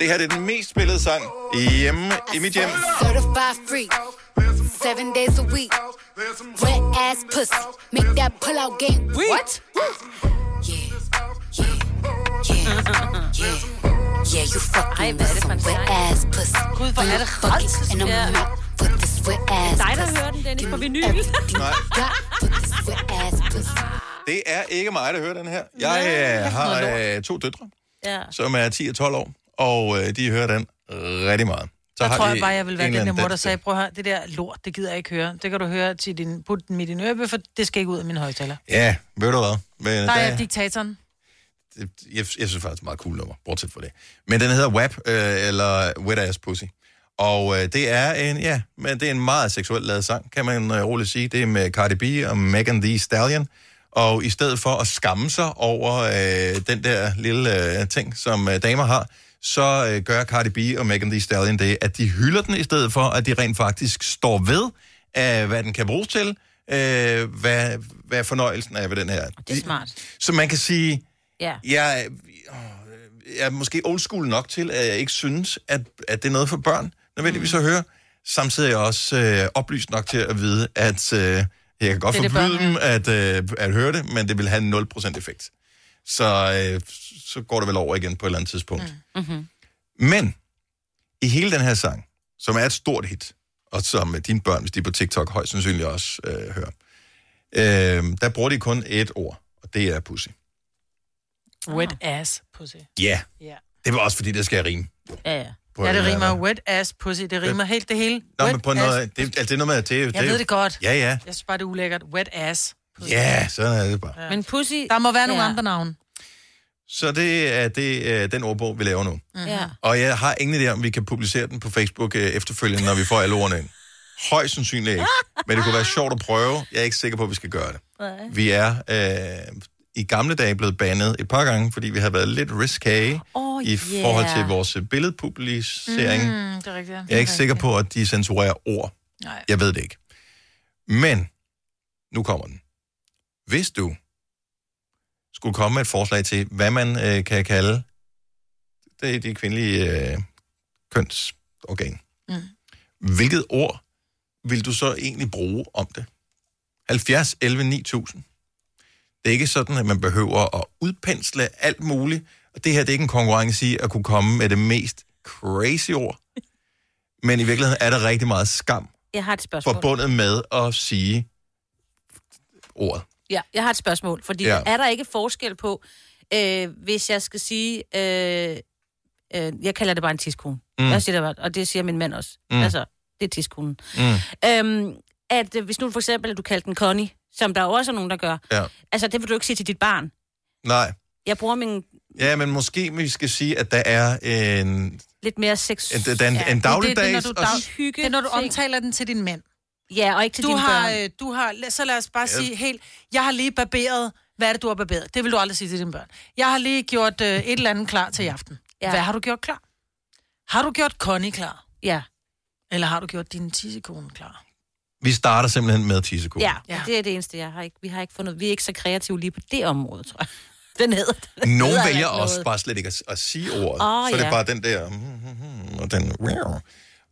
[SPEAKER 1] Det her det er den mest spillede sang hjemme i mit hjem.
[SPEAKER 9] Certified free. Seven days a week. Wet ass pussy. Make that pull out game. What? Yeah, yeah, yeah, yeah. Yeah, you fucking with some wet ass pussy. Gud, hvor er det rart. And I'm not with this wet ass
[SPEAKER 2] dig, der
[SPEAKER 9] pussy.
[SPEAKER 2] hører den, Dennis,
[SPEAKER 9] Give
[SPEAKER 2] på
[SPEAKER 9] me
[SPEAKER 2] vinyl.
[SPEAKER 9] everything
[SPEAKER 1] Nej.
[SPEAKER 9] you got with this wet ass pussy.
[SPEAKER 1] Det er ikke mig, der hører den her. Jeg øh, har øh, to døtre,
[SPEAKER 2] Ja.
[SPEAKER 1] som er 10 og 12 år, og øh, de hører den rigtig meget.
[SPEAKER 3] Så der
[SPEAKER 1] har
[SPEAKER 3] tror
[SPEAKER 1] de
[SPEAKER 3] jeg bare, jeg vil være
[SPEAKER 1] en
[SPEAKER 3] den der
[SPEAKER 1] eller
[SPEAKER 3] mor, der
[SPEAKER 1] anden
[SPEAKER 3] sagde, prøv at høre, det der lort, det gider jeg ikke høre. Det kan du høre til din, put den midt i din øbe, for det skal ikke ud af min højtaler.
[SPEAKER 1] dans- Ja, ved du hvad? Men,
[SPEAKER 3] Der er jeg diktatoren.
[SPEAKER 1] jeg, jeg synes faktisk, det er et meget cool nummer, bortset fra det. Men den hedder WAP, øh, eller Wet Ass Pussy. Og øh, det er en, ja, men det er en meget seksuelt lavet sang, kan man øh, roligt sige. Det er med Cardi B og Megan Thee Stallion. Og i stedet for at skamme sig over øh, den der lille øh, ting, som øh, damer har, så øh, gør Cardi B og Megan Thee Stallion det, at de hylder den i stedet for, at de rent faktisk står ved, øh, hvad den kan bruges til, øh, hvad, hvad fornøjelsen er ved den her.
[SPEAKER 2] Det er smart.
[SPEAKER 1] Så man kan sige,
[SPEAKER 2] Ja.
[SPEAKER 1] jeg, åh, jeg er måske old school nok til, at jeg ikke synes, at, at det er noget for børn,
[SPEAKER 6] Mm.
[SPEAKER 1] nødvendigvis at høre. Samtidig er jeg også øh, oplyst nok til at vide, at øh, jeg kan godt
[SPEAKER 6] Det er det,
[SPEAKER 1] forbyde
[SPEAKER 6] børn
[SPEAKER 1] dem at, øh, at høre det, men det vil have 0% effekt. Så, øh, så går det vel over igen på et eller andet tidspunkt.
[SPEAKER 23] Mm-hmm.
[SPEAKER 1] Mm. Men i hele den her sang, som er et stort hit, og som øh, dine børn, hvis de er på TikTok, højst sandsynligt også øh, hører, øh, der bruger de kun et ord, og det er pussy.
[SPEAKER 2] Ah.
[SPEAKER 3] Wet ass pussy.
[SPEAKER 1] Ja. Yeah.
[SPEAKER 3] Ja.
[SPEAKER 1] Det var også fordi, det skal rime.
[SPEAKER 2] Ja, ja.
[SPEAKER 1] På
[SPEAKER 3] ja,
[SPEAKER 1] en
[SPEAKER 3] det
[SPEAKER 1] eller
[SPEAKER 3] rimer wet ass pussy. Det rimer helt det hele.
[SPEAKER 1] Nå,
[SPEAKER 3] wet
[SPEAKER 1] men på
[SPEAKER 3] ass.
[SPEAKER 1] noget, det, altså, det er noget med, at det, det
[SPEAKER 3] Jeg ved det godt.
[SPEAKER 1] Ja, ja.
[SPEAKER 3] Jeg synes bare, det er ulækkert. Wet ass.
[SPEAKER 1] Ja, sådan er det bare.
[SPEAKER 3] Ja.
[SPEAKER 2] Men pussy...
[SPEAKER 3] Der må være nogle
[SPEAKER 2] Ja.
[SPEAKER 3] andre navne.
[SPEAKER 1] Så det er det, er den ordbog, vi laver nu.
[SPEAKER 2] Ja.
[SPEAKER 3] Mm-hmm.
[SPEAKER 1] Og jeg har ingen idé om, vi kan publicere den på Facebook øh, efterfølgende, når vi får alle ordene ind. Højst sandsynligt ikke. Men det kunne være sjovt at prøve. Jeg er ikke sikker på, at vi skal gøre det. Vi er øh, i gamle dage blevet bandet et par gange, fordi vi har været lidt risky
[SPEAKER 3] Oh,
[SPEAKER 1] i forhold til vores øh, billedpublicering. Mm.
[SPEAKER 3] det er rigtigt.
[SPEAKER 1] Jeg er ikke sikker på, at de censurerer ord.
[SPEAKER 3] Nej.
[SPEAKER 1] Jeg ved det ikke. Men, nu kommer den. Hvis du skulle komme med et forslag til, hvad man øh, kan kalde det er de kvindelige øh, kønsorgan,
[SPEAKER 3] Mm.
[SPEAKER 1] hvilket ord vil du så egentlig bruge om det? 70, 11, 9000. Det er ikke sådan, at man behøver at udpensle alt muligt. Og det her det er ikke en konkurrence i at kunne komme med det mest crazy ord. Men i virkeligheden er der rigtig meget skam
[SPEAKER 2] Jeg har et spørgsmål.
[SPEAKER 1] forbundet med at sige ordet.
[SPEAKER 2] Ja, jeg har et spørgsmål, fordi
[SPEAKER 1] Ja.
[SPEAKER 2] ja. er der ikke forskel på, øh, hvis jeg skal sige, øh, øh, jeg kalder det bare en tiskone,
[SPEAKER 24] Mm.
[SPEAKER 2] mm. jeg siger det bare, og det siger min mand også,
[SPEAKER 24] Mm.
[SPEAKER 2] mm. altså, det er tiskonen.
[SPEAKER 24] Mm.
[SPEAKER 2] Øhm, at øh, hvis nu for eksempel, du kalder den Connie, som der jo også er nogen, der gør,
[SPEAKER 1] Ja.
[SPEAKER 2] altså det vil du ikke sige til dit barn.
[SPEAKER 1] Nej.
[SPEAKER 2] Jeg bruger min
[SPEAKER 1] Ja, men måske vi skal sige, at der er en...
[SPEAKER 2] lidt mere sex...
[SPEAKER 1] En- den- en
[SPEAKER 3] det, er,
[SPEAKER 1] dagligdags
[SPEAKER 3] når du,
[SPEAKER 1] og-
[SPEAKER 3] dag, hygge, det er, når du omtaler den til din mand.
[SPEAKER 2] Ja, og ikke til
[SPEAKER 3] du
[SPEAKER 2] dine
[SPEAKER 3] har,
[SPEAKER 2] børn.
[SPEAKER 3] øh, Du har, la- så lad os bare
[SPEAKER 2] Ja.
[SPEAKER 3] sige helt, jeg har lige barberet, hvad er det, du har barberet? Det vil du aldrig sige til dine børn. Jeg har lige gjort øh, et eller andet klar til i aften. Ja. Hvad har du gjort klar? Har du gjort Connie klar?
[SPEAKER 2] Ja.
[SPEAKER 3] Eller har du gjort din tissekone
[SPEAKER 2] (laughs)
[SPEAKER 3] klar?
[SPEAKER 1] Vi starter simpelthen med tissekone.
[SPEAKER 2] Ja, ja, det er det eneste, jeg har ikke. Vi har ikke fundet... Vi er ikke så kreative lige på det område, tror jeg. (laughs) Den hedder... Den
[SPEAKER 1] Nogle
[SPEAKER 2] hedder
[SPEAKER 1] vælger
[SPEAKER 2] ikke noget.
[SPEAKER 1] også bare slet ikke at, at sige ordet.
[SPEAKER 2] Åh,
[SPEAKER 1] så er det
[SPEAKER 2] ja.
[SPEAKER 1] bare den der... mm, mm, mm, Og den...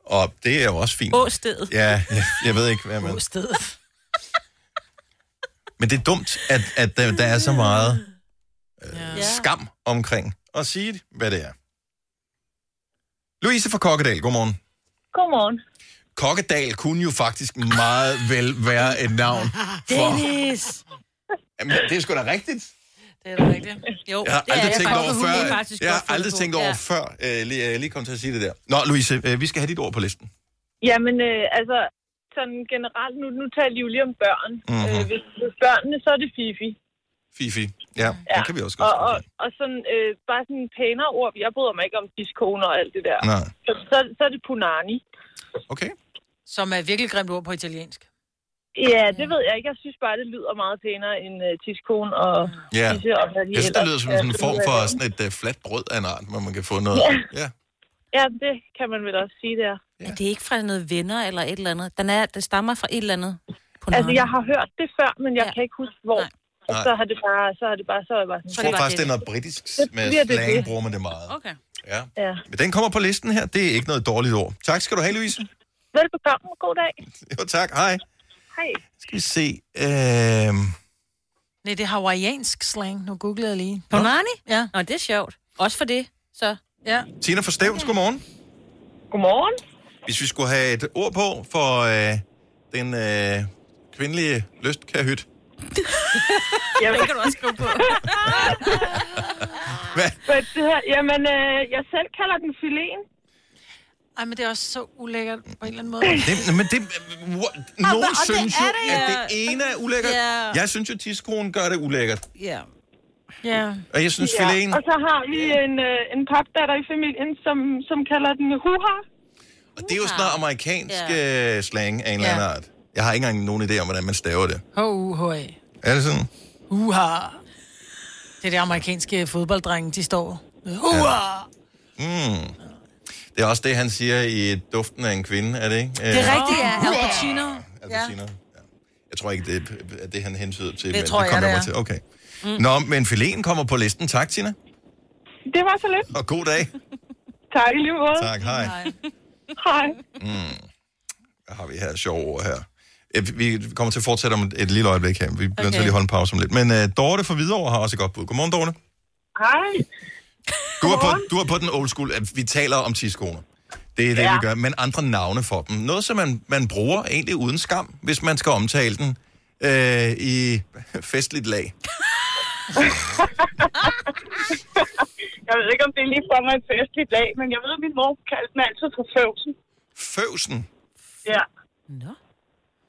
[SPEAKER 1] Og det er jo også fint.
[SPEAKER 2] Åstedet.
[SPEAKER 1] Ja, jeg, jeg ved ikke, hvad man...
[SPEAKER 3] Åstedet.
[SPEAKER 1] Men det er dumt, at, at der, der er så meget øh, skam omkring at sige, hvad det er. Louise fra Kokkedal, godmorgen.
[SPEAKER 7] Godmorgen.
[SPEAKER 1] Kokkedal kunne jo faktisk meget vel være et navn for...
[SPEAKER 7] Dennis!
[SPEAKER 1] Jamen, det er sgu da rigtigt.
[SPEAKER 3] Det er da rigtigt.
[SPEAKER 2] Jo,
[SPEAKER 1] Jeg har
[SPEAKER 2] det er
[SPEAKER 1] aldrig tænkt
[SPEAKER 2] faktisk.
[SPEAKER 1] over
[SPEAKER 2] Hun
[SPEAKER 1] før.
[SPEAKER 2] kan faktisk
[SPEAKER 1] Jeg
[SPEAKER 2] godt
[SPEAKER 1] har
[SPEAKER 2] finde
[SPEAKER 1] aldrig
[SPEAKER 2] på.
[SPEAKER 1] tænkt over før. Øh, lige, øh, lige kom til at sige det der. Nå, Louise, øh, vi skal have dit ord på listen.
[SPEAKER 7] Jamen, øh, altså, sådan generelt, nu, nu taler vi jo lige om børn.
[SPEAKER 1] Mhm.
[SPEAKER 7] Mm-hmm. Øh, hvis, hvis børnene, så er det fifi.
[SPEAKER 1] Fifi. Ja, ja. det kan vi også godt.
[SPEAKER 7] og, og, og sådan, øh, bare sådan pænere ord. Jeg bryder mig ikke om diskoner og alt det der.
[SPEAKER 1] Nej.
[SPEAKER 7] Så, så, så er det punani.
[SPEAKER 1] Okay.
[SPEAKER 3] Som er et virkelig grimt ord på italiensk.
[SPEAKER 7] Ja, det ved jeg ikke. Jeg synes bare, det lyder meget pænere end øh, tiskone og
[SPEAKER 1] Ja.
[SPEAKER 7] tisse og hvad de
[SPEAKER 1] Jeg synes, det
[SPEAKER 7] ellers
[SPEAKER 1] lyder som
[SPEAKER 7] er.
[SPEAKER 1] sådan en form for sådan et uh, fladt brød af en art, hvor man kan få noget...
[SPEAKER 7] Ja.
[SPEAKER 1] Ja.
[SPEAKER 7] Ja, det kan man vel også sige, det er.
[SPEAKER 2] Er det ikke fra noget venner eller et eller andet? Den, er, den stammer fra et eller andet.
[SPEAKER 7] Altså, jeg har hørt det før, men jeg ja. kan ikke huske, hvor. Og
[SPEAKER 1] Nej.
[SPEAKER 7] så har det bare, så har det bare, så er jeg bare sådan...
[SPEAKER 1] Jeg tror faktisk, det er noget britisk
[SPEAKER 7] Det bliver
[SPEAKER 1] med
[SPEAKER 7] det,
[SPEAKER 1] slang,
[SPEAKER 7] det.
[SPEAKER 1] bruger man det meget.
[SPEAKER 7] Okay.
[SPEAKER 1] Ja.
[SPEAKER 7] Ja.
[SPEAKER 1] Men den kommer på listen her. Det er ikke noget dårligt ord. Tak skal du have, Louise.
[SPEAKER 7] Velbekomme. God dag.
[SPEAKER 1] Jo, tak. Hej.
[SPEAKER 7] Hej.
[SPEAKER 1] Skal vi se. Øh...
[SPEAKER 3] Nej, det er hawaiiansk slang. Nu googlede jeg lige.
[SPEAKER 2] Punani?
[SPEAKER 3] Ja.
[SPEAKER 2] Nå, det er sjovt. Også for det, så. (laughs)
[SPEAKER 3] Ja.
[SPEAKER 1] Tina fra Stævns, godmorgen.
[SPEAKER 7] Godmorgen.
[SPEAKER 1] Hvis vi skulle have et ord på for øh, den øh, kvindelige
[SPEAKER 3] (laughs)
[SPEAKER 1] lystkahyt.
[SPEAKER 7] Jamen.
[SPEAKER 2] Den kan du også skrive på.
[SPEAKER 7] Hvad? Det her, jamen, øh, jeg selv kalder den filen.
[SPEAKER 3] Ej, men det er også så ulækkert på en eller
[SPEAKER 7] (laughs)
[SPEAKER 3] anden måde.
[SPEAKER 1] Det, men det, what? nogen
[SPEAKER 3] og det
[SPEAKER 1] synes
[SPEAKER 3] er
[SPEAKER 1] jo,
[SPEAKER 3] det,
[SPEAKER 1] at
[SPEAKER 3] ja.
[SPEAKER 1] det ene er ulækkert.
[SPEAKER 7] Ja.
[SPEAKER 1] Jeg synes jo, at tidskronen gør det ulækkert.
[SPEAKER 2] Ja.
[SPEAKER 3] Ja.
[SPEAKER 1] Og jeg synes, filéen-
[SPEAKER 7] Og så har vi en, øh, en papdatter i familien, som, som kalder den huha.
[SPEAKER 1] Og det er jo sådan noget amerikansk ja. slang af en eller anden art. Jeg har ikke engang nogen idé om, hvordan man staver det.
[SPEAKER 3] h u h -A.
[SPEAKER 1] Er det sådan?
[SPEAKER 3] Uha. Det er det amerikanske fodbolddrenge, de står. Uha.
[SPEAKER 1] Mm. Det er også det, han siger i Duften af en kvinde, er det ikke? Øh.
[SPEAKER 3] Det er rigtigt, ja. Al Pacino. Ja.
[SPEAKER 1] Pacino. Ja. Jeg tror ikke, det er det, han hensyder til.
[SPEAKER 3] Det
[SPEAKER 1] men
[SPEAKER 3] tror jeg,
[SPEAKER 1] kommer
[SPEAKER 3] det
[SPEAKER 1] mig
[SPEAKER 3] er.
[SPEAKER 1] Til. Okay. Mm. Nå, men filéen kommer på listen. Tak, Tina.
[SPEAKER 7] Det var så lidt.
[SPEAKER 1] Og god dag.
[SPEAKER 7] Tak i lige måde.
[SPEAKER 1] Tak, hej. Hej.
[SPEAKER 7] Hej.
[SPEAKER 1] Mm. Hvad har vi her sjove ord her? Eh, Vi kommer til at fortsætte om et, et lille øjeblik her. Vi bliver nødt til
[SPEAKER 7] Okay.
[SPEAKER 1] at lige holde en pause om lidt. Men uh, Dorte fra Hvidovre har også et godt bud. Godmorgen, Dorte.
[SPEAKER 7] Hej.
[SPEAKER 1] Du er, på, du er på den old school. at Vi taler om tidskoner. Det er det, ja.
[SPEAKER 7] Ja.
[SPEAKER 1] vi gør. Men andre navne for dem. Noget, som man, man bruger egentlig uden skam, hvis man skal omtale den øh, i festligt lag.
[SPEAKER 7] Jeg ved ikke, om det er lige for mig en festlig dag, men jeg ved, at min mor kaldte den altid for føvsen.
[SPEAKER 1] Føvsen.
[SPEAKER 7] Ja.
[SPEAKER 2] Nå.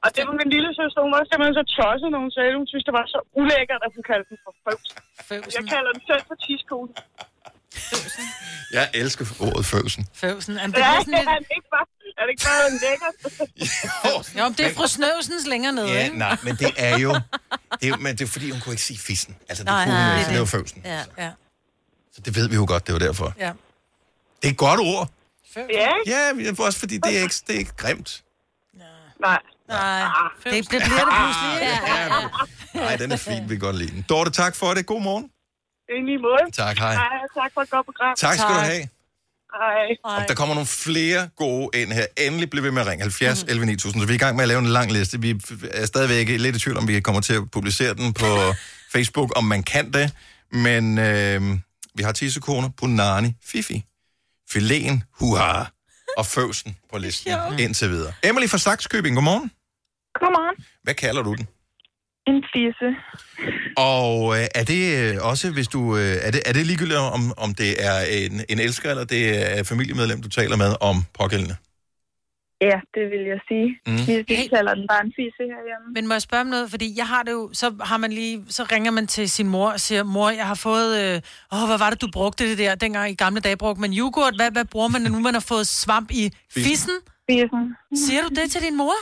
[SPEAKER 7] Og det var min lille søster, hun var simpelthen så tosset, når hun sagde, at hun synes, det var så ulækkert, at hun kaldte den for føvsen.
[SPEAKER 3] føvsen.
[SPEAKER 7] Jeg kalder den selv for tidskone.
[SPEAKER 1] Jeg elsker ordet føvsen.
[SPEAKER 3] Føvsen. Jamen, det
[SPEAKER 7] Ja,
[SPEAKER 3] er
[SPEAKER 7] er,
[SPEAKER 3] sådan
[SPEAKER 7] (laughs)
[SPEAKER 3] lidt...
[SPEAKER 7] det ikke bare, er det ikke bare lækkert?
[SPEAKER 3] Jo, men det er fru Snøvsens længere nede,
[SPEAKER 1] Ja,
[SPEAKER 3] ikke?
[SPEAKER 1] nej, men det er jo... Det er, jo- men det er fordi, hun kunne ikke sige fissen. Altså, det
[SPEAKER 3] Nej,
[SPEAKER 1] nej, kunne
[SPEAKER 3] nej,
[SPEAKER 1] hun
[SPEAKER 3] det
[SPEAKER 1] jo
[SPEAKER 3] er
[SPEAKER 1] ikke. så Det var føvsen.
[SPEAKER 3] Ja, ja.
[SPEAKER 1] Så det ved vi jo godt, det var derfor.
[SPEAKER 3] ja.
[SPEAKER 1] Det er et godt ord.
[SPEAKER 7] Ja,
[SPEAKER 1] Ja, men også fordi det er ikke, det er ikke grimt.
[SPEAKER 7] Nej. Ah.
[SPEAKER 3] Nej. Det, det bliver det pludselig.
[SPEAKER 7] Ja,
[SPEAKER 1] ja, ja. Nej, den er fin, vi kan godt lide den. Dorte, tak for det. God morgen.
[SPEAKER 7] Det er i lige måde.
[SPEAKER 1] Tak, hej.
[SPEAKER 7] tak for et godt program.
[SPEAKER 1] Tak skal du have.
[SPEAKER 7] Hej.
[SPEAKER 1] Om der kommer nogle flere gode ind her. Endelig bliver vi med at ringe 70 11 9000. Så vi er i gang med at lave en lang liste. Vi er stadigvæk lidt i tvivl, om vi kommer til at publicere den på Facebook, om man kan det. Men øh, vi har tissekoner, punani, fifi, filen, huha og føvsen på listen (laughs) indtil videre. Emily fra Saxkøbing, godmorgen.
[SPEAKER 7] Godmorgen.
[SPEAKER 1] Hvad kalder du den?
[SPEAKER 7] En fisse.
[SPEAKER 1] Og øh, er det øh, også, hvis du... Øh, er, det, er det ligegyldigt, om, om det er en, en elsker, eller det er et familiemedlem, du taler med om pågældende?
[SPEAKER 7] Ja, det vil jeg sige.
[SPEAKER 1] Mm.
[SPEAKER 7] Vi hey. kalder den bare en fisse herhjemme.
[SPEAKER 3] Men må jeg spørge om noget? Fordi jeg har det jo, så har man lige, så ringer man til sin mor og siger, mor, jeg har fået, øh, åh, hvad var det, du brugte det der? Dengang i gamle dage brugte man yoghurt. Hvad, hvad bruger man, nu man har fået svamp i
[SPEAKER 7] Fissen.
[SPEAKER 3] fissen?
[SPEAKER 7] Fissen.
[SPEAKER 3] Siger du det til din mor?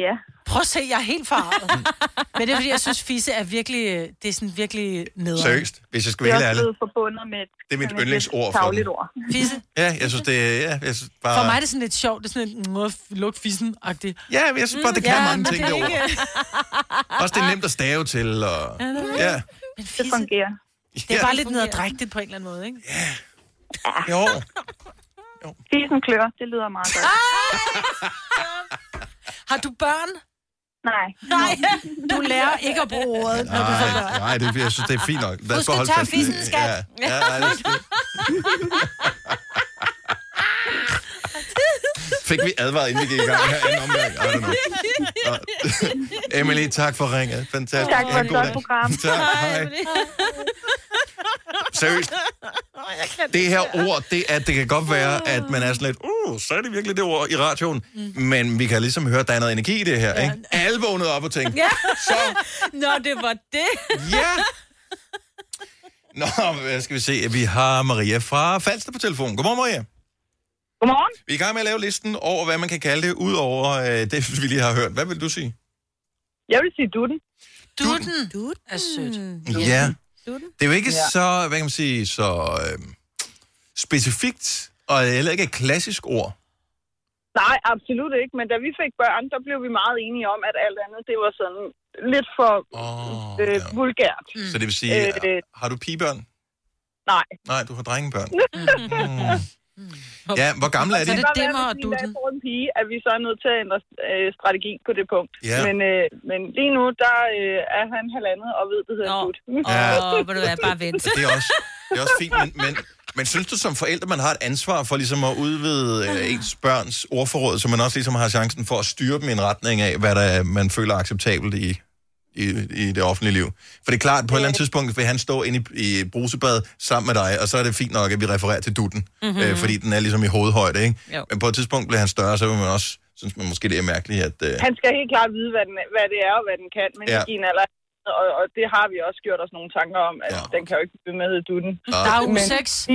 [SPEAKER 7] Ja.
[SPEAKER 3] Prøv at se, jeg er helt farvet. Men det er, fordi jeg synes, fisse er virkelig, øh, det er sådan virkelig nederen.
[SPEAKER 1] Seriøst, hvis jeg skal være helt ærlig.
[SPEAKER 3] forbundet med...
[SPEAKER 1] Det er mit yndlingsord for Ah. den.
[SPEAKER 3] ord. Fisse.
[SPEAKER 1] Ja, jeg synes, det er... Ja, jeg synes bare...
[SPEAKER 3] For mig er det sådan lidt sjovt. Det er sådan lidt, "Mwah, luk fissen-agtigt.
[SPEAKER 1] Ja, men jeg synes bare, det kan mange
[SPEAKER 3] men
[SPEAKER 1] ting,
[SPEAKER 3] er
[SPEAKER 1] det ord.
[SPEAKER 3] ikke-
[SPEAKER 1] Også det er nemt at stave til, og...
[SPEAKER 3] Ja, det er det.
[SPEAKER 1] Ja.
[SPEAKER 3] Men fisse, det fungerer. Det er
[SPEAKER 1] Ja.
[SPEAKER 3] bare lidt nederdrægtigt på en eller anden måde, ikke? (laughs)
[SPEAKER 1] Jo.
[SPEAKER 4] Fisen klør, det lyder meget godt.
[SPEAKER 3] Har du børn?
[SPEAKER 4] Nej.
[SPEAKER 3] Nej, du lærer ikke at bruge ordet, når du får
[SPEAKER 1] Nej,
[SPEAKER 3] børn.
[SPEAKER 1] nej, det, jeg synes, det er fint nok. Lad os
[SPEAKER 3] Husk
[SPEAKER 1] bare
[SPEAKER 3] at
[SPEAKER 1] holde
[SPEAKER 3] tørre
[SPEAKER 1] fast i-
[SPEAKER 3] fissen, skat.
[SPEAKER 1] Ja, ja, nej, det er skidt. Fik vi advaret, inden vi gik i gang her anden omgang? I don't know. Nå.
[SPEAKER 3] (laughs)
[SPEAKER 1] Emily, tak for ringet. Fantastisk.
[SPEAKER 4] Tak for
[SPEAKER 1] Ha' en
[SPEAKER 4] et
[SPEAKER 1] god
[SPEAKER 4] godt
[SPEAKER 1] dag.
[SPEAKER 4] program.
[SPEAKER 1] (laughs) Tak, hej. (laughs) Seriøst, det her ord, det, at det kan godt være, at man er sådan lidt, uh, så er det virkelig det ord i radioen. Mm. Men vi kan ligesom høre, at der er noget energi i det her, ikke? Alle vågnede op og tænkte,
[SPEAKER 2] Ja.
[SPEAKER 1] (laughs) Så.
[SPEAKER 2] Nå, det var det. (laughs)
[SPEAKER 1] Ja. Nå, hvad skal vi se? Vi har Maria fra Falster på telefon. Godmorgen, Maria.
[SPEAKER 4] Godmorgen.
[SPEAKER 1] Vi er i gang med at lave listen over, hvad man kan kalde det, ud over øh, det, (laughs) vi lige har hørt. Hvad vil du sige?
[SPEAKER 4] Jeg vil sige dutten.
[SPEAKER 3] Dutten. Dutten er sødt.
[SPEAKER 1] Ja.
[SPEAKER 3] Dutten.
[SPEAKER 1] Det er jo ikke
[SPEAKER 3] Ja.
[SPEAKER 1] ja. så, hvad kan man sige, så øh, specifikt, og heller ikke et klassisk ord.
[SPEAKER 4] Nej, absolut ikke. Men da vi fik børn, der blev vi meget enige om, at alt andet, det var sådan lidt for
[SPEAKER 1] oh,
[SPEAKER 4] øh, ja. vulgært.
[SPEAKER 1] Mm. Så det vil sige,
[SPEAKER 4] Øh,
[SPEAKER 1] har du pigebørn?
[SPEAKER 4] nej.
[SPEAKER 1] Nej, du har drengebørn.
[SPEAKER 4] Mm.
[SPEAKER 1] Ja, hvor gamle er de?
[SPEAKER 4] Når jeg får ligesom en pige, at vi så er nødt til at ændre øh, strategi på det punkt.
[SPEAKER 1] Ja.
[SPEAKER 4] Men, øh, men lige nu, der øh, er han halvandet og ved, det hedder dut.
[SPEAKER 1] Ja.
[SPEAKER 2] Åh, vil du være bare vent.
[SPEAKER 1] Det er også, det er også fint, men, men, men synes du som forældre, man har et ansvar for ligesom at udvide øh, ens børns ordforråd, så man også ligesom har chancen for at styre dem i en retning af, hvad der, er, man føler er acceptabelt i, i, i det offentlige liv? For det er klart, at på et eller andet tidspunkt vil han stå inde i, i brusebadet sammen med dig, og så er det fint nok, at vi refererer til dutten,
[SPEAKER 23] Mhm.
[SPEAKER 1] mm-hmm. øh, fordi den er ligesom i hovedhøjde, ikke?
[SPEAKER 2] Jo.
[SPEAKER 1] Men på et tidspunkt bliver han større, så vil man også synes man måske, det er mærkeligt, at... Øh,
[SPEAKER 4] Han skal helt klart vide, hvad, den, hvad det er og hvad den kan, men
[SPEAKER 1] Ja.
[SPEAKER 4] ja. i en alder. Og, og det har vi også gjort os nogle tanker om, at ja. den kan jo ikke blive med i dutten.
[SPEAKER 3] Der er uge
[SPEAKER 4] Men
[SPEAKER 3] 6.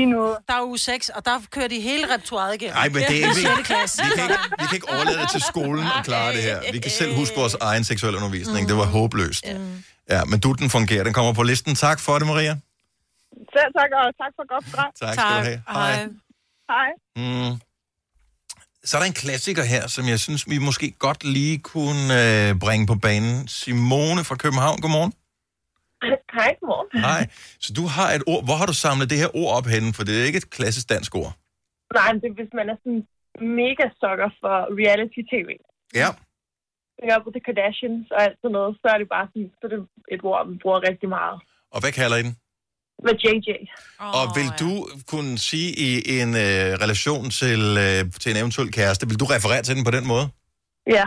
[SPEAKER 3] Der er uge 6, og der kører de hele repertoireet igennem.
[SPEAKER 1] Nej, men det er ikke...
[SPEAKER 3] I sjette klasse.
[SPEAKER 1] Vi kan ikke, vi kan ikke overlade det til skolen at klare det her. Vi kan selv huske vores egen seksuelle undervisning. Det var håbløst. Ja, men du, den fungerer. Den kommer på listen. Tak for det, Maria.
[SPEAKER 4] Selv tak, og tak for godt program.
[SPEAKER 1] Tak skal du have. Hej.
[SPEAKER 4] Hej.
[SPEAKER 1] Mm. Så er der en klassiker her, som jeg synes, vi måske godt lige kunne øh, bringe på banen. Simone fra København, godmorgen.
[SPEAKER 24] (coughs) Hej, godmorgen.
[SPEAKER 1] Nej, så du har et ord. Hvor har du samlet det her ord op henne? For det er ikke et klassisk dansk ord.
[SPEAKER 24] Nej, men det, er, hvis man er sådan mega sukker for reality-tv,
[SPEAKER 1] Ja.
[SPEAKER 24] tænker på The Kardashians og alt sådan noget, så er det bare sådan, så er det et ord, vi bruger rigtig meget.
[SPEAKER 1] Og hvad kalder I den?
[SPEAKER 24] Med JJ.
[SPEAKER 1] Og vil du kunne sige i en øh, relation til, øh, til en eventuel kæreste, vil du referere til den på den måde?
[SPEAKER 24] Ja.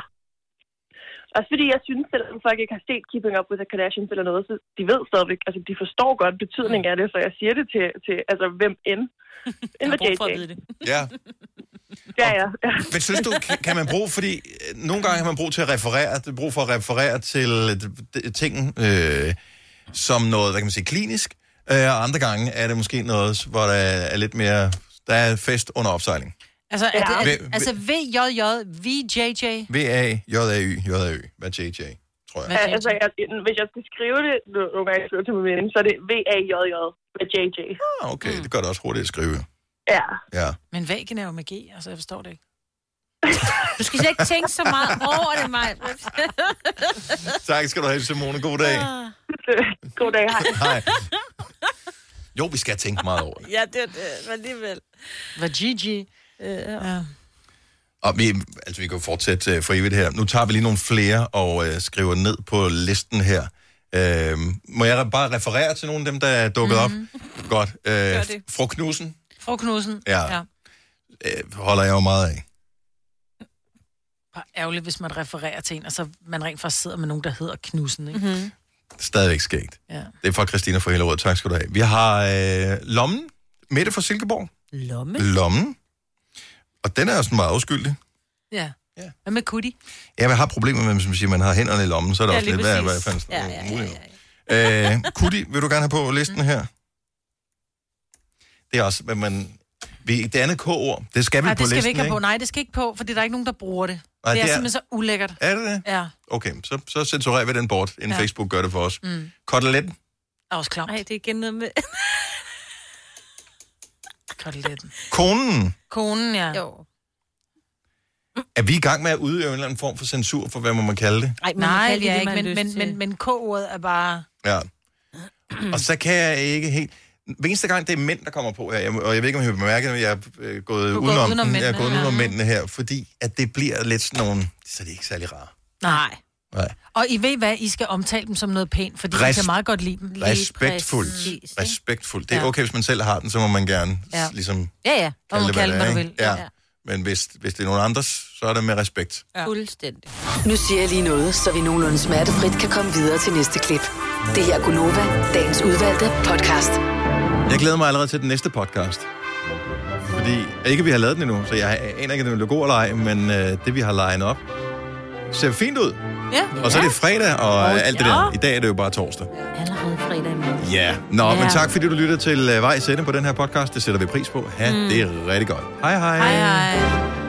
[SPEAKER 24] Også fordi jeg synes, selvom folk ikke har set Keeping Up with the Kardashians eller noget, så de ved stadigvæk, altså de forstår godt betydningen af det, så jeg siger det til, til altså hvem end. End med JJ.
[SPEAKER 2] det.
[SPEAKER 1] Ja.
[SPEAKER 24] Ja, ja. ja.
[SPEAKER 1] Men synes du, kan- kan man bruge, fordi øh, nogle gange har man brug til at referere, det er brug for at referere til øh, d- d- tingen øh, som noget, hvad kan man sige, klinisk, øh, og andre gange er det måske noget, hvor der er lidt mere, der er fest under opsejling.
[SPEAKER 3] Altså, er det, er,
[SPEAKER 1] Hvem-
[SPEAKER 3] altså VJJ, VJJ.
[SPEAKER 1] V-A-J-A-J-A, j hvad er JJ?
[SPEAKER 24] Ja, altså, jeg, hvis jeg skal skrive det nu- nogle gange jeg skriver til min veninde, så er det V-A-J-J med JJ.
[SPEAKER 1] Ah, okay, det gør det også hurtigt at skrive.
[SPEAKER 24] Ja.
[SPEAKER 1] Ja.
[SPEAKER 3] Men væggen er jo magi, altså jeg forstår det ikke.
[SPEAKER 2] Du skal slet ikke tænke så meget over det,
[SPEAKER 3] (laughs)
[SPEAKER 2] Maj.
[SPEAKER 1] Tak skal du have, Simone. God
[SPEAKER 2] (laughs)
[SPEAKER 1] dag.
[SPEAKER 2] Ah.
[SPEAKER 7] (laughs)
[SPEAKER 24] God dag, hej.
[SPEAKER 1] Hej. Jo, vi skal tænke meget over det.
[SPEAKER 2] ja, det er det, men alligevel.
[SPEAKER 3] Var Gigi. Ja.
[SPEAKER 1] Og vi, altså, vi kan jo fortsætte øh, for evigt her. Nu tager vi lige nogle flere og øh, skriver ned på listen her. Øh, må jeg re- bare referere til nogle af dem, der er dukket mm-hmm. op? Godt. Øh,
[SPEAKER 3] Mhm. det.
[SPEAKER 1] Fru Knudsen
[SPEAKER 3] Fru Knudsen.
[SPEAKER 1] Ja. øh, holder jeg jo meget af.
[SPEAKER 3] Bare ærgerligt, hvis man refererer til en, og så man rent faktisk sidder med nogen, der hedder Knudsen, ikke?
[SPEAKER 2] Mhm.
[SPEAKER 3] Mm-hmm.
[SPEAKER 1] Stadigvæk skægt.
[SPEAKER 3] Ja.
[SPEAKER 1] Det er fra Christina fra Hellerød. Tak skal du have. Vi har øh, Lommen. Mette fra Silkeborg.
[SPEAKER 2] Lomme?
[SPEAKER 1] Lommen. Og den er jo sådan meget afskyldig.
[SPEAKER 3] Ja. ja. Hvad med Kuti?
[SPEAKER 1] Ja, man har problemer med, hvis man siger, man har hænderne i lommen, så er det
[SPEAKER 3] Ja,
[SPEAKER 1] ja, også
[SPEAKER 3] lige
[SPEAKER 1] lidt, hvad,
[SPEAKER 3] præcis.
[SPEAKER 1] hvad fanden
[SPEAKER 3] Ja,
[SPEAKER 1] ja,
[SPEAKER 3] ja, ja,
[SPEAKER 1] ja, ja, ja. Øh, Kuti, vil du gerne have på listen her? Det er også, hvad man... Vi, det andet K-ord, det skal vi
[SPEAKER 3] Nej,
[SPEAKER 1] på
[SPEAKER 3] det skal vi
[SPEAKER 1] listen,
[SPEAKER 3] ikke have på. Nej, det skal ikke på, fordi der er ikke nogen, der bruger det.
[SPEAKER 1] Nej,
[SPEAKER 3] det er
[SPEAKER 1] det er-
[SPEAKER 3] simpelthen så ulækkert.
[SPEAKER 1] Er det det?
[SPEAKER 3] Ja.
[SPEAKER 1] Okay, så, så censurerer vi den bort, inden
[SPEAKER 3] Ja.
[SPEAKER 1] ja. Facebook gør det for os.
[SPEAKER 3] Mm.
[SPEAKER 1] Koteletten.
[SPEAKER 3] Det er også klamt. Nej,
[SPEAKER 2] det er igen noget med...
[SPEAKER 3] (laughs) Koteletten.
[SPEAKER 1] Konen.
[SPEAKER 3] Konen, ja.
[SPEAKER 2] Jo.
[SPEAKER 1] Er vi i gang med at udøve en eller anden form for censur, for hvad må man kalde det?
[SPEAKER 2] Ej, men man
[SPEAKER 3] Nej,
[SPEAKER 2] kan
[SPEAKER 3] vi er
[SPEAKER 2] det,
[SPEAKER 3] ikke,
[SPEAKER 2] man har
[SPEAKER 3] men,
[SPEAKER 2] lyst
[SPEAKER 3] men,
[SPEAKER 2] til.
[SPEAKER 3] men, men K-ordet er bare...
[SPEAKER 1] Ja. Og så kan jeg ikke helt... Hver eneste gang, det er mænd, der kommer på her, jeg, og jeg ved ikke, om I har bemærket, men jeg er øh, gået
[SPEAKER 3] gået
[SPEAKER 1] udenom,
[SPEAKER 3] udenom
[SPEAKER 1] udenom jeg er
[SPEAKER 3] mændene,
[SPEAKER 1] gået udenom
[SPEAKER 3] ja.
[SPEAKER 1] mændene her, fordi at det bliver lidt sådan nogle... Så det er ikke særlig rare.
[SPEAKER 3] Nej.
[SPEAKER 1] Nej.
[SPEAKER 3] Og I ved hvad, I skal omtale dem som noget pænt, fordi Rest... I
[SPEAKER 1] Rest-
[SPEAKER 3] kan meget godt lide dem.
[SPEAKER 1] Respektfuldt. Respektfuldt. Det er okay, hvis man selv har den, så må man gerne
[SPEAKER 3] Ja.
[SPEAKER 1] ja. ligesom
[SPEAKER 2] Ja, ja.
[SPEAKER 3] Og man kalde,
[SPEAKER 1] det,
[SPEAKER 3] hvad du
[SPEAKER 1] ikke?
[SPEAKER 3] vil.
[SPEAKER 1] Ja. ja. Men hvis, hvis det er nogen andres, så er det med respekt.
[SPEAKER 2] Ja. Fuldstændig.
[SPEAKER 5] Nu siger jeg lige noget, så vi nogenlunde smertefrit kan komme videre til næste klip. Det her er Gunova, dagens udvalgte podcast.
[SPEAKER 1] Jeg glæder mig allerede til den næste podcast. Fordi, ikke at vi har lavet den endnu, så jeg aner ikke, om den bliver god eller ej, men øh, det, vi har legnet op, ser fint ud.
[SPEAKER 2] Ja.
[SPEAKER 1] Og så er det fredag og
[SPEAKER 2] Og
[SPEAKER 1] alt det
[SPEAKER 2] ja.
[SPEAKER 1] der. I dag er det jo bare torsdag.
[SPEAKER 2] Allerede fredag i morgen.
[SPEAKER 1] Ja. Nå,
[SPEAKER 2] Ja.
[SPEAKER 1] men tak fordi du lytter til øh, Vejs Ende på den her podcast. Det sætter vi pris på. Ha'
[SPEAKER 2] Mm.
[SPEAKER 1] det rigtig godt. Hej hej.
[SPEAKER 2] Hej, hej.